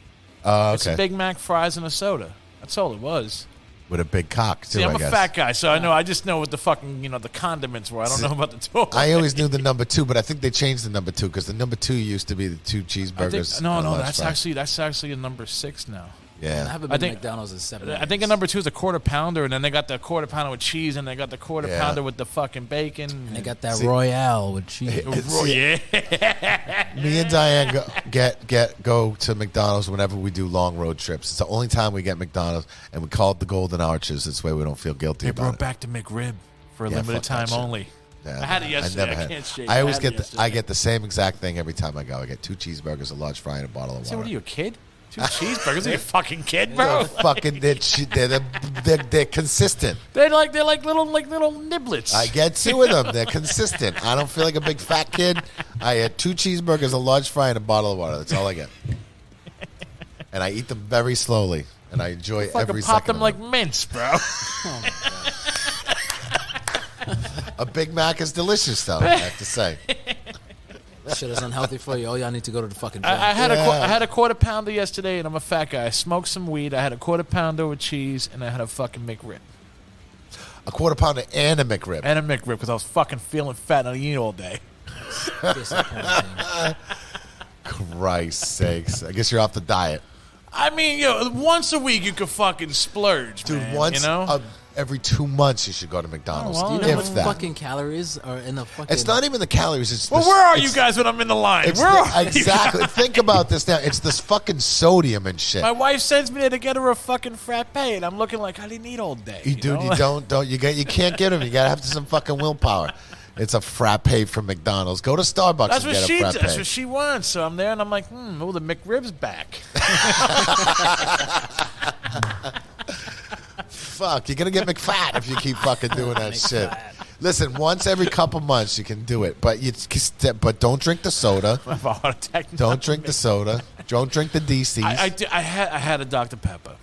Speaker 3: Oh,
Speaker 4: It's a
Speaker 3: okay.
Speaker 4: Big Mac, fries, and a soda. That's all it was.
Speaker 3: With a big cock too.
Speaker 4: See, I'm
Speaker 3: I
Speaker 4: a
Speaker 3: guess.
Speaker 4: fat guy, so I know. I just know what the fucking you know the condiments were. I don't know about the toy.
Speaker 3: I always knew the number two, but I think they changed the number two because the number two used to be the two
Speaker 4: I
Speaker 3: cheeseburgers.
Speaker 4: think, no,
Speaker 3: and a
Speaker 4: no,
Speaker 3: large
Speaker 4: that's
Speaker 3: fry.
Speaker 4: actually that's actually a number six now.
Speaker 5: I
Speaker 3: yeah.
Speaker 5: haven't
Speaker 4: I
Speaker 5: been to
Speaker 4: think-
Speaker 5: McDonald's in seven.
Speaker 4: I think a
Speaker 5: years.
Speaker 4: number two is a quarter pounder, and then they got the quarter pounder with cheese, and they got the quarter
Speaker 3: Yeah.
Speaker 4: pounder with the fucking bacon. And
Speaker 5: They got that
Speaker 3: See-
Speaker 5: Royale
Speaker 3: [LAUGHS]
Speaker 5: with cheese.
Speaker 4: Oh, yeah.
Speaker 3: Me and Diane go, get get go to McDonald's whenever we do long road trips. It's the only time we get McDonald's, and we call it the Golden Arches. This way we don't feel guilty
Speaker 4: They
Speaker 3: about
Speaker 4: brought
Speaker 3: it.
Speaker 4: back the McRib for a
Speaker 3: Yeah,
Speaker 4: limited
Speaker 3: fuck that
Speaker 4: time
Speaker 3: shit.
Speaker 4: only.
Speaker 3: Yeah,
Speaker 4: I had it yesterday. I,
Speaker 3: never had-
Speaker 4: can't shake.
Speaker 3: I always
Speaker 4: had it
Speaker 3: get the,
Speaker 4: yesterday.
Speaker 3: I get the same exact thing every time I go. I get two cheeseburgers, a large fry, and a bottle of
Speaker 4: Say, what
Speaker 3: water.
Speaker 4: are you, a kid?
Speaker 3: [LAUGHS]
Speaker 4: Two cheeseburgers? Are you a fucking kid, [LAUGHS]
Speaker 3: They're
Speaker 4: bro?
Speaker 3: fucking they're, che- they're, they're, they're consistent.
Speaker 4: They're like they're like little like little niblets.
Speaker 3: I get two of them. They're consistent. I don't feel like a big fat kid. I had two cheeseburgers, a large fry, and a bottle of water. That's all I get. And I eat them very slowly, and I enjoy
Speaker 4: fucking
Speaker 3: every
Speaker 4: pop
Speaker 3: second.
Speaker 4: them
Speaker 3: of
Speaker 4: like mints, bro.
Speaker 3: a Big Mac is delicious, though. I have to say.
Speaker 5: Shit is unhealthy for you. Oh, y'all need to go to the fucking. Gym.
Speaker 4: I, I had a qu-
Speaker 3: Yeah.
Speaker 4: I had a quarter pounder yesterday, and I'm a fat guy. I smoked some weed. I had a quarter pounder with cheese, and I had a fucking McRib
Speaker 3: A quarter pounder and a
Speaker 4: [LAUGHS]
Speaker 3: McRib.
Speaker 4: and a McRib because I was fucking feeling fat and I eat all day.
Speaker 3: [LAUGHS]
Speaker 5: Disappointing.
Speaker 3: Christ's sakes! I guess you're off the diet,
Speaker 4: I mean, you know, once a week you could fucking splurge,
Speaker 3: dude.
Speaker 4: man,
Speaker 3: once
Speaker 4: you know.
Speaker 3: a every two months you should go to McDonald's.
Speaker 4: Oh, well,
Speaker 5: Do you know
Speaker 3: if
Speaker 5: what
Speaker 3: that.
Speaker 5: fucking calories are in the fucking?
Speaker 3: it's not even the calories. It's
Speaker 4: Well,
Speaker 3: this-
Speaker 4: where are you
Speaker 3: it's-
Speaker 4: guys when I'm in the line?
Speaker 3: it's
Speaker 4: Where
Speaker 3: the-
Speaker 4: are you
Speaker 3: exactly. Think about this now. It's this fucking sodium and shit.
Speaker 4: [LAUGHS] My wife sends me there to get her a fucking frappe, and I'm looking like I didn't eat all day. [LAUGHS]
Speaker 3: You, dude,
Speaker 4: know?
Speaker 3: you don't don't you get you can't get them. You gotta have some fucking willpower. It's a frappe from McDonald's. Go to Starbucks
Speaker 4: That's
Speaker 3: and
Speaker 4: what
Speaker 3: get
Speaker 4: she.
Speaker 3: a frappe.
Speaker 4: That's what she wants. So I'm there, and I'm like, hmm, oh, the McRib's back. [LAUGHS]
Speaker 3: Fuck, you're gonna get McFat if you keep
Speaker 4: [LAUGHS]
Speaker 3: fucking doing that shit. Listen, once every couple months you can do it, but you but don't drink the
Speaker 4: [LAUGHS]
Speaker 3: soda.
Speaker 4: I have a heart attack.
Speaker 3: Don't drink the soda. Don't drink the DCs.
Speaker 4: I, I, do- I had I had a Dr Pepper.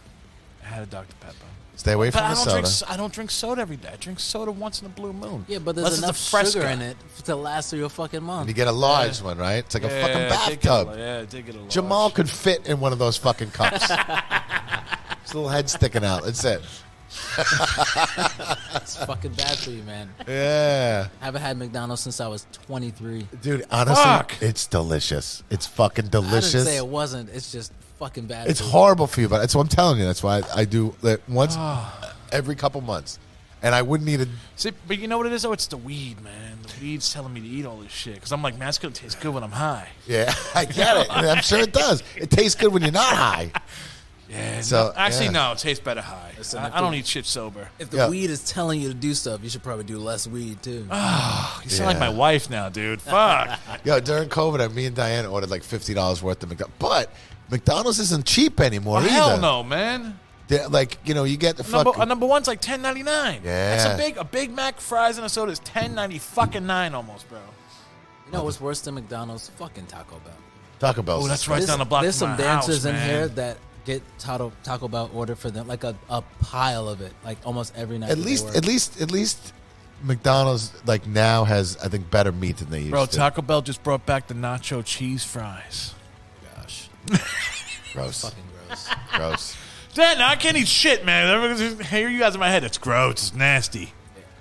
Speaker 4: I had a Dr Pepper.
Speaker 3: Stay away
Speaker 4: But
Speaker 3: from
Speaker 4: I
Speaker 3: the
Speaker 4: don't
Speaker 3: soda.
Speaker 4: drink. I don't drink soda every day. I drink soda once in a blue moon.
Speaker 5: Yeah, but
Speaker 4: Unless
Speaker 5: there's
Speaker 4: it's
Speaker 5: enough
Speaker 4: a
Speaker 5: sugar
Speaker 4: Fresca.
Speaker 5: in it to last through a fucking month.
Speaker 3: you get a large one, right? It's like a
Speaker 4: Yeah, I
Speaker 3: fucking
Speaker 4: did get a-
Speaker 3: bathtub.
Speaker 4: Yeah, I did get a large.
Speaker 3: Jamal could fit in one of those fucking
Speaker 4: [LAUGHS]
Speaker 3: cups. His little head sticking out. That's it.
Speaker 5: It's fucking bad for you, man.
Speaker 3: Yeah.
Speaker 5: I haven't had McDonald's since I was 23.
Speaker 3: Dude, honestly,
Speaker 4: Fuck.
Speaker 3: it's delicious. It's fucking
Speaker 5: I didn't say
Speaker 3: delicious.
Speaker 5: it wasn't. It's just fucking bad.
Speaker 3: It's
Speaker 5: for you.
Speaker 3: horrible for you, but that's what I'm telling you. That's why I do that once
Speaker 4: Ah.
Speaker 3: every couple months. And I wouldn't eat a.
Speaker 4: See, but you know what it is? though? it's the weed, man. The weed's telling me to eat all this shit because I'm like, man, it's gonna taste good when I'm high.
Speaker 3: Yeah, [LAUGHS] I get it. And I'm sure it does. It tastes good when you're not high.
Speaker 4: Uh, Yeah.
Speaker 3: So,
Speaker 4: no- actually,
Speaker 3: yeah.
Speaker 4: no, it tastes better high.
Speaker 5: Listen, if
Speaker 4: I, I don't
Speaker 5: the-
Speaker 4: eat shit sober.
Speaker 5: If the
Speaker 3: Yeah.
Speaker 5: weed is telling you to do stuff, you should probably do less weed too.
Speaker 4: You sound like
Speaker 3: Yeah.
Speaker 4: my wife now,
Speaker 5: [LAUGHS]
Speaker 4: dude. Fuck.
Speaker 3: Yo, during COVID, I- me and Diane ordered like fifty dollars worth of McDonald's, but McDonald's isn't cheap anymore either.
Speaker 4: Hell no, man.
Speaker 3: They're, like you know, you get the
Speaker 4: Number,
Speaker 3: fuck.
Speaker 4: uh, number one's like ten ninety nine.
Speaker 3: Yeah.
Speaker 4: That's a big a Big Mac, fries, and a soda is ten ninety fucking nine almost, bro.
Speaker 5: You know what's worse than McDonald's? Fucking Taco Bell.
Speaker 3: Taco Bell's.
Speaker 4: Oh, that's right
Speaker 5: There's-
Speaker 4: down the block.
Speaker 5: There's
Speaker 4: from
Speaker 5: some
Speaker 4: my house,
Speaker 5: dancers in
Speaker 4: man.
Speaker 5: here that get Taco Taco Bell order for them, like a, a pile of it, like almost every night.
Speaker 3: At
Speaker 5: that they
Speaker 3: least,
Speaker 5: work.
Speaker 3: at least, at least, McDonald's like now has I think better meat than they used
Speaker 4: Bro,
Speaker 3: to.
Speaker 4: Taco Bell just brought back the nacho cheese fries.
Speaker 5: gosh,
Speaker 3: gross,
Speaker 5: fucking gross.
Speaker 3: gross.
Speaker 4: Dad, now I can't eat shit, man. Everyone's just- Here you guys in my head. It's gross. It's nasty.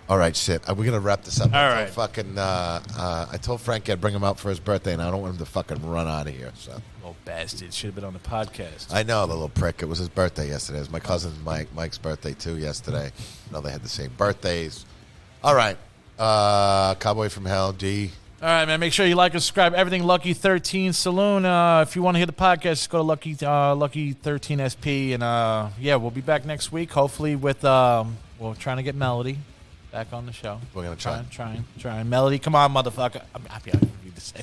Speaker 3: All right, shit. Are we gonna wrap this up?
Speaker 4: All
Speaker 3: I told
Speaker 4: right.
Speaker 3: Fucking. Uh, uh, I told Frankie I'd bring him out for his birthday, and I don't want him to fucking run out of here. So
Speaker 4: Little Oh, bastard. Should have been on the podcast.
Speaker 3: I know the little prick. It was his birthday yesterday. It was my cousin Mike Mike's birthday too yesterday. No, they had the same birthdays. All right. Uh, Cowboy from Hell, G.
Speaker 4: All right, man. Make sure you like and subscribe. Everything Lucky 13 Saloon. Uh, if you want to hear the podcast, just go to Lucky uh, Lucky 13 SP. And uh, yeah, we'll be back next week, hopefully, with um, we're trying to get Melody back on the show.
Speaker 3: We're gonna try.
Speaker 4: Trying, trying, trying. Melody, come on, motherfucker. I'm happy I didn't need to say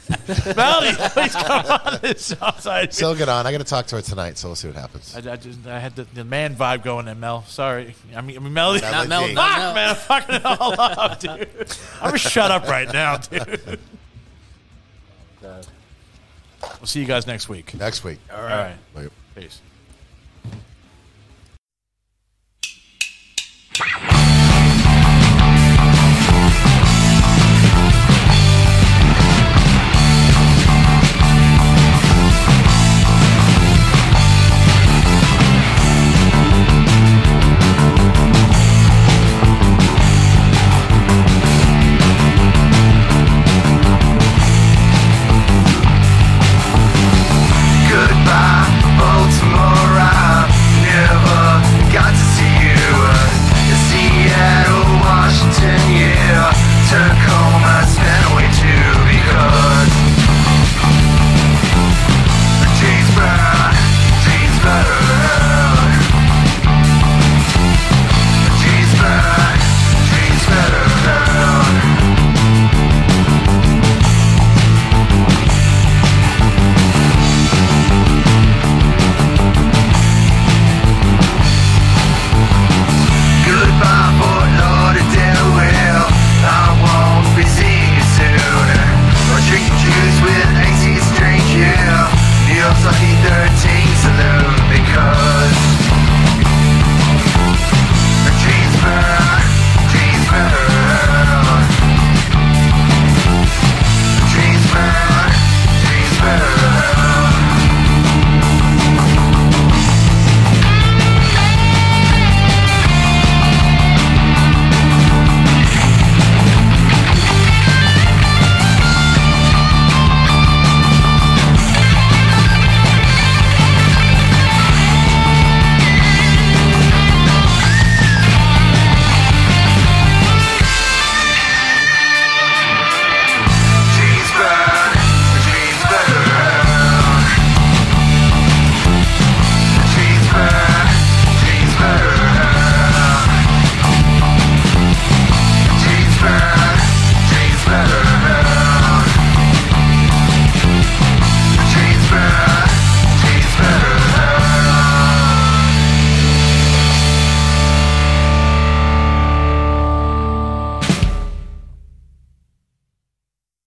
Speaker 3: [LAUGHS]
Speaker 4: that. Melody, please come on this show. Sorry.
Speaker 3: Still get on. I got to talk to her tonight, so we'll see what happens.
Speaker 4: I, I just I had the, the man vibe going there, Mel. Sorry, I mean, I mean Melody.
Speaker 3: Not
Speaker 5: Mel,
Speaker 3: Melody.
Speaker 5: not
Speaker 4: Fuck,
Speaker 5: Mel.
Speaker 4: man, I'm fucking it all up, dude. I'm gonna shut up right now, dude. [LAUGHS] We'll see you guys next week.
Speaker 3: Next week.
Speaker 4: All right.
Speaker 3: Wait.
Speaker 4: Peace.